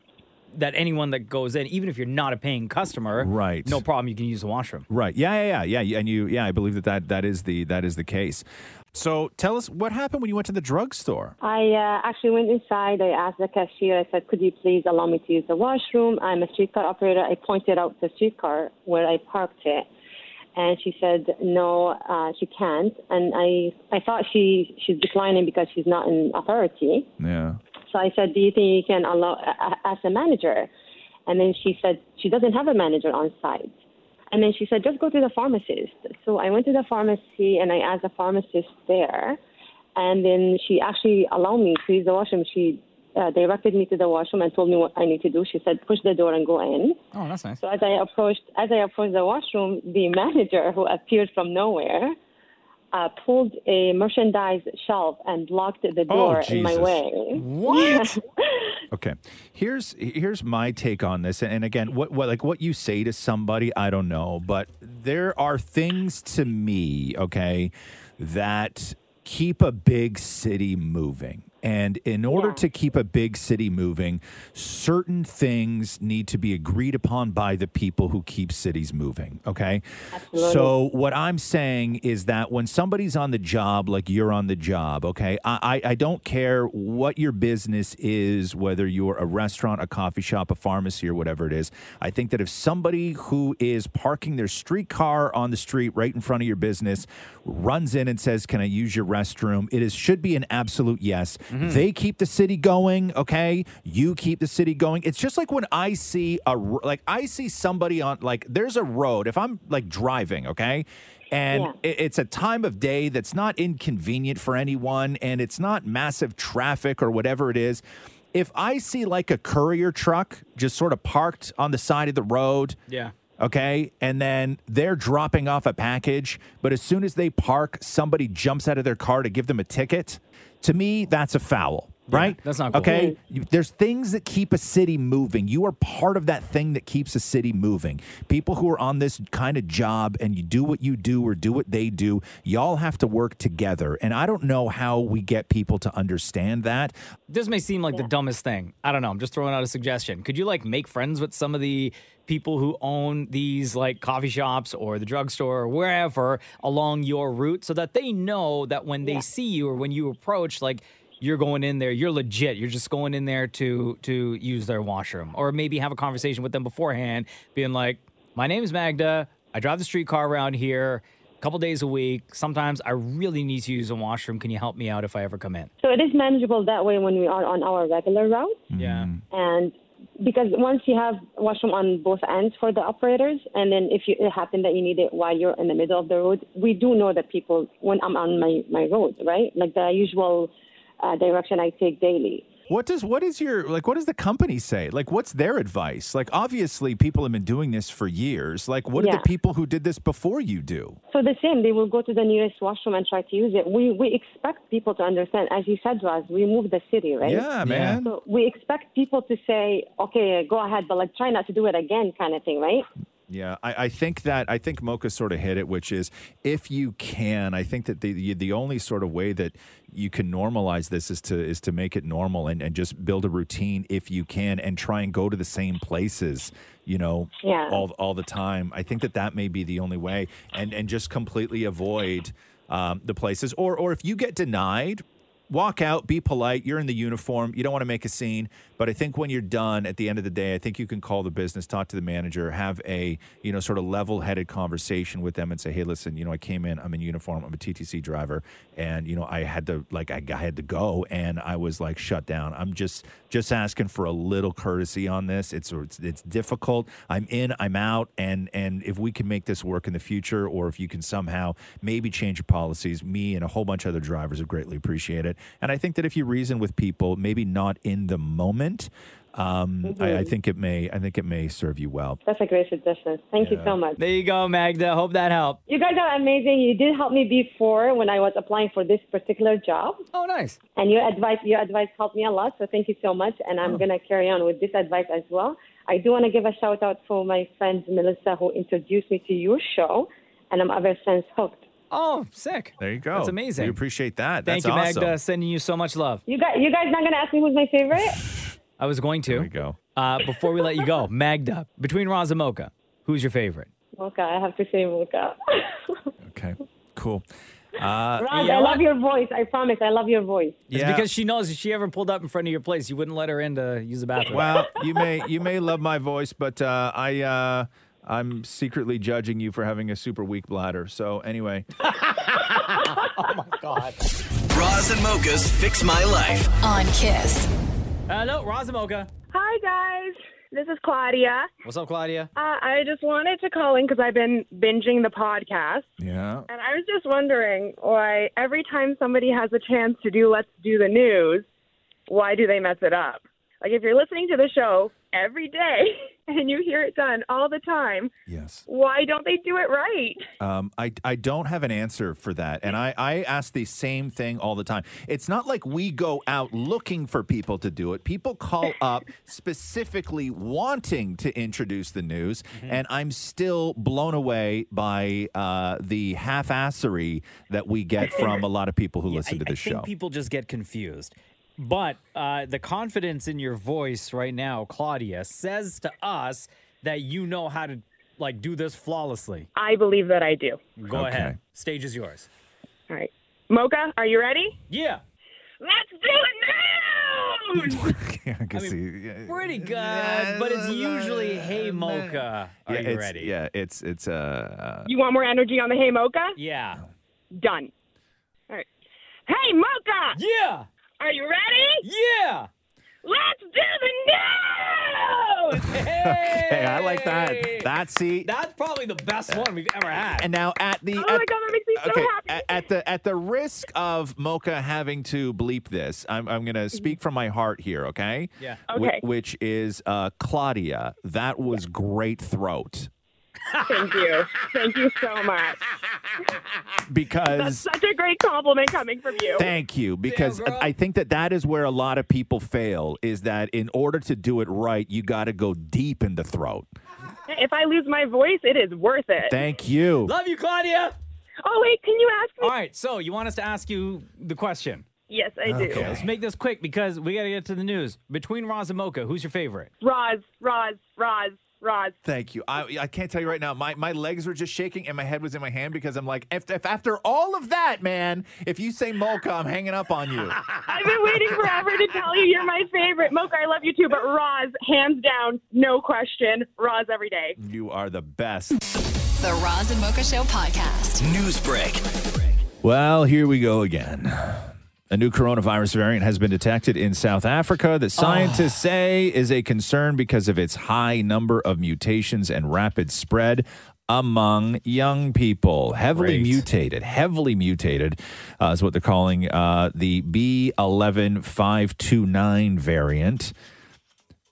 that anyone that goes in, even if you're not a paying customer, Right. no problem, you can use the washroom. Right. Yeah, yeah, yeah, yeah. And you, yeah, I believe that that, that is the that is the case. So tell us what happened when you went to the drugstore. I uh, actually went inside. I asked the cashier, I said, could you please allow me to use the washroom? I'm a streetcar operator. I pointed out the streetcar where I parked it. And she said, no, uh, she can't. And I, I thought she, she's declining because she's not in authority. Yeah. So I said, do you think you can allow, a- a- ask a manager? And then she said, she doesn't have a manager on site. And then she said, just go to the pharmacist. So I went to the pharmacy and I asked the pharmacist there. And then she actually allowed me to use the washroom. She uh, directed me to the washroom and told me what I need to do. She said, push the door and go in. Oh, that's nice. So as I approached, as I approached the washroom, the [LAUGHS] manager who appeared from nowhere uh, pulled a merchandise shelf and blocked the door in my Oh, Jesus. way. [LAUGHS] What? Okay. Here's here's my take on this. And again, what, what like what you say to somebody, I don't know, but there are things to me, okay, that keep a big city moving. And in order to keep a big city moving, certain things need to be agreed upon by the people who keep cities moving. Okay. So, what I'm saying is that when somebody's on the job, like you're on the job, okay, I, I, I don't care what your business is, whether you're a restaurant, a coffee shop, a pharmacy, or whatever it is. I think that if somebody who is parking their street car on the street right in front of your business runs in and says, Can I use your restroom? It is should be an absolute yes. They keep the city going, okay? You keep the city going. It's just like when I see a r- like I see somebody on like there's a road. If I'm like driving, okay? And Yeah. i- it's a time of day that's not inconvenient for anyone and it's not massive traffic or whatever it is. If I see like a courier truck just sort of parked on the side of the road, Yeah. Okay. And then they're dropping off a package. But as soon as they park, somebody jumps out of their car to give them a ticket. To me, that's a foul, right? that's not cool. Okay. You- There's things that keep a city moving. You are part of that thing that keeps a city moving. People who are on this kind of job and you do what you do or do what they do, y'all have to work together. And I don't know how we get people to understand that. This may seem like the dumbest thing. I don't know. I'm just throwing out a suggestion. Could you like make friends with some of the people who own these like coffee shops or the drugstore or wherever along your route so that they know that when they see you or when you approach, like you're going in there, you're legit. You're just going in there to to use their washroom. Or maybe have a conversation with them beforehand, being like, My name's Magda. I drive the streetcar around here a couple days a week. Sometimes I really need to use a washroom. Can you help me out if I ever come in? So it is manageable that way when we are on our regular route. Yeah. And because once you have washroom on both ends for the operators, and then if you, it happened that you need it while you're in the middle of the road, we do know that people, when I'm on my, my road, right? Like the usual uh, direction I take daily. What does what is your like what does the company say? Like what's their advice? Like obviously people have been doing this for years. Like what do Yeah. the people who did this before you do? So the same, they will go to the nearest washroom and try to use it. We we expect people to understand, as you said, Raz, we move the city, right? Yeah, man. So we expect people to say, okay, go ahead, but like try not to do it again, kind of thing, right? Yeah, I, I think that I think Mocha sort of hit it, which is if you can, I think that the the- the only sort of way that you can normalize this is to is to make it normal and, and just build a routine if you can and try and go to the same places, you know, Yeah. all all the time. I think that that may be the only way, and and just completely avoid um, the places, or or if you get denied. Walk out, be polite. You're in the uniform. You don't want to make a scene. But I think when you're done at the end of the day, I think you can call the business, talk to the manager, have a, you know, sort of level headed conversation with them and say, hey, listen, you know, I came in, I'm in uniform, I'm a TTC driver. And, you know, I had to, like, I, I had to go and I was like shut down. I'm just, just asking for a little courtesy on this. It's, it's, it's difficult. I'm in, I'm out. And, and if we can make this work in the future, or if you can somehow maybe change your policies, me and a whole bunch of other drivers would greatly appreciate it. And I think that if you reason with people, maybe not in the moment, um, I, I Mhm. think it may, I think it may serve you well. That's a great suggestion. Thank you Yeah. so much. There you go, Magda. Hope that helped. You guys are amazing. You did help me before when I was applying for this particular job. Oh, nice. And your advice, your advice helped me a lot. So thank you so much. And Oh. I'm going to carry on with this advice as well. I do want to give a shout out for my friend Melissa who introduced me to your show, and I'm ever since hooked. Oh, sick. There you go. That's amazing. We appreciate that. That's Thank you, awesome. Magda. Sending you so much love. You guys, you guys not going to ask me who's my favorite? [LAUGHS] I was going to. There we go. Uh, before we let [LAUGHS] you go, Magda, between Roz and Mocha, who's your favorite? Mocha, I have to say Mocha. Okay, cool. [LAUGHS] Uh, Roz, I love your voice. I promise. I love your voice. It's because she knows if she ever pulled up in front of your place, you wouldn't let her in to use the bathroom. Well, you [LAUGHS] may you may love my voice, but uh, I uh, I'm secretly judging you for having a super weak bladder. So anyway, Roz and Mocha's Fix My Life. on Kiss. Hello, Razamoka. Hi, guys. This is Claudia. What's up, Claudia? Uh, I just wanted to call in because I've been binging the podcast. Yeah. And I was just wondering why every time somebody has a chance to do Let's Do the News, why do they mess it up? Like, if you're listening to the show every day [LAUGHS] and you hear it done all the time, yes. why don't they do it right? Um, I, I don't have an answer for that. And I, I ask the same thing all the time. It's not like we go out looking for people to do it. People [LAUGHS] call up specifically wanting to introduce the news. Mm-hmm. And I'm still blown away by uh, the half assery that we [LAUGHS] get from a lot of people who listen to the I show. think people just get confused. But uh, the confidence in your voice right now, Claudia, says to us that you know how to like do this flawlessly. I believe that I do. Go ahead. Stage is yours. All right. Mocha, are you ready? Yeah. Let's do it now! I can see. Yeah, Pretty good, but it's usually hey mocha. Are yeah, you it's- ready? Yeah, it's, it's, uh, You want more energy on the Hey Mocha? Yeah. Done. All right. Hey Mocha! Yeah! Are you ready? Yeah! Let's do [LAUGHS] the news! okay, I like that. That, see, That's probably the best one we've e-, ever had. And now at the Oh my God, that makes me so okay, happy. a- at the at the risk of Mocha having to bleep this, I'm I'm gonna speak from my heart here, okay? Yeah. Wh- Mm-hmm. Okay. which is uh, Claudia. That was great throat Thank you. Thank you so much. That's because. such a great compliment coming from you. Thank you, because I think that that is where a lot of people fail. Is that in order to do it right, you got to go deep in the throat. If I lose my voice, it is worth it. Thank you. Love you, Claudia. Oh wait, can you ask All right, so you want us to ask you the question? Yes, I do. Okay, let's make this quick because we got to get to the news. Between Roz and Mocha, who's your favorite? Roz, Roz, Roz, Roz. Thank you. I, I can't tell you right now. My, my legs were just shaking and my head was in my hand because I'm like, if, if after all of that, man, if you say Mocha, I'm hanging up on [LAUGHS] you. I've been waiting forever to tell you you're my favorite. Mocha, I love you too, but Roz, hands down, no question. Roz every day. you are the best. The Roz and Mocha Show podcast. News break. Well, here we go again. A new coronavirus variant has been detected in South Africa that scientists say is a concern because of its high number of mutations and rapid spread among young people. Heavily mutated, heavily mutated uh, is what they're calling uh, the B11529 variant.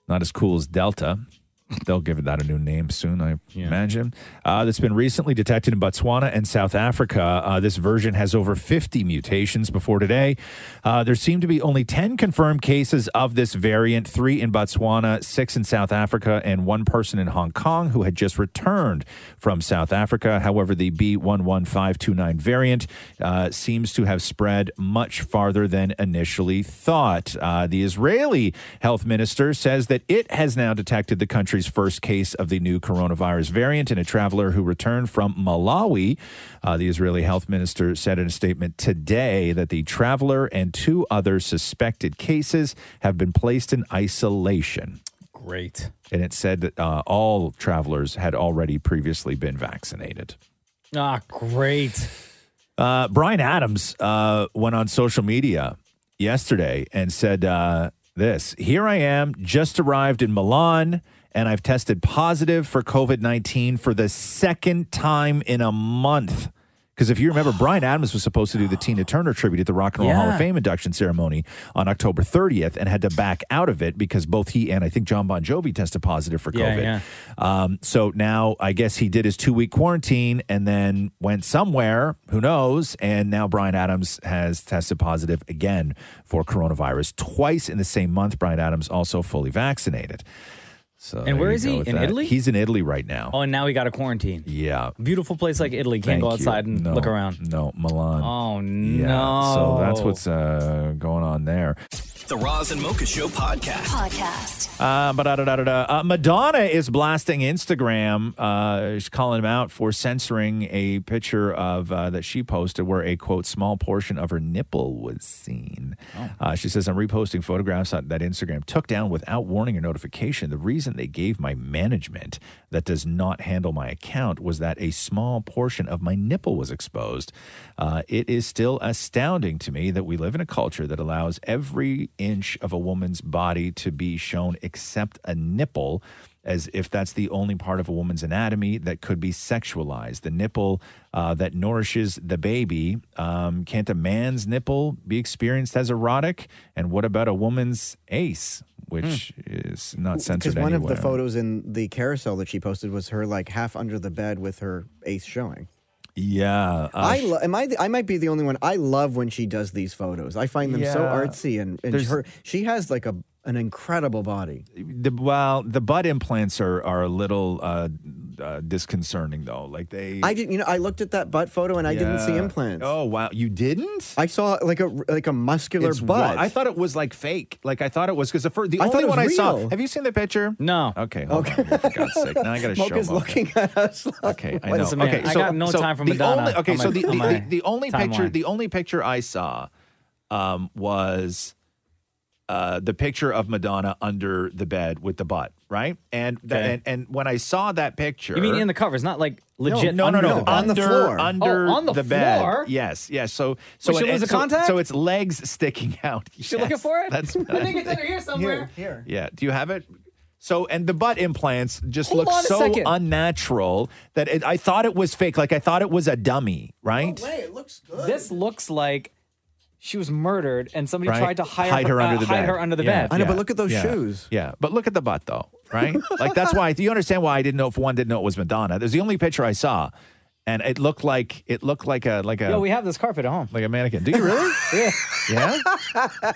Not as cool as Delta. They'll give that a new name soon, I imagine. Uh, that's been recently detected in Botswana and South Africa. Uh, this version has over 50 mutations before today. Uh, there seem to be only 10 confirmed cases of this variant three in Botswana, six in South Africa, and one person in Hong Kong who had just returned from South Africa. However, the B11529 variant uh, seems to have spread much farther than initially thought. Uh, the Israeli health minister says that it has now detected the country's first case of the new coronavirus variant in a traveler who returned from Malawi. Uh, the Israeli health minister said in a statement today that the traveler and two other suspected cases have been placed in isolation. Great. And it said that uh, all travelers had already previously been vaccinated. Ah, great. Uh, Brian Adams uh, went on social media yesterday and said uh, this Here I am, just arrived in Milan, and I've tested positive for COVID 19 for the second time in a month. Because if you remember, Brian Adams was supposed to do the Tina Turner tribute at the Rock and Roll Hall of Yeah. Fame induction ceremony on October 30th and had to back out of it because both he and I think John Bon Jovi tested positive for Yeah, COVID. yeah. Um, so now I guess he did his two week quarantine and then went somewhere, who knows? And now Brian Adams has tested positive again for coronavirus twice in the same month. Brian Adams also fully vaccinated. So And there where you is go he? with In Italy? He's in Italy right now. Oh, and now we got a quarantine. Yeah. Beautiful place like Italy. Can't Thank go you. outside and No, look around. No, Milan. Oh, Yeah, no. so that's what's uh, going on there. The Roz and Mocha Show podcast. Podcast. Uh, but da, da, da, da, da. Uh, Madonna is blasting Instagram. Uh, she's calling them out for censoring a picture of uh, that she posted where a quote small portion of her nipple was seen. Uh, she says, "I'm reposting photographs that that Instagram took down without warning or notification. The reason they gave my management that does not handle my account was that a small portion of my nipple was exposed. Uh, it is still astounding to me that we live in a culture that allows every inch of a woman's body to be shown except a nipple, as if that's the only part of a woman's anatomy that could be sexualized. The nipple uh, that nourishes the baby. Um, can't a man's nipple be experienced as erotic? And what about a woman's ace, which is not Because censored Hmm. one anywhere? of the photos in the carousel that she posted was her like half under the bed with her ace showing. yeah, uh, I lo- am I the, I might be the only one. I love when she does these photos. I find them so Yeah. artsy and, and There's- her she has like a an incredible body. the well, the butt implants are are a little uh, uh, disconcerting though. Like they, I did you know I looked at that butt photo and I didn't see Yeah. implants. Oh wow, you didn't? I saw like a like a muscular It's butt. wi- I thought it was like fake. Like I thought it was because the first, the I only thought it was one I saw. real. Have you seen the picture? No. Okay. Hold okay. On, for God's sake, now I got to show. Mocha's Mocha. looking at us. Okay, I know. Listen, man, okay, I got no time for the Madonna Only, okay, on my- so the, on the, my the, the only picture, timeline. the only picture I saw, um, was. Uh, the picture of Madonna under the bed with the butt, right? And th- Okay. and, and when I saw that picture, You mean in the covers, not like legit? No, no, under no, no. The under, bed. under Oh, on the, bed. floor? Yes, yes. So, so Wait, so it was a so- contact? So, it's legs sticking [LAUGHS] out. Yes, She looking for it? That's. [LAUGHS] I think it's under here somewhere. Yeah. Do you have it? So, and the butt implants just Hold on look a so second. unnatural that it, I thought it was fake. Like I thought it was a dummy, right? it looks good. This looks like she was murdered and somebody Right? tried to hire hide her uh, under the hide bed. her under the Yeah, bed. yeah, yeah, Yeah, but look at the butt though, [LAUGHS] right? like that's why you understand why I didn't know if one didn't know it was Madonna. There's the only picture I saw, and it looked like it looked like a like a Yo, we have this carpet at home. like a mannequin. Do you really? [LAUGHS] yeah. Yeah. Yeah.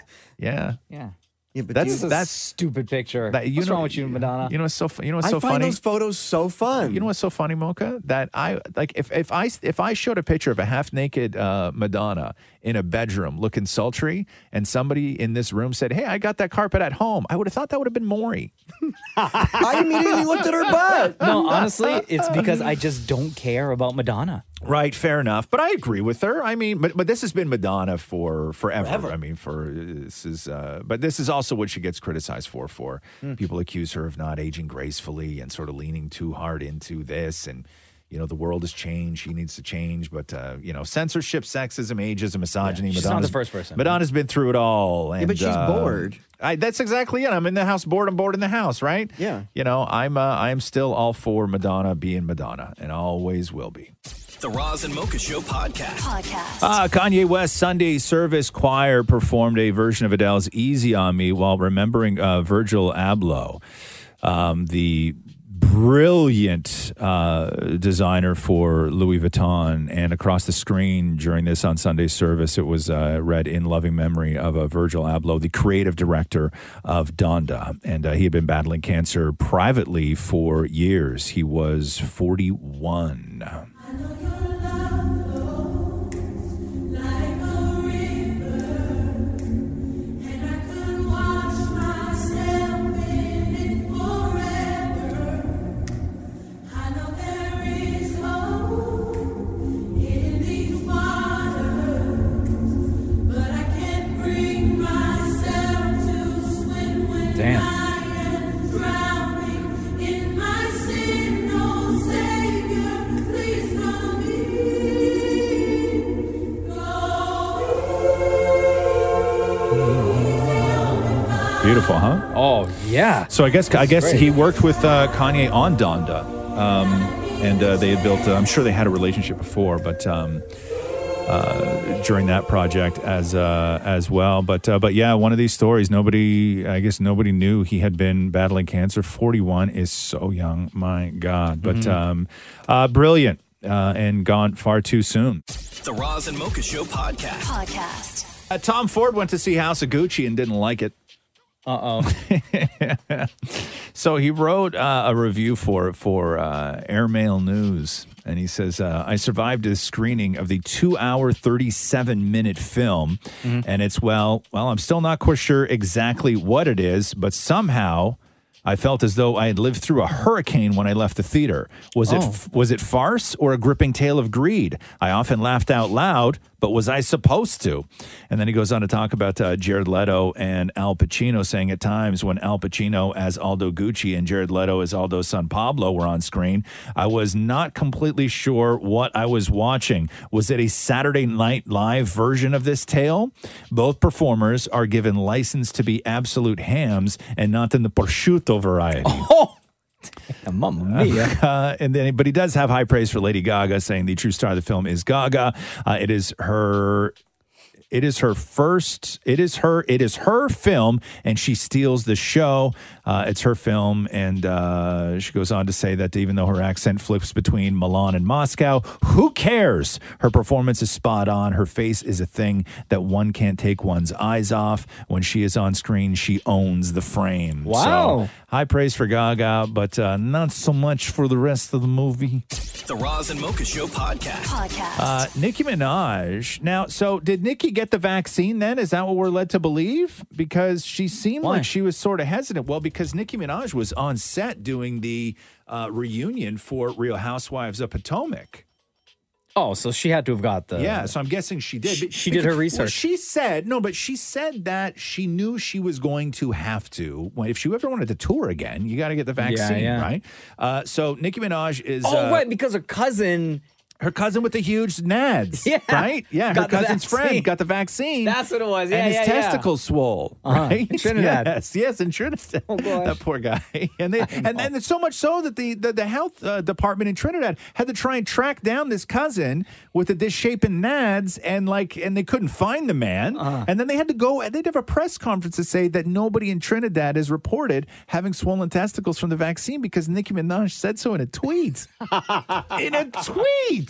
[LAUGHS] Yeah. Yeah, but that's this is a that's stupid picture. That, you What's know, wrong with you, Madonna? You know what's so fu- you know what's I so find funny? those photos so fun. You know what's so funny, Mocha? That I like if if I if I showed a picture of a half naked uh, Madonna in a bedroom looking sultry, and somebody in this room said, "Hey, I got that carpet at home," I would have thought that would have been Maury. [LAUGHS] I immediately looked at [LAUGHS] her butt. No, [LAUGHS] honestly, it's because I just don't care about Madonna. Right, fair enough. But I agree with her. I mean, but, but this has been Madonna for forever. I mean, for this is, uh, but this is also what she gets criticized for. For Hmm. people accuse her of not aging gracefully and sort of leaning too hard into this, and you know, the world has changed. She needs to change. But uh, you know, censorship, sexism, ageism, misogyny. she's not Madonna's- the first person. Madonna's been through it all. Yeah, And, but she's uh, bored. I, that's exactly it. I'm in the house bored. I'm bored in the house, right? Yeah. You know, I'm uh, I'm still all for Madonna being Madonna, and always will be. The Roz and Mocha Show podcast. Podcast. Uh, Kanye West Sunday Service Choir performed a version of Adele's "Easy on Me" while remembering uh, Virgil Abloh, um, the brilliant uh, designer for Louis Vuitton. And across the screen during this on Sunday Service, it was uh, read in loving memory of uh, Virgil Abloh, the creative director of Donda, and uh, he had been battling cancer privately for years. He was forty-one. Damn. Beautiful, huh? Oh yeah. So I guess I That's guess great. he worked with uh, Kanye on Donda, um, and uh, they had built. Uh, I'm sure they had a relationship before, but um, uh, during that project as uh, as well. But uh, but yeah, one of these stories. Nobody, I guess nobody knew he had been battling cancer. 41 is so young, my God. But Mhm. Mm-hmm. um, uh, brilliant uh, and gone far too soon. The Roz and Mocha Show podcast. Podcast. Uh, Tom Ford went to see House of Gucci and didn't like it. Uh oh. [LAUGHS] So he wrote uh, a review for for uh, Airmail News, and he says, uh, "I survived the screening of the two-hour, thirty-seven-minute film, and it's well, well, I'm still not quite sure exactly what it is, but somehow." I felt as though I had lived through a hurricane when I left the theater. Was it Oh. was it farce or a gripping tale of greed? I often laughed out loud, but was I supposed to? And then he goes on to talk about uh, Jared Leto and Al Pacino, saying at times when Al Pacino as Aldo Gucci and Jared Leto as Aldo San Pablo were on screen, I was not completely sure what I was watching. Was it a Saturday Night Live version of this tale? Both performers are given license to be absolute hams and not in the prosciutto variety. Mamma mia. Uh, [LAUGHS] and then, but he does have high praise for Lady Gaga, saying the true star of the film is Gaga. Uh, it is her. It is her first. It is her. It is her film, and she steals the show. Uh, it's her film, and uh, she goes on to say that even though her accent flips between Milan and Moscow, who cares? Her performance is spot on. Her face is a thing that one can't take one's eyes off. When she is on screen, she owns the frame. So, Wow. high praise for Gaga, but uh, not so much for the rest of the movie. The Roz and Mocha Show podcast. Podcast. Uh, Nicki Minaj. Now, so did Nicki get the vaccine then? Is that what we're led to believe? Because she seemed Why? like she was sort of hesitant. Well, because Nicki Minaj was on set doing the uh, reunion for Real Housewives of Potomac. Oh, so she had to have got the. yeah, so I'm guessing she did. She- Be- she did her well, research. she said, no, but she said that she knew she was going to have to. Well, If she ever wanted to tour again, you got to get the Yeah, vaccine, yeah. right? Uh, so Nicki Minaj is. Oh, uh, right, because her cousin. Her cousin with the huge nads, [LAUGHS] Yeah. right? Yeah, her Got the cousin's vaccine. friend got the vaccine. That's what it was. Yeah, and his yeah, yeah. testicles swole. Uh-huh. Right? [LAUGHS] In Trinidad. Yes, yes, in Trinidad. Oh, gosh. That poor guy. [LAUGHS] And they, and then it's so much so that the the, the health uh, department in Trinidad had to try and track down this cousin with the misshapen nads, and like, and they couldn't find the man. Uh-huh. And then they had to go. They'd have a press conference to say that nobody in Trinidad is reported having swollen testicles from the vaccine because Nicki Minaj said so in a tweet. [LAUGHS] in a tweet.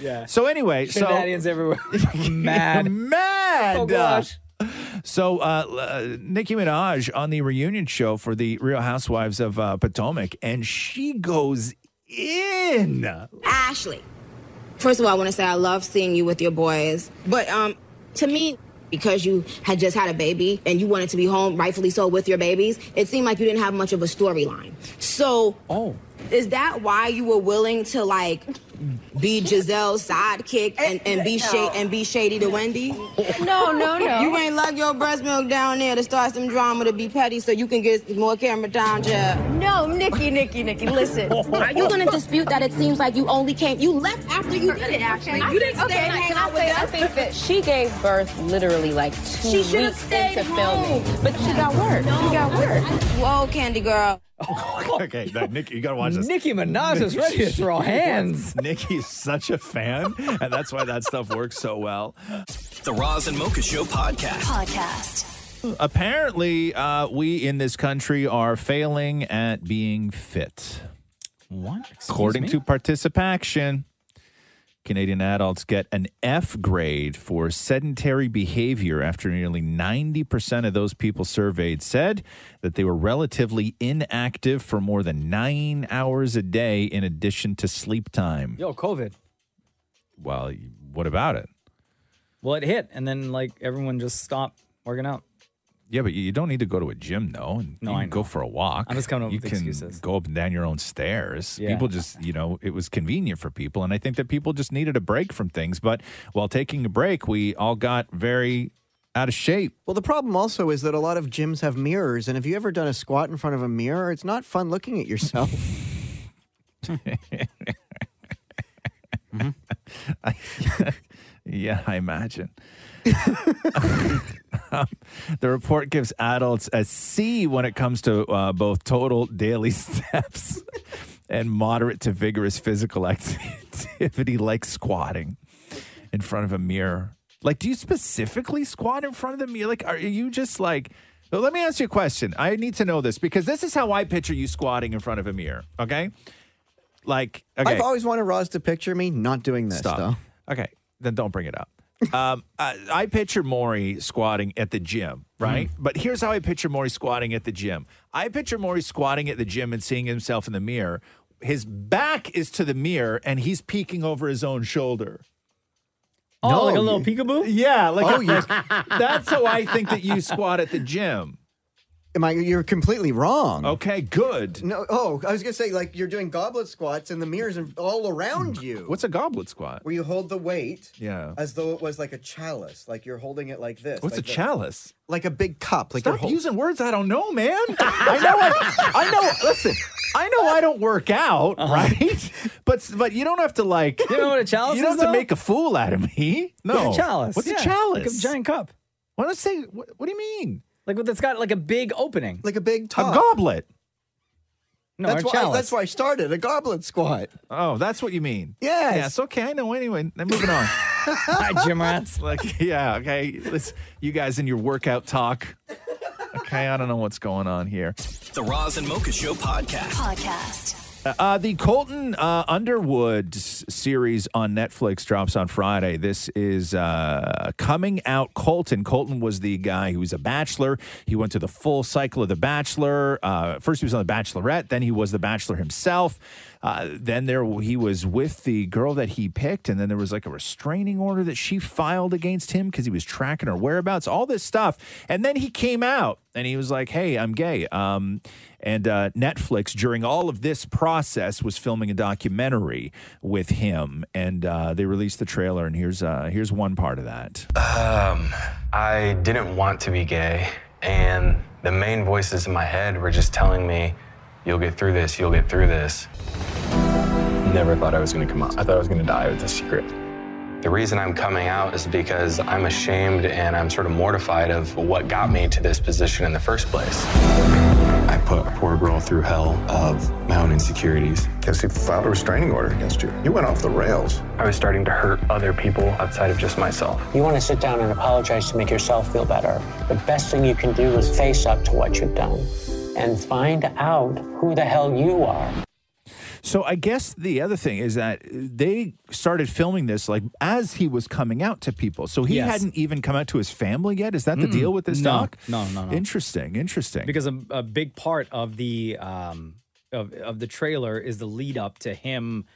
Yeah. So anyway, so [LAUGHS] Trinidadians everywhere. Mad. mad. Oh, gosh. So uh, l- uh, Nicki Minaj on the reunion show for the Real Housewives of uh, Potomac, and she goes in. [LAUGHS] Ashley. First of all, I want to say I love seeing you with your boys. But um, to me, because you had just had a baby and you wanted to be home, rightfully so, with your babies, it seemed like you didn't have much of a storyline. So, oh, is that why you were willing to like be Giselle's sidekick and, and be shady and be shady to Wendy? No, no, no. You ain't lug your breast milk down there to start some drama to be petty so you can get more camera time, Jeff. No, Nikki, Nikki, Nikki, listen. Are you gonna dispute that it seems like you only came, you left after you did it, actually. I You think- didn't stay okay, and can hang I out with say- us. I think that she gave birth literally like two She should have weeks stayed into home. filming, but she got work. She got work. Whoa, Candy Girl. okay, no, Nicki, you gotta watch this. Nicki Minaj is ready to [LAUGHS] throw hands. Nicki is such a fan, and that's why that stuff works so well. The Roz and Mocha Show podcast. Podcast. Apparently, uh, we in this country are failing at being fit. What? According to participation, Canadian adults get an F grade for sedentary behavior after nearly 90% of those people surveyed said that they were relatively inactive for more than nine hours a day in addition to sleep time. Yo, COVID. Well, what about it? Well, it hit, and then like everyone just stopped working out. Yeah, but you you don't need to go to a gym though. And No, you I can go for a walk. I'm just coming up you with can excuses. Go up and down your own stairs. Yeah. People just, you know, it was convenient for people, and I think that people just needed a break from things. But while taking a break, we all got very out of shape. Well, the problem also is that a lot of gyms have mirrors, and if you ever done a squat in front of a mirror, it's not fun looking at yourself. [LAUGHS] [LAUGHS] yeah, I imagine. [LAUGHS] Um, the report gives adults a C when it comes to uh, both total daily [LAUGHS] steps and moderate to vigorous physical [LAUGHS] activity, like squatting in front of a mirror. Like, do you specifically squat in front of the mirror? Like, are you just like, Well, let me ask you a question. I need to know this because this is how I picture you squatting in front of a mirror. Okay. Like, okay. I've always wanted Roz to picture me not doing this, Stop. though. Okay, then don't bring it up. Um, I, I picture Maury squatting at the gym, right? But here's how I picture Maury squatting at the gym. I picture Maury squatting at the gym and seeing himself in the mirror. His back is to the mirror and he's peeking over his own shoulder. Oh, like a little peekaboo? Yeah, like Oh, a- yes. [LAUGHS] that's how I think that you squat at the gym. Am I? You're completely wrong. Okay, good. No. Oh, I was gonna say like you're doing goblet squats and the mirrors are all around you. What's a goblet squat? Where you hold the weight Yeah. as though it was like a chalice, like you're holding it like this. What's Oh, like a the- chalice? Like a big cup. Like Stop using words I don't know, man. I know. I, I know. Listen, I know I don't work out, right? But but Uh-huh. you don't have to like. You know what a chalice You don't is, have though? to make a fool out of me. No Yeah, chalice. What's Yeah, a like a chalice? giant cup. What I say? What, what do you mean? Like what that's got like a big opening, like a big A goblet. No, that's a why. chalice. that's why I started a goblet squat. Oh, that's what you mean. Yes. Yes. Okay. I know. Anyway, [LAUGHS] then moving on. Hi, Jim Rats. Like, yeah. Okay. Let's. You guys in your workout talk. Okay. I don't know what's going on here. The Roz and Mocha Show podcast. Podcast. Uh, the Colton uh, Underwood s- series on Netflix drops on Friday. This is uh, coming out. Colton. Colton was the guy who was a bachelor. He went to the full cycle of the Bachelor. Uh, first, he was on the Bachelorette. Then he was the Bachelor himself. Uh, then there he was with the girl that he picked, and then there was like a restraining order that she filed against him because he was tracking her whereabouts. All this stuff, and then he came out and he was like, "Hey, I'm gay." Um, and uh, Netflix, during all of this process, was filming a documentary with him, and uh, they released the trailer. And here's uh, here's one part of that. Um, I didn't want to be gay, and the main voices in my head were just telling me, "You'll get through this. You'll get through this." Never thought I was going to come out. I thought I was going to die with this secret. The reason I'm coming out is because I'm ashamed and I'm sort of mortified of what got me to this position in the first place. I put a poor girl through hell of my own insecurities. Because he filed a restraining order against you. You went off the rails. I was starting to hurt other people outside of just myself. You want to sit down and apologize to make yourself feel better. The best thing you can do is face up to what you've done and find out who the hell you are. So I guess the other thing is that they started filming this like as he was coming out to people. So he Yes. hadn't even come out to his family yet. Is that the Mm-mm. deal with this No, doc? no, no, no. Interesting, interesting. because a, a big part of the um of, of the trailer is the lead up to him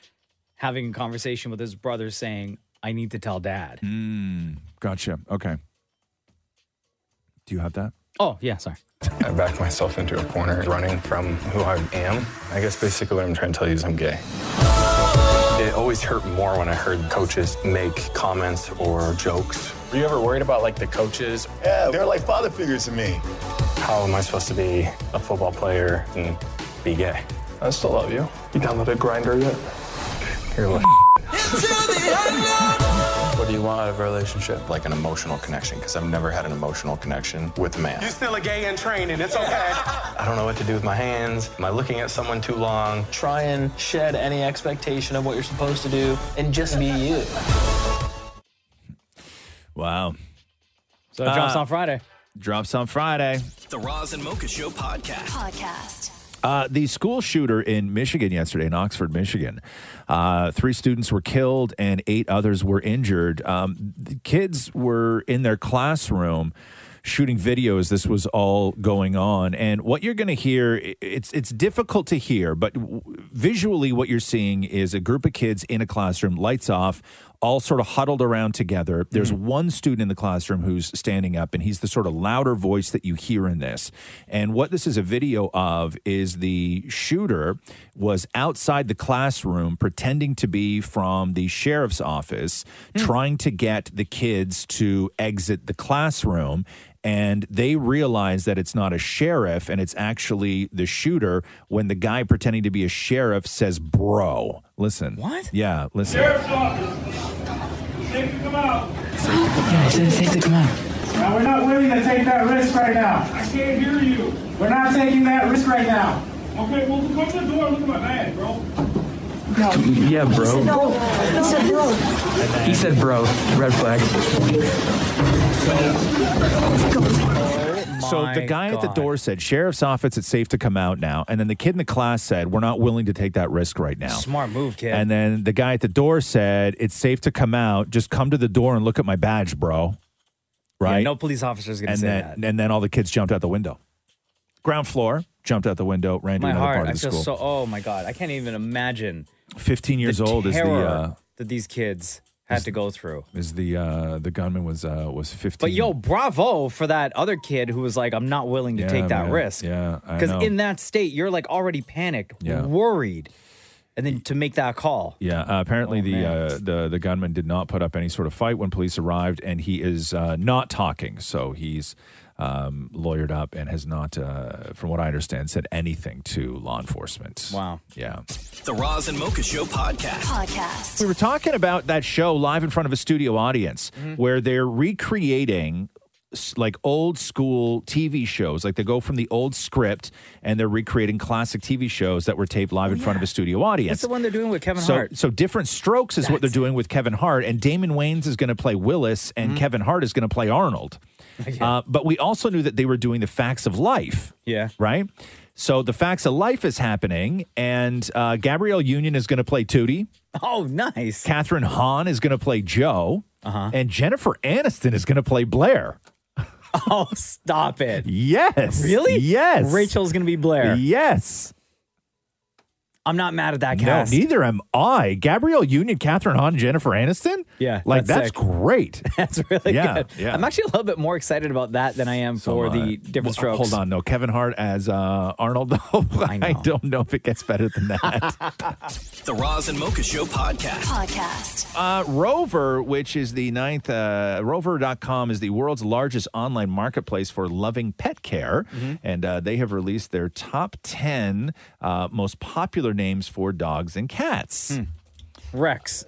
having a conversation with his brother saying i need to tell dad Mm, gotcha. Okay. Do you have that? oh yeah sorry I backed myself into a corner running from who I am. I guess basically what I'm trying to tell you is I'm gay. It always hurt more when I heard coaches make comments or jokes. Were you ever worried about like the coaches? Yeah, they're like father figures to me. How am I supposed to be a football player and be gay? I still love you. You downloaded Grinder yet? Here, look. What do you want out of a relationship? Like an emotional connection, because I've never had an emotional connection with a man. You're still a gay in training. It's okay. I don't know what to do with my hands. Am I looking at someone too long? Try and shed any expectation of what you're supposed to do and just be you. Wow. Uh, so it drops on friday Drops on Friday. The Roz and Mocha Show podcast. Podcast. Uh, the school shooter in Michigan yesterday, in Oxford, Michigan, uh, three students were killed and eight others were injured. Um, the kids were in their classroom shooting videos. This was all going on, and what you're going to hear i- it's it's difficult to hear, but w- visually, what you're seeing is a group of kids in a classroom, lights off, all sort of huddled around together. There's one student in the classroom who's standing up, and he's the sort of louder voice that you hear in this. And what this is a video of is the shooter was outside the classroom pretending to be from the sheriff's office, trying to get the kids to exit the classroom. And they realize that it's not a sheriff and it's actually the shooter when the guy pretending to be a sheriff says, Bro. Listen. What? Yeah, listen. Sheriff's office. Safe to come out. Yeah, it's safe to come out. Now, we're not willing to take that risk right now. I can't hear you. We're not taking that risk right now. Okay, well, come to the door. Look at my bag, bro. Yeah, bro. He said no. He said, bro. Red flag. So the guy at the door said, Sheriff's office, it's safe to come out now. And then the kid in the class said, We're not willing to take that risk right now. smart move kid And then the guy at the door said, It's safe to come out. Just come to the door and look at my badge, bro. right? no police officer is going to and say then, that. And then all the kids jumped out the window. Ground floor jumped out the window, ran to My another heart, part I of the feel school. so. Oh my god, I can't even imagine. 15 years the old is the terror uh, that these kids had to go through. is the uh, the gunman was uh, was 15. But yo, bravo for that other kid who was like, "I'm not willing to Yeah, take that man. risk." Yeah, I know. because in that state, you're like already panicked, Yeah. worried, and then to make that call. Yeah, uh, apparently Oh, the uh, the the gunman did not put up any sort of fight when police arrived, and he is uh, not talking. So he's um, lawyered up and has not, uh, from what I understand, said anything to law enforcement. Wow. Yeah. The Roz and Mocha Show podcast. Podcast. We were talking about that show live in front of a studio audience Mm-hmm. where they're recreating s- like old school TV shows. Like they go from the old script and they're recreating classic TV shows that were taped live in front of a studio audience. It's Oh, the one they're doing with Kevin so, Hart. So different strokes is what they're doing with Kevin Hart, and Damon Wayans is going to play Willis, and Mm-hmm. Kevin Hart is going to play [LAUGHS] Arnold. Uh, but we also knew that they were doing the facts of life. Yeah. Right. So the facts of life is happening, and uh, Gabrielle Union is going to play Tootie. Oh, nice. Catherine Hahn is going to play Joe, uh-huh. and Jennifer Aniston is going to play Blair. [LAUGHS] Oh, stop it! Yes. Really? Yes. Rachel's going to be Blair. Yes. I'm not mad at that cast. No, neither am I. Gabrielle Union, Catherine Hahn, Jennifer Aniston. Yeah, like that's, that's sick. [LAUGHS] great. [LAUGHS] That's really Yeah, good. yeah. I'm actually a little bit more excited about that than I am for the different strokes. Hold on, no. Kevin Hart as uh, Arnold. [LAUGHS] Though I, don't know if it gets better than that. [LAUGHS] The Roz and Mocha Show podcast. Podcast. uh, Rover, which is the ninth, uh, Rover.com is the world's largest online marketplace for loving pet care, and uh, they have released their top ten uh, most popular names for dogs and cats. Rex.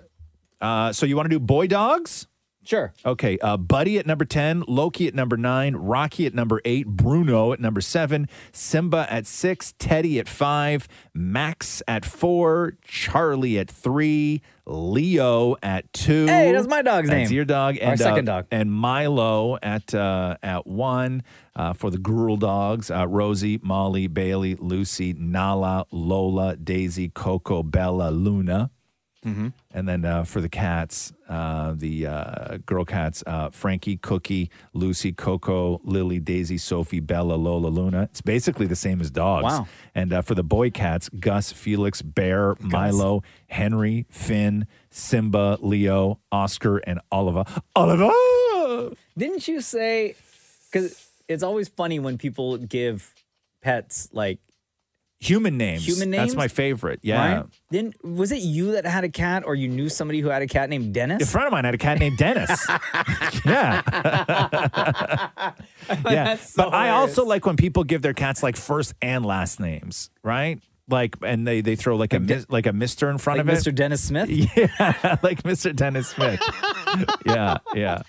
Uh, so you want to do boy dogs? Sure. Okay. Uh, Buddy at number 10, Loki at number 9, Rocky at number 8, Bruno at number 7, Simba at 6, Teddy at 5, Max at 4, Charlie at 3, Leo at 2. Hey, that's my dog's That's name. your dog. Our second dog. And Milo at, uh, at 1. Uh, for the Gruel dogs, uh, Rosie, Molly, Bailey, Lucy, Nala, Lola, Daisy, Coco, Bella, Luna. [LAUGHS] Mm-hmm. And then uh, for the cats, uh, the uh, girl cats, uh, Frankie, Cookie, Lucy, Coco, Lily, Daisy, Sophie, Bella, Lola, Luna. It's basically the same as dogs. Wow. And uh, for the boy cats, Gus, Felix, Bear, Milo, Henry, Finn, Simba, Leo, Oscar, and Oliver. Oliver! Didn't you say? Because it's always funny when people give pets like human names. Human names. That's my favorite. Yeah. Right? Didn't was it you that had a cat, or you knew somebody who had a cat named Dennis? A friend of mine had a cat [LAUGHS] named [LAUGHS] Dennis. yeah. [LAUGHS] yeah. That's but so I hilarious. also like when people give their cats like first and last names, right? Like, and they they throw like a mis- like a Mister in front Like of it. Mr. Dennis [LAUGHS] Smith. Yeah, like Mr. Dennis Smith. [LAUGHS] yeah, yeah.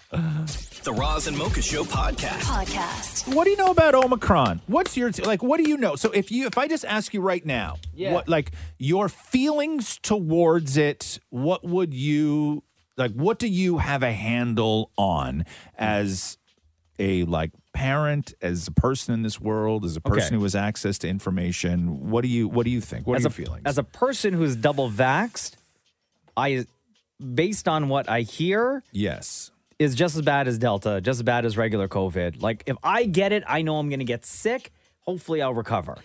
The Roz and Mocha Show podcast. Podcast. What do you know about Omicron? What's your like? What do you know? So if you if I just ask you right now, Yeah. what like your feelings towards it? What would you like? What do you have a handle on as a like parent, as a person in this world, as a person Okay. who has access to information? What do you What do you think? What as are a, you feeling? As a person who's double vaxxed, I, based on what I hear, Yes. is just as bad as Delta, just as bad as regular COVID. Like if I get it, I know I'm going to get sick. Hopefully, I'll recover.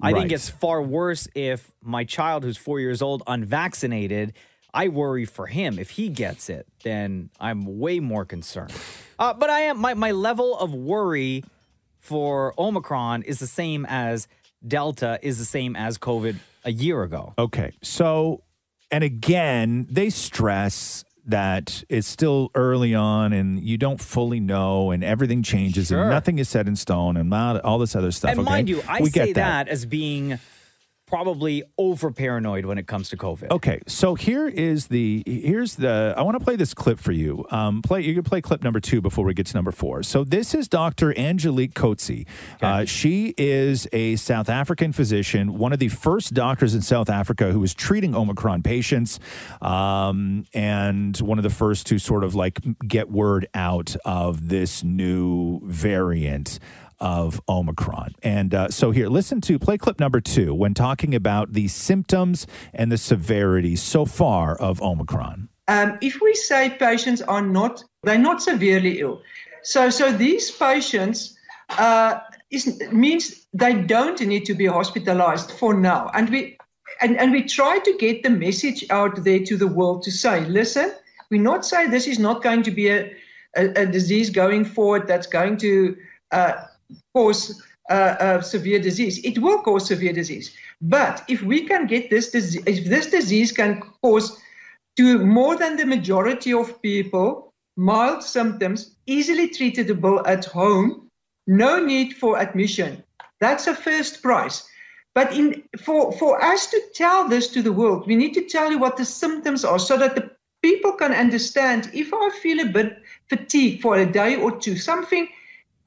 I think Right. it's far worse if my child, who's four years old, unvaccinated. I worry for him. If he gets it, then I'm way more concerned. Uh, but I am my my level of worry for Omicron is the same as Delta is the same as COVID a year ago. Okay. So, and again, they stress that it's still early on and you don't fully know and everything changes and Sure. nothing is set in stone and not all this other stuff. And okay? mind you, I We say get that. as being probably over paranoid when it comes to COVID. Okay, so here is the here's the I want to play this clip for you. Um, play you can play clip number two before we get to number four. So this is Dr. Angelique Coetzee. Uh, she is a South African physician, one of the first doctors in South Africa who was treating Omicron patients, um, and one of the first to sort of like get word out of this new variant of Omicron. And uh, so here, listen to play clip number two when talking about the symptoms and the severity so far of Omicron. Um, if we say patients are not, they're not severely ill, So, so these patients uh, is, means they don't need to be hospitalized for now, and we and, and we try to get the message out there to the world to say, listen, we not say this is not going to be a a, a disease going forward that's going to uh, cause uh, uh, severe disease. It will cause severe disease, but if we can get this disease, if this disease can cause to more than the majority of people mild symptoms, easily treatable at home, no need for admission. That's a first price. But in, for, for us to tell this to the world, we need to tell you what the symptoms are so that the people can understand if I feel a bit fatigued for a day or two, something,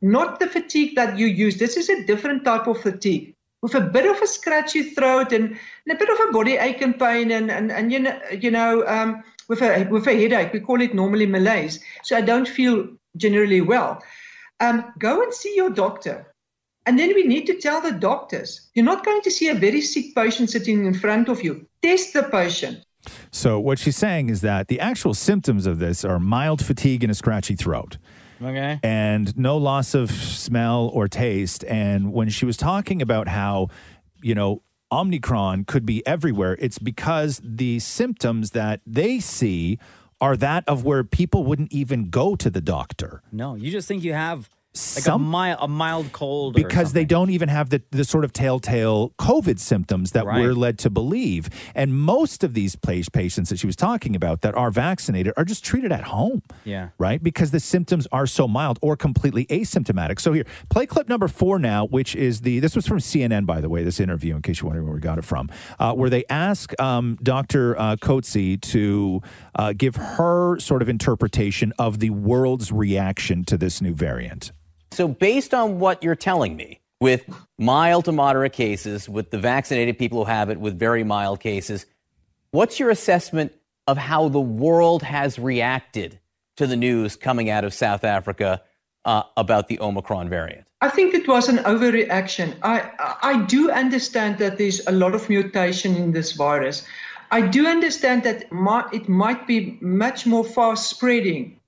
not the fatigue that you use. This is a different type of fatigue with a bit of a scratchy throat and, and a bit of a body ache and pain and, and, and you know, you know um, with, a, with a headache. We call it normally malaise. So I don't feel generally well. Um, go and see your doctor. And then we need to tell the doctors you're not going to see a very sick patient sitting in front of you. Test the patient. So what she's saying is that the actual symptoms of this are mild fatigue and a scratchy throat. Okay. And no loss of smell or taste. And when she was talking about how, you know, Omicron could be everywhere, it's because the symptoms that they see are that of where people wouldn't even go to the doctor. No, you just think you have like a Some- mild, a mild cold or because they don't even have the, the sort of telltale COVID symptoms that Right. we're led to believe. And most of these pla- patients that she was talking about that are vaccinated are just treated at home, Yeah. right? Because the symptoms are so mild or completely asymptomatic. So here, play clip number four now, which is the, this was from CNN, by the way, this interview, in case you're wondering where we got it from, uh, where they ask um, Dr. Uh, Coetzee to uh, give her sort of interpretation of the world's reaction to this new variant. So, based on what you're telling me, with mild to moderate cases, with the vaccinated people who have it, with very mild cases, what's your assessment of how the world has reacted to the news coming out of South Africa uh, about the Omicron variant? I think it was an overreaction. I, I- I do understand that there's a lot of mutation in this virus. I do understand that mi- it might be much more fast spreading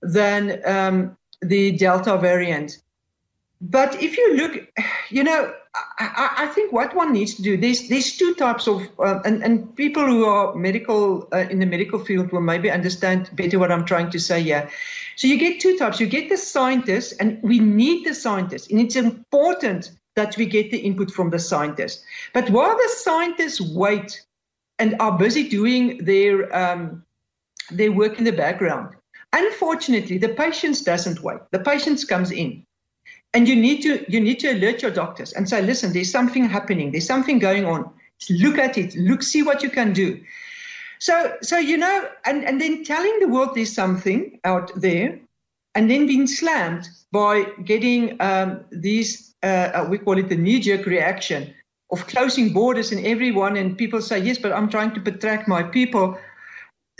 than um, the Delta variant. But if you look, you know, I- I, I think what one needs to do, there's, there's two types of, uh, and, and people who are medical, uh, in the medical field will maybe understand better what I'm trying to say here. So you get two types. You get the scientists, and we need the scientists, and it's important that we get the input from the scientists. But while the scientists wait and are busy doing their um, their work in the background, unfortunately, the patients doesn't wait. The patients comes in, and you need to you need to alert your doctors and say, listen, there's something happening. There's something going on. Look at it. Look, see what you can do. So, so you know, and, and then telling the world there's something out there, and then being slammed by getting um, these, uh, uh, we call it the knee jerk reaction of closing borders and everyone, and people say, yes, but I'm trying to protect my people.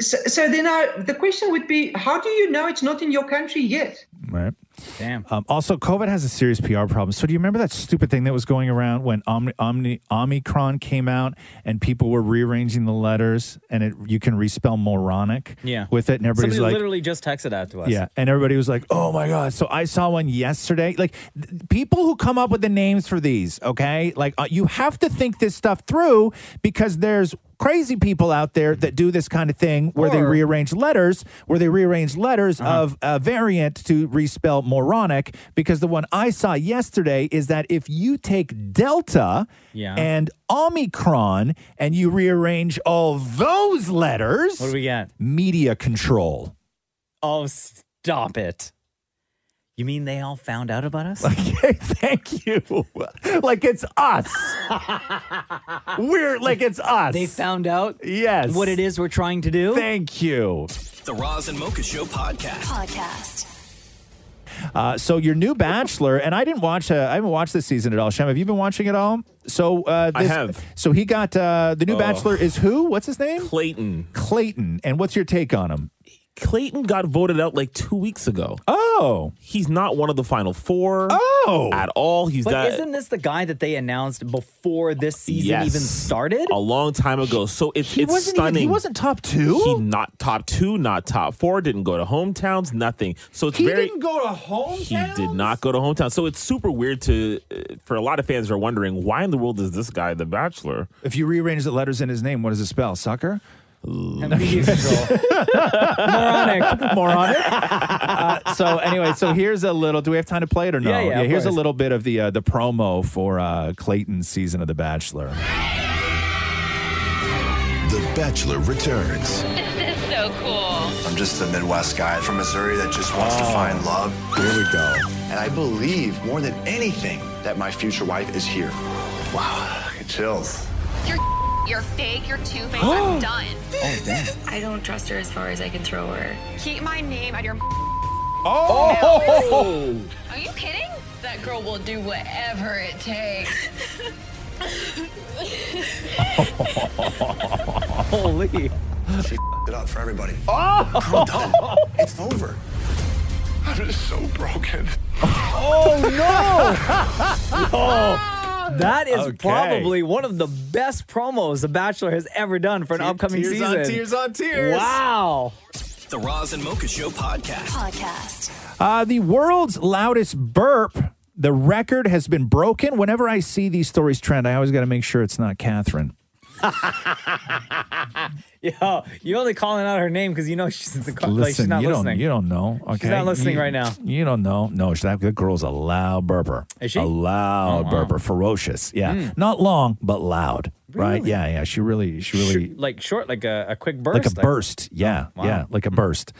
So, so then I, the question would be, how do you know it's not in your country yet? Right. Damn. Um, also, COVID has a serious PR problem. So, do you remember that stupid thing that was going around when Omni- Omni- Omicron came out and people were rearranging the letters and it you can respell moronic Yeah. with it? And everybody's Somebody like, literally just texted that to us. yeah. And everybody was like, oh my God. So, I saw one yesterday. Like, th- people who come up with the names for these, okay? Like, uh, you have to think this stuff through because there's crazy people out there that do this kind of thing where they Or- Uh-huh. rearrange letters, where they rearrange letters of a variant to respell moronic, because the one I saw yesterday is that if you take Delta Yeah. and Omicron and you rearrange all those letters, What do we got? Media control. Oh, stop it. You mean they all found out about [LAUGHS] us? Okay, thank you. like it's [LAUGHS] us. We're like it's us. They found out yes. what it is we're trying to do. Thank you. The Roz and Mocha Show podcast. Podcast. Uh, so your new Bachelor, and I didn't watch. Uh, I haven't watched this season at all. Shem, have you been watching it all? So uh, I this, have. So he got uh, the new Oh. Bachelor is who? What's his name? Clayton. Clayton. And what's your take on him? Clayton got voted out like two weeks ago. Oh, he's not one of the final four. Oh, at all. He's But not. isn't this the guy that they announced before this season Yes. even started? a long time ago. So it's He it's wasn't even- he stunning. wasn't top two. He not top two, not top four. Didn't go to hometowns. Nothing. So it's He very. didn't go to home. he did not go to hometown. So it's super weird to. Uh, for a lot of fans, are wondering why in the world is this guy the Bachelor? If you rearrange the letters in his name, what does it spell? Sucker. Moronic. [LAUGHS] Moronic. Uh, so anyway, so here's a little. Do we have time to play it or no? Yeah, yeah, of here's a course. little bit of the uh, the promo for uh, Clayton's season of The Bachelor. The Bachelor returns. [LAUGHS] This is so cool. I'm just a Midwest guy from Missouri that just wants to Oh. find love. Here we go. And I believe more than anything that my future wife is here. Wow, I get chills. You're you're fake, you're two faced, I'm done. Oh, damn. I don't trust her as far as I can throw her. Keep my name out of your [LAUGHS] Oh! Are you kidding? That girl will do whatever it takes. Holy. [LAUGHS] She it up for everybody. I'm [LAUGHS] done. It's over. I'm just so broken. Oh no! Oh! [LAUGHS] That is Okay. probably one of the best promos the Bachelor has ever done for an upcoming tears on season. tears on tears. Wow. [LAUGHS] The Roz and Mocha Show podcast. Podcast. Uh, the world's loudest burp. The record has been broken. Whenever I see these stories trend, I always got to make sure it's not Catherine. Yo, you're only calling out her name because you know she's in the car. Listen, like she's not you listening. don't. You don't know. Okay, She's not listening You- right now. You don't know. No, she- that, that girl's a loud burper. Is she a loud Oh, burper? Ferocious. Yeah, Mm. not long, but loud. Right? Yeah, yeah. She really, she really, like short, like a, a quick burst. Oh, like a burst. Yeah, wow. yeah, like a burst.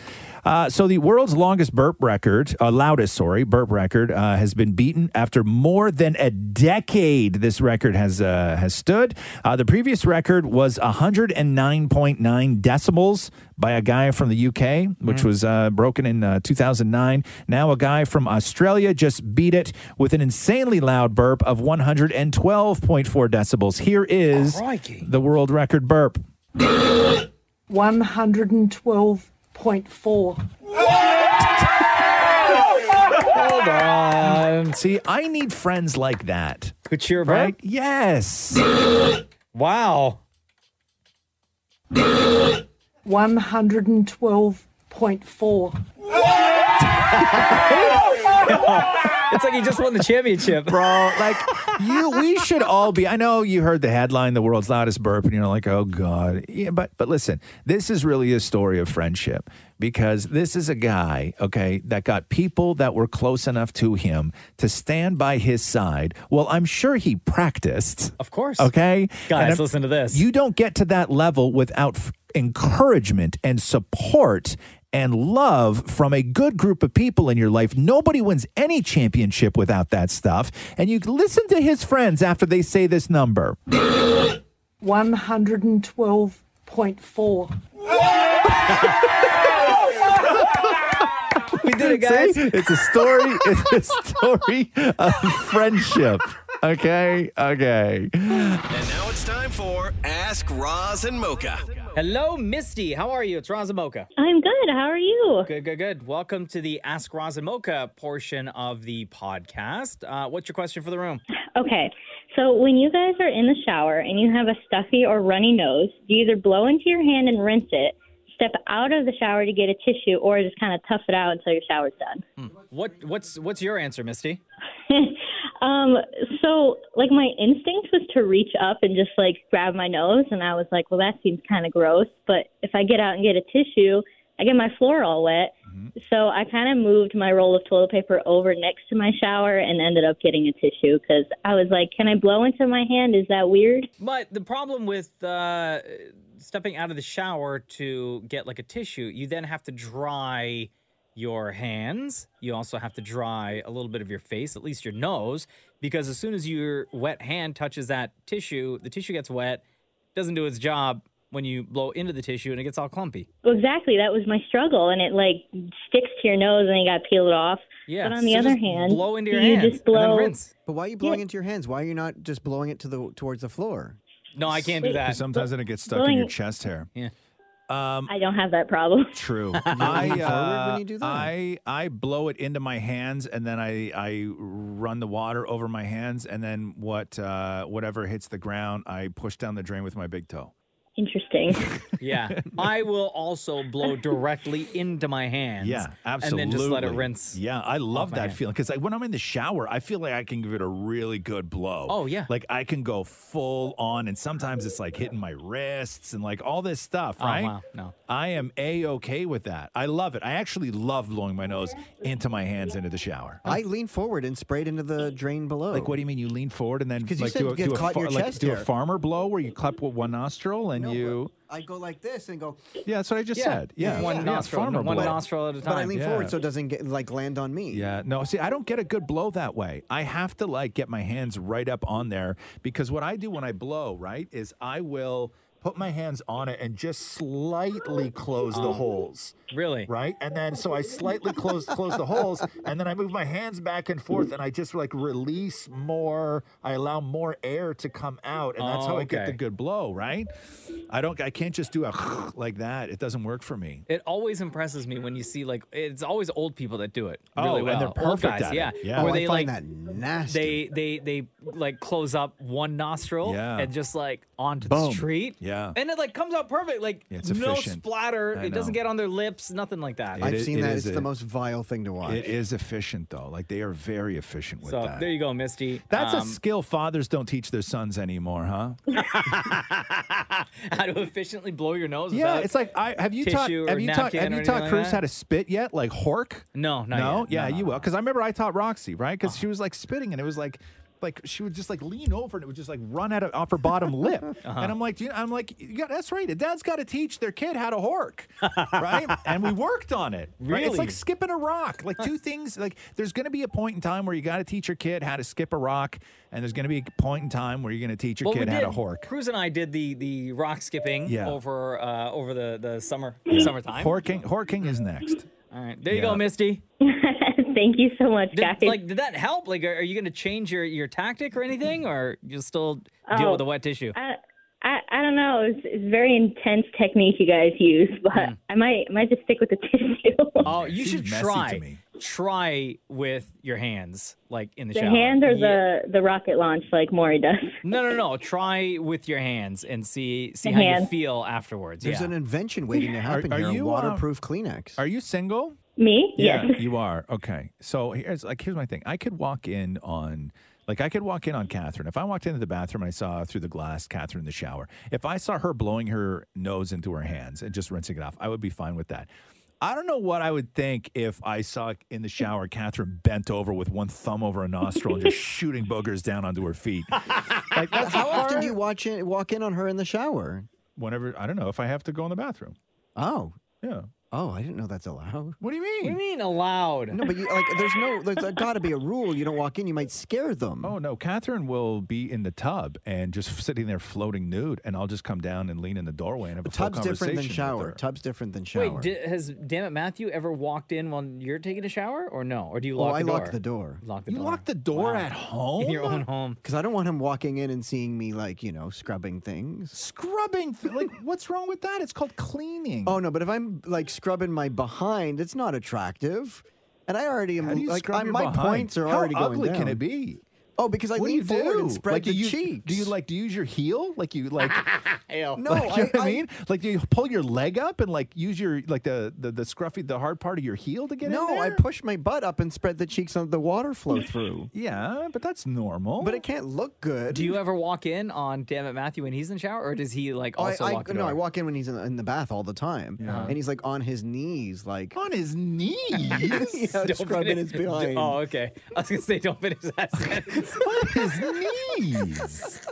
Uh, so the world's longest burp record, uh, loudest, sorry, burp record, uh, has been beaten after more than a decade. This record has uh, has stood. Uh, the previous record was 109.9 decibels by a guy from the UK, Mm. which was uh, broken in uh, 2009. Now a guy from Australia just beat it with an insanely loud burp of 112.4 decibels. Here is the world record burp. 112.4. Hold on. See, I need friends like that. Could cheer right? Yes. [LAUGHS] wow. 112.4. it's like he just won the championship, bro. Like you, we should all be. I know you heard the headline, "The World's Loudest Burp," and you're like, "Oh God." Yeah, but but listen, this is really a story of friendship because this is a guy, okay, that got people that were close enough to him to stand by his side. Well, I'm sure he practiced, Of course. okay, Guys, And I'm- listen to this. You don't get to that level without f- encouragement and support and love from a good group of people in your life. Nobody wins any championship without that stuff. And you listen to his friends after they say this [LAUGHS] number. 112.4. we did it, guys. It's a story. [LAUGHS] It's a story of friendship. Okay. Okay. And now it's time for Ask Roz and Mocha. Hello, Misty. How are you? It's Razamoka. I'm good. How are you? Good, good, good. Welcome to the Ask Razamoka portion of the podcast. Uh, what's your question for the room? Okay. So when you guys are in the shower and you have a stuffy or runny nose, do you either blow into your hand and rinse it, step out of the shower to get a tissue, or just kind of tough it out until your shower's done? What what's what's your answer, Misty? [LAUGHS] Um, so like my instinct was to reach up and just like grab my nose and I was like, Well that seems kinda gross, but if I get out and get a tissue, I get my floor all wet. Mm-hmm. So I kind of moved my roll of toilet paper over next to my shower and ended up getting a tissue because I was like, "Can I blow into my hand? Is that weird?" But the problem with uh, stepping out of the shower to get like a tissue, you then have to dry your hands. You also have to dry a little bit of your face, at least your nose, because as soon as your wet hand touches that tissue, the tissue gets wet, doesn't do its job when you blow into the tissue, and it gets all clumpy. Well, exactly. That was my struggle, and it like sticks to your nose, and you got to peel it off. Yeah, but on the so other just hand, blow into your you hands just and blow. But why are you blowing into your hands? Why are you not just blowing it to the towards the floor? No, I can't do that. Sometimes then it gets stuck in Blowing- your chest hair. Yeah. Um, I don't have that problem. [LAUGHS] [LAUGHS] True. uh, I, forward when you do that? I I blow it into my hands and then I I run the water over my hands and then what uh, whatever hits the ground I push down the drain with my big toe. Interesting. [LAUGHS] Yeah. I will also [LAUGHS] blow directly into my hands. Yeah, absolutely. And then just let it rinse. Yeah, I love my that hand. feeling because when I'm in the shower, I feel like I can give it a really good blow. Oh, yeah. like I can go full on, and sometimes it's like hitting my wrists and like all this stuff. Oh, Right? wow. No. I am a okay with that. I love it. I actually love blowing my nose into my hands into the shower. I leaned forward and sprayed into the drain below. Like, what do you mean you lean forward and then Because you like said do you a, get do a caught in far- your like, chest do a there. farmer blow where you clap with one nostril and you. I go like this and go. Yeah, that's what I just said. Yeah, one yeah, nostril, farmer one blow. nostril at a time. But I lean Yeah. forward so it doesn't get like land on me. Yeah, no. See, I don't get a good blow that way. I have to like get my hands right up on there because what I do when I blow, right, is I will put my hands on it and just slightly close the holes. Oh, Really? Right? And then so I slightly close close the holes and then I move my hands back and forth and I just like release more, I allow more air to come out and that's Oh, how I get the okay. good blow, right? I don't I can't just do a [LAUGHS] like that. It doesn't work for me. It always impresses me when you see like it's always old people that do it. Oh, Really and well. they're Old perfect guys, at it. yeah. Yeah. Oh, Where I they find like that nasty. They they they like close up one nostril Yeah. and just like onto the Boom. street. Yeah. And it like comes out perfect. Like Yeah, it's no efficient. splatter. I It doesn't know. get on their lips, nothing like that. I've seen that. It's a- the most vile thing to watch. It is efficient though. Like they are very efficient with so that. there you go, Misty. That's a Um, skill fathers don't teach their sons anymore, huh? [LAUGHS] how to efficiently blow your nose. Yeah, without it's like I have you taught tissue or have you taught napkin have or you anything taught like Cruz that? how to spit yet? Like hork? No, not no, yet. yeah, No, Uh-huh. no, you will because I remember I taught Roxy right because she was like spitting and it was like. Like she would just like lean over and it would just like run out of off her bottom [LAUGHS] lip, Uh-huh. and I'm like, "Do you, I'm like, yeah, that's right. A dad's got to teach their kid how to hork, right? [LAUGHS] and we worked on [LAUGHS] it. right? It's Really? like skipping a rock. Like [LAUGHS] two things. Like there's going to be a point in time where you got to teach your kid how to skip a rock, and there's going to be a point in time where you're going to teach your Well, we kid how did- to hork. Cruz and I did the the rock skipping Yeah. over uh, over the the summer Mm. summertime. Horking, horking is next. All right, there you go, Misty. [LAUGHS] Thank you so much, Did, guys. like, did that help? Like, are, are you going to change your, your tactic or anything, or you'll still deal Oh, with the wet tissue? I, I, I don't know. It's, it's very intense technique you guys use, but Hmm. I might might just stick with the [LAUGHS] tissue. oh, you should messy to try try with your hands, like in the, The shower. hand or Yeah. the the rocket launch, like Maury does. No, no, no. Try with your hands and see see The how you hand. feel afterwards. There's yeah. an invention waiting to happen are here. a you, uh, waterproof Kleenex. Are you single? Me? Yeah, you are. Okay. So here's like here's my thing. I could walk in on like I could walk in on Catherine. If I walked into the bathroom and I saw through the glass Catherine in the shower, if I saw her blowing her nose into her hands and just rinsing it off, I would be fine with that. I don't know what I would think if I saw in the shower Catherine bent over with one thumb over a nostril and just shooting boogers down onto her feet. Like But that's How often do hard- you watch it, walk in on her in the shower? Whenever I don't know if I have to go in the bathroom. Oh, yeah. Oh, I didn't know that's allowed. What do you mean? What do you mean allowed? No, but you, like, there's no, there's got to be a rule. You don't walk in, you might scare them. Oh no, Catherine will be in the tub and just sitting there floating nude, and I'll just come down and lean in the doorway and have a full Tub's different than conversation with shower. her. Tub's different than [LAUGHS] shower. Wait, di- has damn it Matthew ever walked in while you're taking a shower, or no? Or do you oh, lock I the door? locked the door. Lock the door. Lock the door [LAUGHS] at home. In your own home. Because I don't want him walking in and seeing me, like, you know, scrubbing things. Scrubbing, th- [LAUGHS] like, what's wrong with that? It's called cleaning. Oh, no, but if I'm, like, scrubbing my behind, it's not attractive. And I already am, How do you like, scrub I- your my behind? points are How already going ugly can down. it be? Oh, because I what do lean you forward do? and spread like, the do you, cheeks. Do you like do you use your heel? Like you [LAUGHS] like? no, No, like, you know what I, I- mean, like do you pull your leg up and like use your like the the, the scruffy the hard part of your heel to get in no, there? I push my butt up and spread the cheeks on the water flow through. [LAUGHS] yeah, but that's normal. But it can't look good. Do you ever walk in on damn it Matthew when he's in the shower, or does he like Oh, I, also I- lock the no, door? I walk in when he's in the, in the bath all the time, and he's like on his knees, like on his knees, [LAUGHS] [LAUGHS] yeah, Don't scrubbing his [LAUGHS] finish- behind. Oh, okay. I was gonna say don't finish [LAUGHS] that sentence. his knees.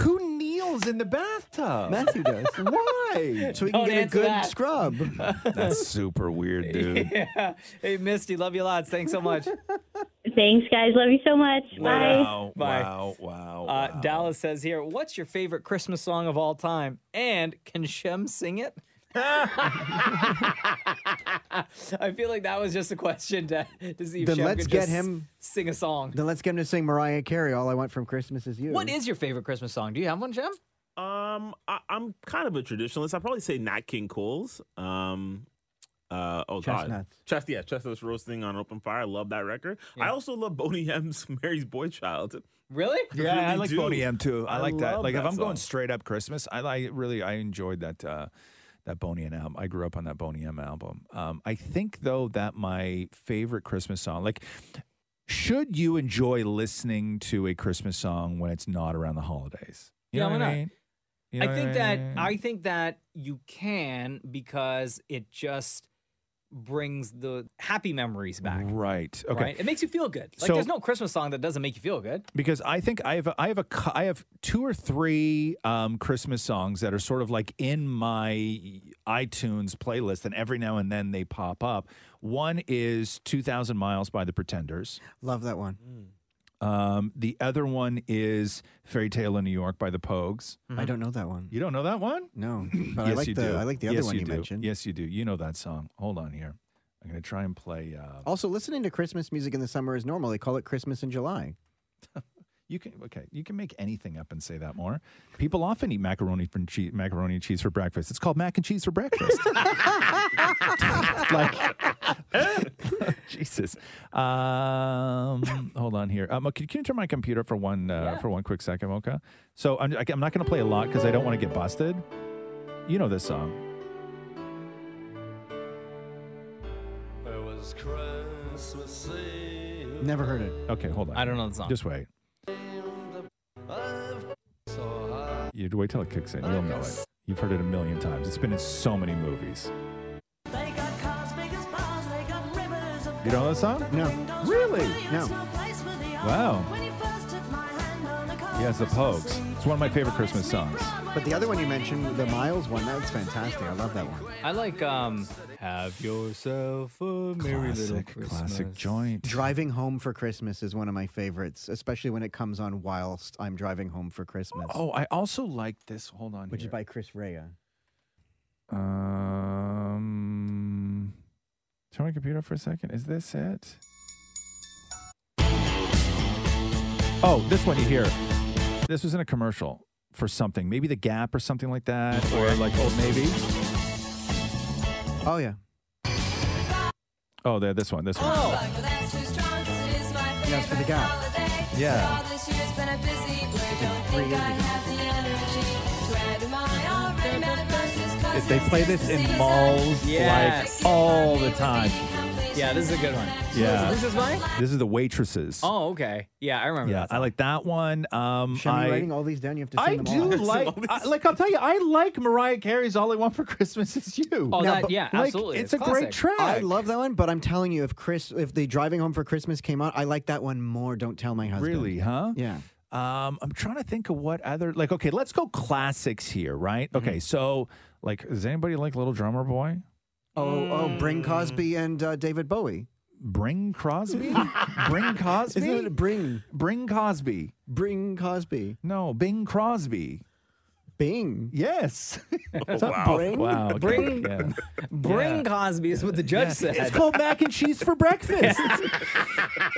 Who kneels in the bathtub? Matthew does. Why? So he can Don't get a answer good that. [LAUGHS] scrub. [LAUGHS] That's super weird, dude. yeah. Hey Misty, love you lots. Thanks so much. Thanks, guys. Love you so much. Bye. Wow, Bye. wow, wow. Uh, Dallas says here, what's your favorite Christmas song of all time? And can Shem [LAUGHS] sing it? I feel like that was just a question to, to see if Then Shem let's could get just him- sing a song. then let's get him to sing Mariah Carey. All I want from Christmas is you. What is your favorite Christmas song? Do you have one, Shem? Um, I, I'm kind of a traditionalist. I probably say Nat King Cole's. Um, uh, oh God, Chestnuts. chest yeah, chestnuts roasting on open fire. I love that record. I also love Boney M's [LAUGHS] Mary's Boy Child. Really? Yeah, I like Boney M too. I, like that. love Like if that I'm going song. straight up Christmas, I like really I enjoyed that uh that Boney M album. I grew up on that Boney M album. Um I think though that my favorite Christmas song like should you enjoy listening to a Christmas song when it's not around the holidays? You Yeah, know why what not? I mean? You know I what think mean? that I think that you can because it just brings the happy memories back. Right. Okay. Right? It makes you feel good. Like So- there's no Christmas song that doesn't make you feel good. because I think I have a, I have a cou- I have two or three um, Christmas songs that are sort of like in my iTunes playlist, and every now and then they pop up. One is Two Thousand Miles by the Pretenders. Mm. Love that one. Um, the other one is Fairy Tale in New York by the Pogues. Mm-hmm. I don't know that one. Mm-hmm. You don't know that one? No, [CLEARS THROAT] but yes, I like you the do. I like the other Yes, one you do. mentioned. Yes, you do. You know that song. Hold on here. I'm going to try and play. Uh, Also, listening to Christmas music in the summer is normal. They call it Christmas in July. You can okay. You can make anything up and say that more. People often eat macaroni from cheese, macaroni and cheese for breakfast. It's called mac and cheese for [LAUGHS] breakfast. like [LAUGHS] Jesus. Um, hold on here. Uh, Mo, can, can you turn my computer for one uh, for one quick second, Mocha? So I'm, I, am not going to play a lot because I don't want to get busted. You know this song. It was Christmas Eve. Never heard it. Okay, hold on. I don't know the song. Just wait. You wait till it kicks in. You'll know it. You've heard it a million times. It's been in so many movies. You don't know this song? No. Really? No. Wow. Yeah, it's the Pogues. It's one of my favorite Christmas songs. But the other one you mentioned, the Miles one, that's fantastic. I love that one. I like um Have yourself a merry little Classic, Christmas. classic joint. Driving home for Christmas is one of my favorites, especially when it comes on whilst I'm driving home for Christmas. Oh, I also like this. Hold on. which here. is by Chris Rea. Um, turn my computer for a second. Is this it? Oh, this one you hear. This was in a commercial for something, maybe the Gap or something like that, or like Old Navy. Oh yeah. Oh, there. This one. This one. Yes, for the Gap. Yeah. If they play this in malls, Like all the time. Yeah, this is a good one. Yeah. This is mine? This is the waitresses. Oh, okay. Yeah, I remember yeah, that. I like that one. Um, Should I I, writing all these down? You have to. Send I them do [LAUGHS] all. [LAUGHS] like, I, like I'll tell you, I like Mariah Carey's "All I Want for Christmas Is You." Oh, Now, that- but, yeah, like, absolutely. It's, It's a great track. I love that one, but I'm telling you, if Chris, if the Driving Home for Christmas came out, I like that one more. Don't tell my husband. Really, huh? Yeah. Um, I'm trying to think of what other like. Okay, let's go classics here, right? Okay, so like, does anybody like Little Drummer Boy? Oh, oh, Bring Cosby and uh, David Bowie. Bring Crosby? [LAUGHS] Bring Cosby? Isn't it Bring? Bring Cosby. Bring Cosby. No, Bing Crosby. Bing. [LAUGHS] Yes. Oh, wow. Bring- Wow. okay, Bring- yeah. Bring Cosby is what the judge said. It's called mac and cheese [LAUGHS] for breakfast.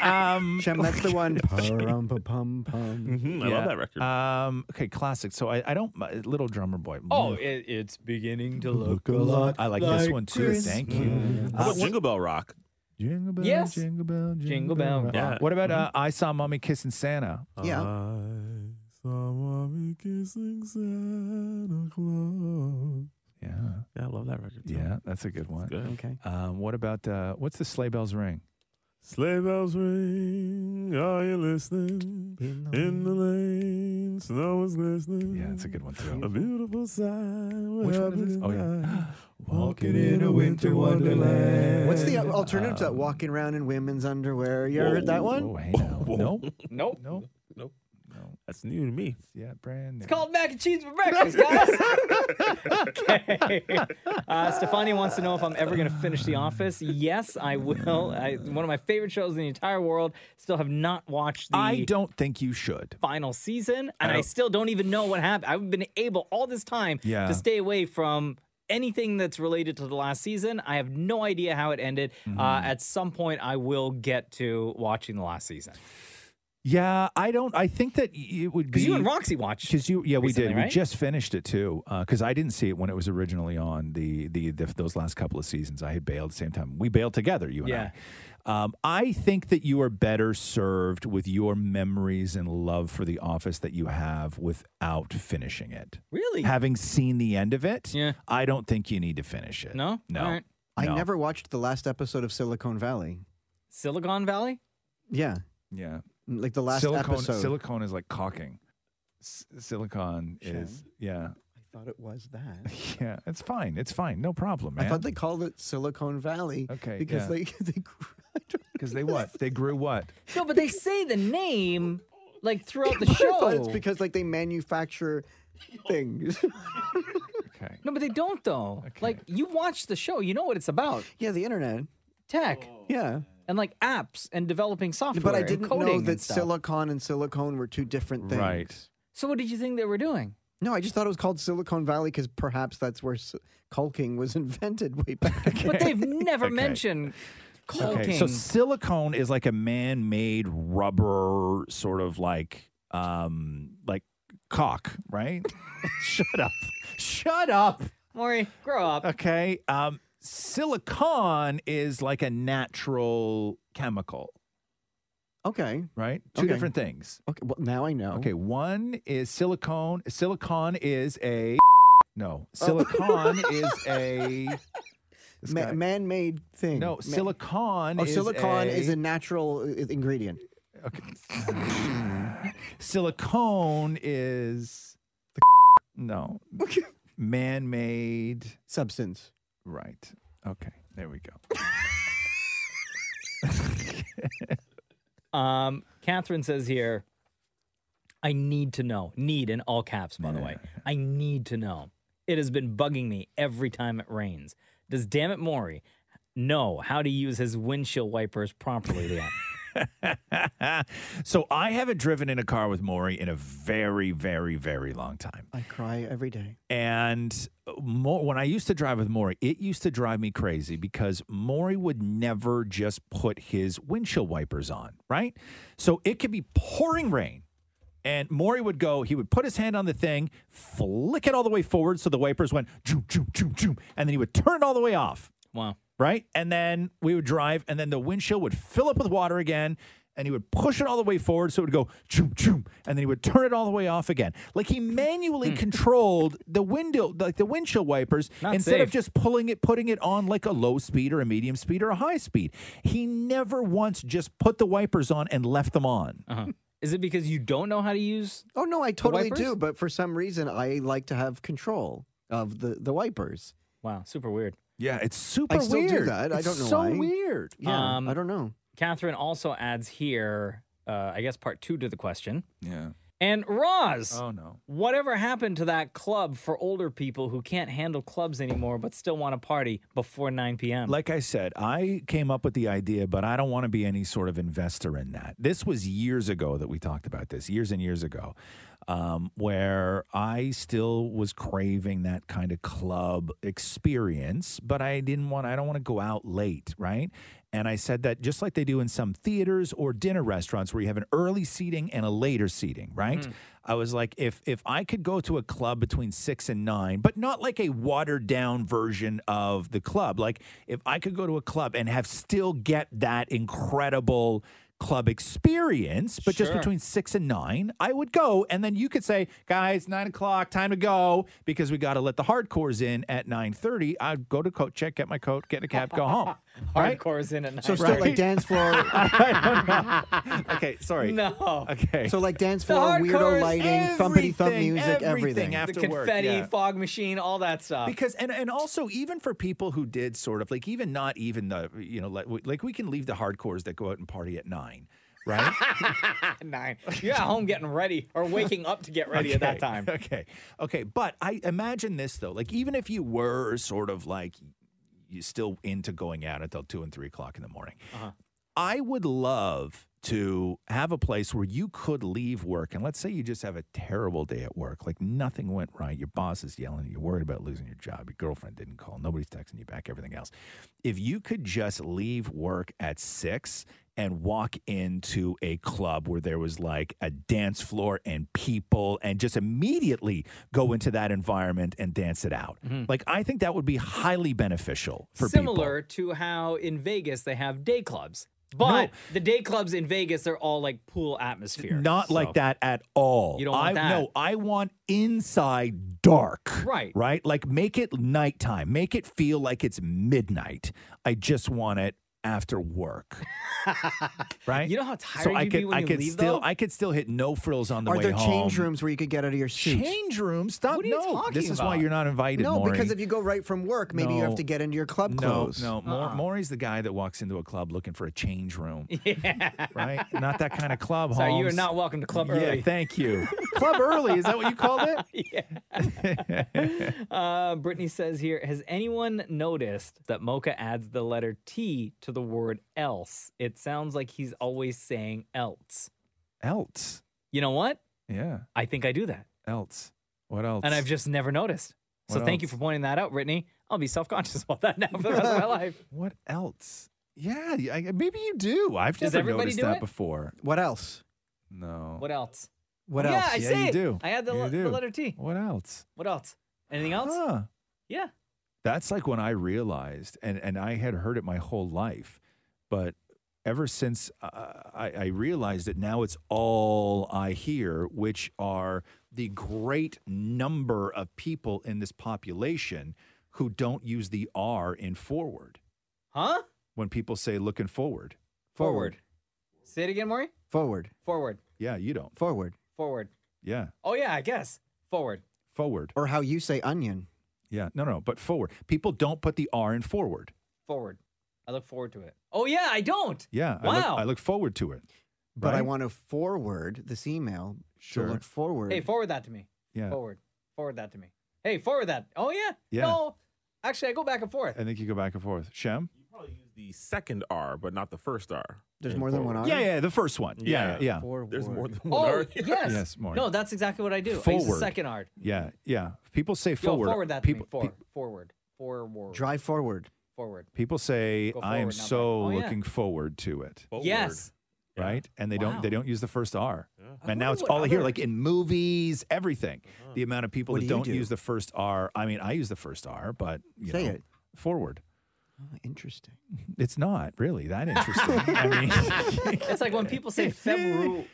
Ah. um, Shem, that's the [LAUGHS] one. Pum pum pum. yeah. Um, okay, classic. So I, I don't. my- Little Drummer Boy. Oh, it, it's beginning to look, a lot I like this one too, thank you. Uh, Christmas. How about Jingle Bell Rock. Jingle bell, Yes. jingle bell, jingle, Jingle bell rock. rock. What about Mm-hmm. uh, I Saw Mommy Kissing Santa? Yeah. Yeah. Yeah, I love that record. Too. Yeah, that's a good one. good. Okay. Um, what about uh, what's the sleigh bells ring? Sleigh bells ring, are you listening? In the lane, snow is glistening. Yeah, that's a good one too. A beautiful sign. Which one is this? Oh [GASPS] yeah, walking in a winter wonderland. What's the alternative to that? Walking around in women's underwear. You ever heard that one? Oh, hey now. No, Nope. Nope. Nope. That's new to me. yeah, brand new. It's called mac and cheese [LAUGHS] for breakfast, guys. [LAUGHS] okay. Uh, Stefani wants to know if I'm ever going to finish The Office. Yes, I will. I, one of my favorite shows in the entire world. Still have not watched the I don't think you should. final season, I and I, don't- still don't even know what happened. I've been able all this time Yeah. to stay away from anything that's related to the last season. I have no Mm-hmm. idea how it ended. Uh, at some point, I will get to watching the last season. Yeah, I don't. I think that y- it would be 'Cause you and Roxy watched because you. Yeah, we recently, did. We right? just finished it too because I didn't see it when it was originally on the, the the those last couple of seasons. I had bailed at the same time. We bailed together, you and Yeah. I. Um, I think that you are better served with your memories and love for The Office that you have without finishing it. Really? Having seen the end of it, Yeah. I don't think you need to finish it. No? no. All right. I No. never watched the last episode of Silicon Valley. Silicon Valley? Yeah. Yeah. Like the last silicone, episode. Silicone is like caulking. S- silicon is yeah. I thought it was that. [LAUGHS] Yeah, it's fine. It's fine. No problem, man. I thought they called it Silicon Valley. Okay, Because yeah. they, [LAUGHS] they because they what? They grew what? No, but they say the name like [LAUGHS] throughout the I thought show. it's because like they manufacture [LAUGHS] things. no, but they don't though. Like you watch the show, you know what it's about. Yeah, the internet, tech. Oh. Yeah, and like apps and developing software. but I and didn't coding know and that stuff. silicon and silicone were two different things. Right. So what did you think they were doing? [LAUGHS] No, I just thought it was called Silicon Valley because perhaps that's where s- caulking was [LAUGHS] invented way back. But they've [LAUGHS] never Okay. mentioned caulking. Okay, so silicone is like a man-made rubber sort of like um like cock, right? Shut up. Shut up. Maury, grow up. Okay. Um silicon is like a natural chemical. Okay. Right? Two Okay. different things. Okay, well now I know. Okay, one is silicone. Silicon is a no. Silicon is a Ma- guy- man-made thing. No, Ma- silicon Oh, is silicon a- is a natural uh, ingredient. silicone is the [LAUGHS] no man-made substance. Right. Okay. There we go. [LAUGHS] Um, Catherine says here, I need to know. Need in all caps, by the way. I need to know. It has been bugging me every time it rains. Does damn it Maury know how to use his windshield wipers properly yet? Ah. so I haven't driven in a car with Maury in a very, very, very long time. I cry every day. And Mo- when I used to drive with Maury, it used to drive me crazy because Maury would never just put his windshield wipers on, right? So it could be pouring rain. And Maury would go, he would put his hand on the thing, flick it all the way forward so the wipers went choom, choom, choom, choom, and then he would turn it all the way off. Wow. Right? And then we would drive, and then the windshield would fill up with water again, and he would push it all the way forward so it would go choom, choom, and then he would turn it all the way off again. Like he manually controlled the window, like the windshield wipers, Hmm. Not instead of safe. just pulling it, putting it on like a low speed or a medium speed or a high speed. He never once just put the wipers on and left them on. Uh-huh. Is it because you don't know how to use? Oh no, I totally wipers? do, but for some reason I like to have control of the the wipers. Wow, super weird. Yeah, it's super I still do weird. that. I It's don't know so why. weird. Yeah, Um, I don't know. Catherine also adds here, uh, I guess, part two to the question. Yeah. And Roz. Oh, no. Whatever happened to that club for older people who can't handle clubs anymore but still want to party before 9 p.m.? Like I said, I came up with the idea, but I don't want to be any sort of investor in that. This was years ago that we talked about this, years and years ago, um, where I still was craving that kind of club experience, but I didn't want, I don't want to go out late, right? And I said that just like they do in some theaters or dinner restaurants where you have an early seating and a later seating, right? I was like, if if I could go to a club between six and nine, but not like a watered down version of the club, like if I could go to a club and have still get that incredible club experience, but just Sure. between six and nine, I would go. And then you could say, guys, nine o'clock, time to go, because we gotta let the hardcores in at nine thirty. I'd go to coat check, get my coat, get in a cab, go [LAUGHS] home. Right? Hardcore is in at [LAUGHS] 9 So still [LAUGHS] like dance [LAUGHS] floor. okay, sorry. No. Okay. So like dance The floor, weirdo hardcore is lighting, thumpity thump everything, music, everything. after the work, confetti, yeah. fog machine, all that stuff. because and and also even for people who did sort of like even not even the you know like, like we can leave the hardcores that go out and party at nine right at 9. [LAUGHS] You're at home getting ready or waking up to get ready at that Okay, time. okay okay but i imagine this though like even if you were sort of like you still into going out until two and three o'clock in the morning Uh-huh. I would love to have a place where you could leave work and let's say you just have a terrible day at work like nothing went right your boss is yelling at you, you're worried about losing your job your girlfriend didn't call nobody's texting you back everything else if you could just leave work at 6 and walk into a club where there was like a dance floor and people and just immediately go into that environment and dance it out. Like I think that would be highly beneficial for people. Similar to how in Vegas they have day clubs. But the day clubs in Vegas, they're all like pool atmosphere. Not like that at all. You don't want I, that. No, I want inside dark. Right. Right? Like make it nighttime. Make it feel like it's midnight. I just want it after [LAUGHS] work. right? You know how so tired I you'd could be when I you could leave, still though? I could still hit no frills on the Are way there home. change rooms where you could get out of your seat? Change rooms? Stop. no, This is why you're not invited. No, Maury. because if you go right from work, maybe you have No. to get into your club no, clothes. No, [LAUGHS] Uh-uh. Maury- Maury's the guy that walks into a club looking for a change room. Right? Not that kind of club. [LAUGHS] Sorry, you are Holmes. not welcome to club yeah, early. thank [LAUGHS] you. club early, is that what you called it? [LAUGHS] Uh, Brittany says here, has anyone noticed that Mocha adds the letter T to the word else? It sounds like he's always saying else. Else. You know what? [LAUGHS] Yeah. I think I do that. Else. What else? And I've just never noticed. So What thank you else? for pointing that out, Brittany. I'll be self conscious [LAUGHS] about that now for the rest of [LAUGHS] my life. What else? Yeah, I, maybe you do. I've Does never everybody noticed do that it? before. What else? No. What else? What yeah, else? I Yeah, say you it. do. I add the, You le- the do. letter T. What else? What else? Anything else? Huh. Yeah. That's like when I realized, and, and I had heard it my whole life, but ever since uh, I, I realized it, now it's all I hear, which are the great number of people in this population who don't use the R in forward. Huh? When people say looking forward, Forward. Say it again, Maury. Forward. Forward. Yeah, you don't. Forward. Forward. Yeah. Oh, yeah, I guess. Forward. Forward. Or how you say onion. Yeah. No, no, but forward. People don't put the R in forward. Forward. I look forward to it. Oh, yeah, I don't. Yeah. I Wow. look, I look forward to it. But I Right? want to forward this email Sure. to look forward. Hey, forward that to me. Yeah. Forward. Forward that to me. Hey, forward that. Oh, yeah. Yeah. No. Actually, I go back and [LAUGHS] forth. I think you go back and forth. Shem? The second R, but not the first R. There's And more than one forward. R? Yeah, yeah, the first one. Yeah, yeah. There's more than one Oh, R. yes. Yes, Maury. No, that's exactly what I do. I use the Forward. second art. Yeah, yeah. People say Yo, forward. forward that to me. people, For, forward. Forward. Drive forward. Forward. people say Go I am forward, not so back." Oh, yeah. looking forward to it. Yes. Right? And they Wow. don't they don't use the first R. I And now it's wonder what all I hear other- like in movies, everything. The amount of people What that do you not do? use the first R. I mean, I use the first R, but you Say know, it. forward. Ah, Oh, interesting. [LAUGHS] It's not really [LAUGHS] that interesting. [LAUGHS] I mean, it's like when [LAUGHS] people say February.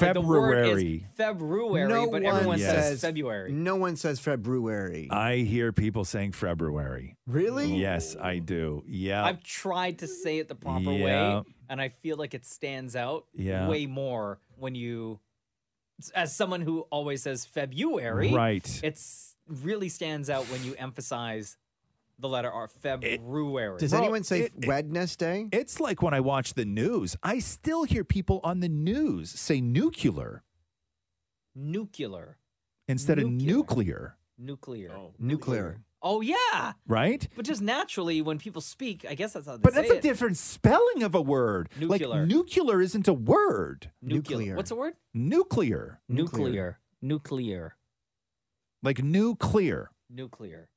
Like the word February. is February, no but everyone one Yes. says February. No one says February. I hear people saying February. Really? Yes, I do. Yeah. I've tried to say it the proper Yeah. way, and I feel like it stands out Yeah. way more when you, as someone who always says February, Right. It's really stands out when you emphasize the letter R, February. Does anyone say it- it- Wednesday? It's like when I watch the news, I still hear people on the news say nuclear nuclear? instead of nuclear, Nuclear. Oh. Nuclear. yeah, right? but just naturally when people speak, I guess that's how they But say that's a it. different spelling of a word. Nuclear. Like nuclear isn't a word. nuclear. What's the word? Nuclear. Nuclear. Nuclear. Like nuclear, Nuclear.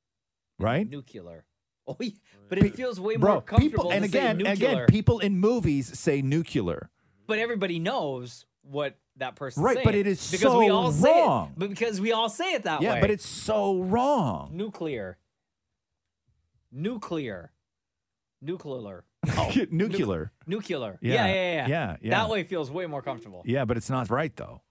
right? Nuclear. Oh, yeah. but it feels way Bro, more comfortable. people and to say again, nuclear. again, people in movies say nuclear. but everybody knows what that person Right, but it is because so we all say wrong. it, but because we all say it that yeah, way. but it's so wrong. nuclear, nuclear, nuclear, Oh. [LAUGHS] nuclear. nuclear. Yeah, Yeah, yeah, yeah, yeah, yeah. That way feels way more comfortable. yeah, but it's not right though.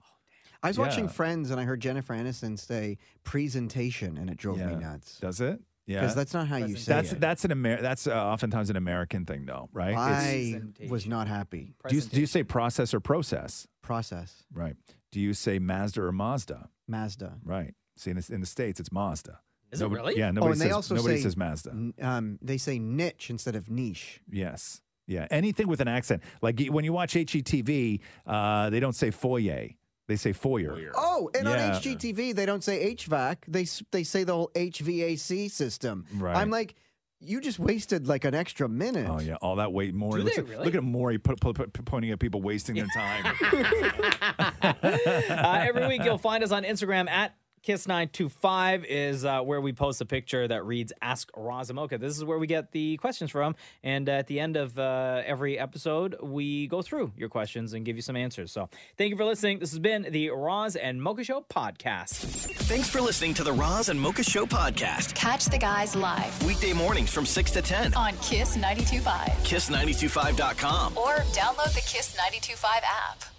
I was watching Yeah. Friends and I heard Jennifer Aniston say presentation and it drove me nuts. Does it? Yeah. Because that's not how you say that's it. that's an Amer- that's uh, oftentimes an American thing though, right? It's- I was not happy. Do you, do you say process or process? Process. Right. Do you say Mazda or Mazda? Mazda. Right. See, in the, in the States, it's Mazda. Is it Nobody- really? Yeah. Oh, Nobody and says they also nobody say, says Mazda. n- Um, they say niche instead of niche. Yes. Yeah. Anything with an accent, like y- when you watch HGTV, uh, they don't say foyer. They say foyer. Oh, and Yeah. on HGTV they don't say HVAC. They s- they say the whole HVAC system. Right. I'm like, you just wasted like an extra minute. Oh yeah, all that wait, Maury. Do looks they at- really? Look at Maury put, put, put, pointing at people [LAUGHS] wasting their time. Uh, every week you'll find us on Instagram at Kiss925 is uh, where we post a picture that reads Ask Razamoka. This is where we get the questions from. And at the end of uh, every episode, we go through your questions and give you some answers. So thank you for listening. This has been the Roz and Mocha Show podcast. Thanks for listening to the Roz and Mocha Show podcast. Catch the guys live Weekday mornings from 6 to 10. on Kiss 92.5 Kiss925.com. or download the Kiss 92.5 app.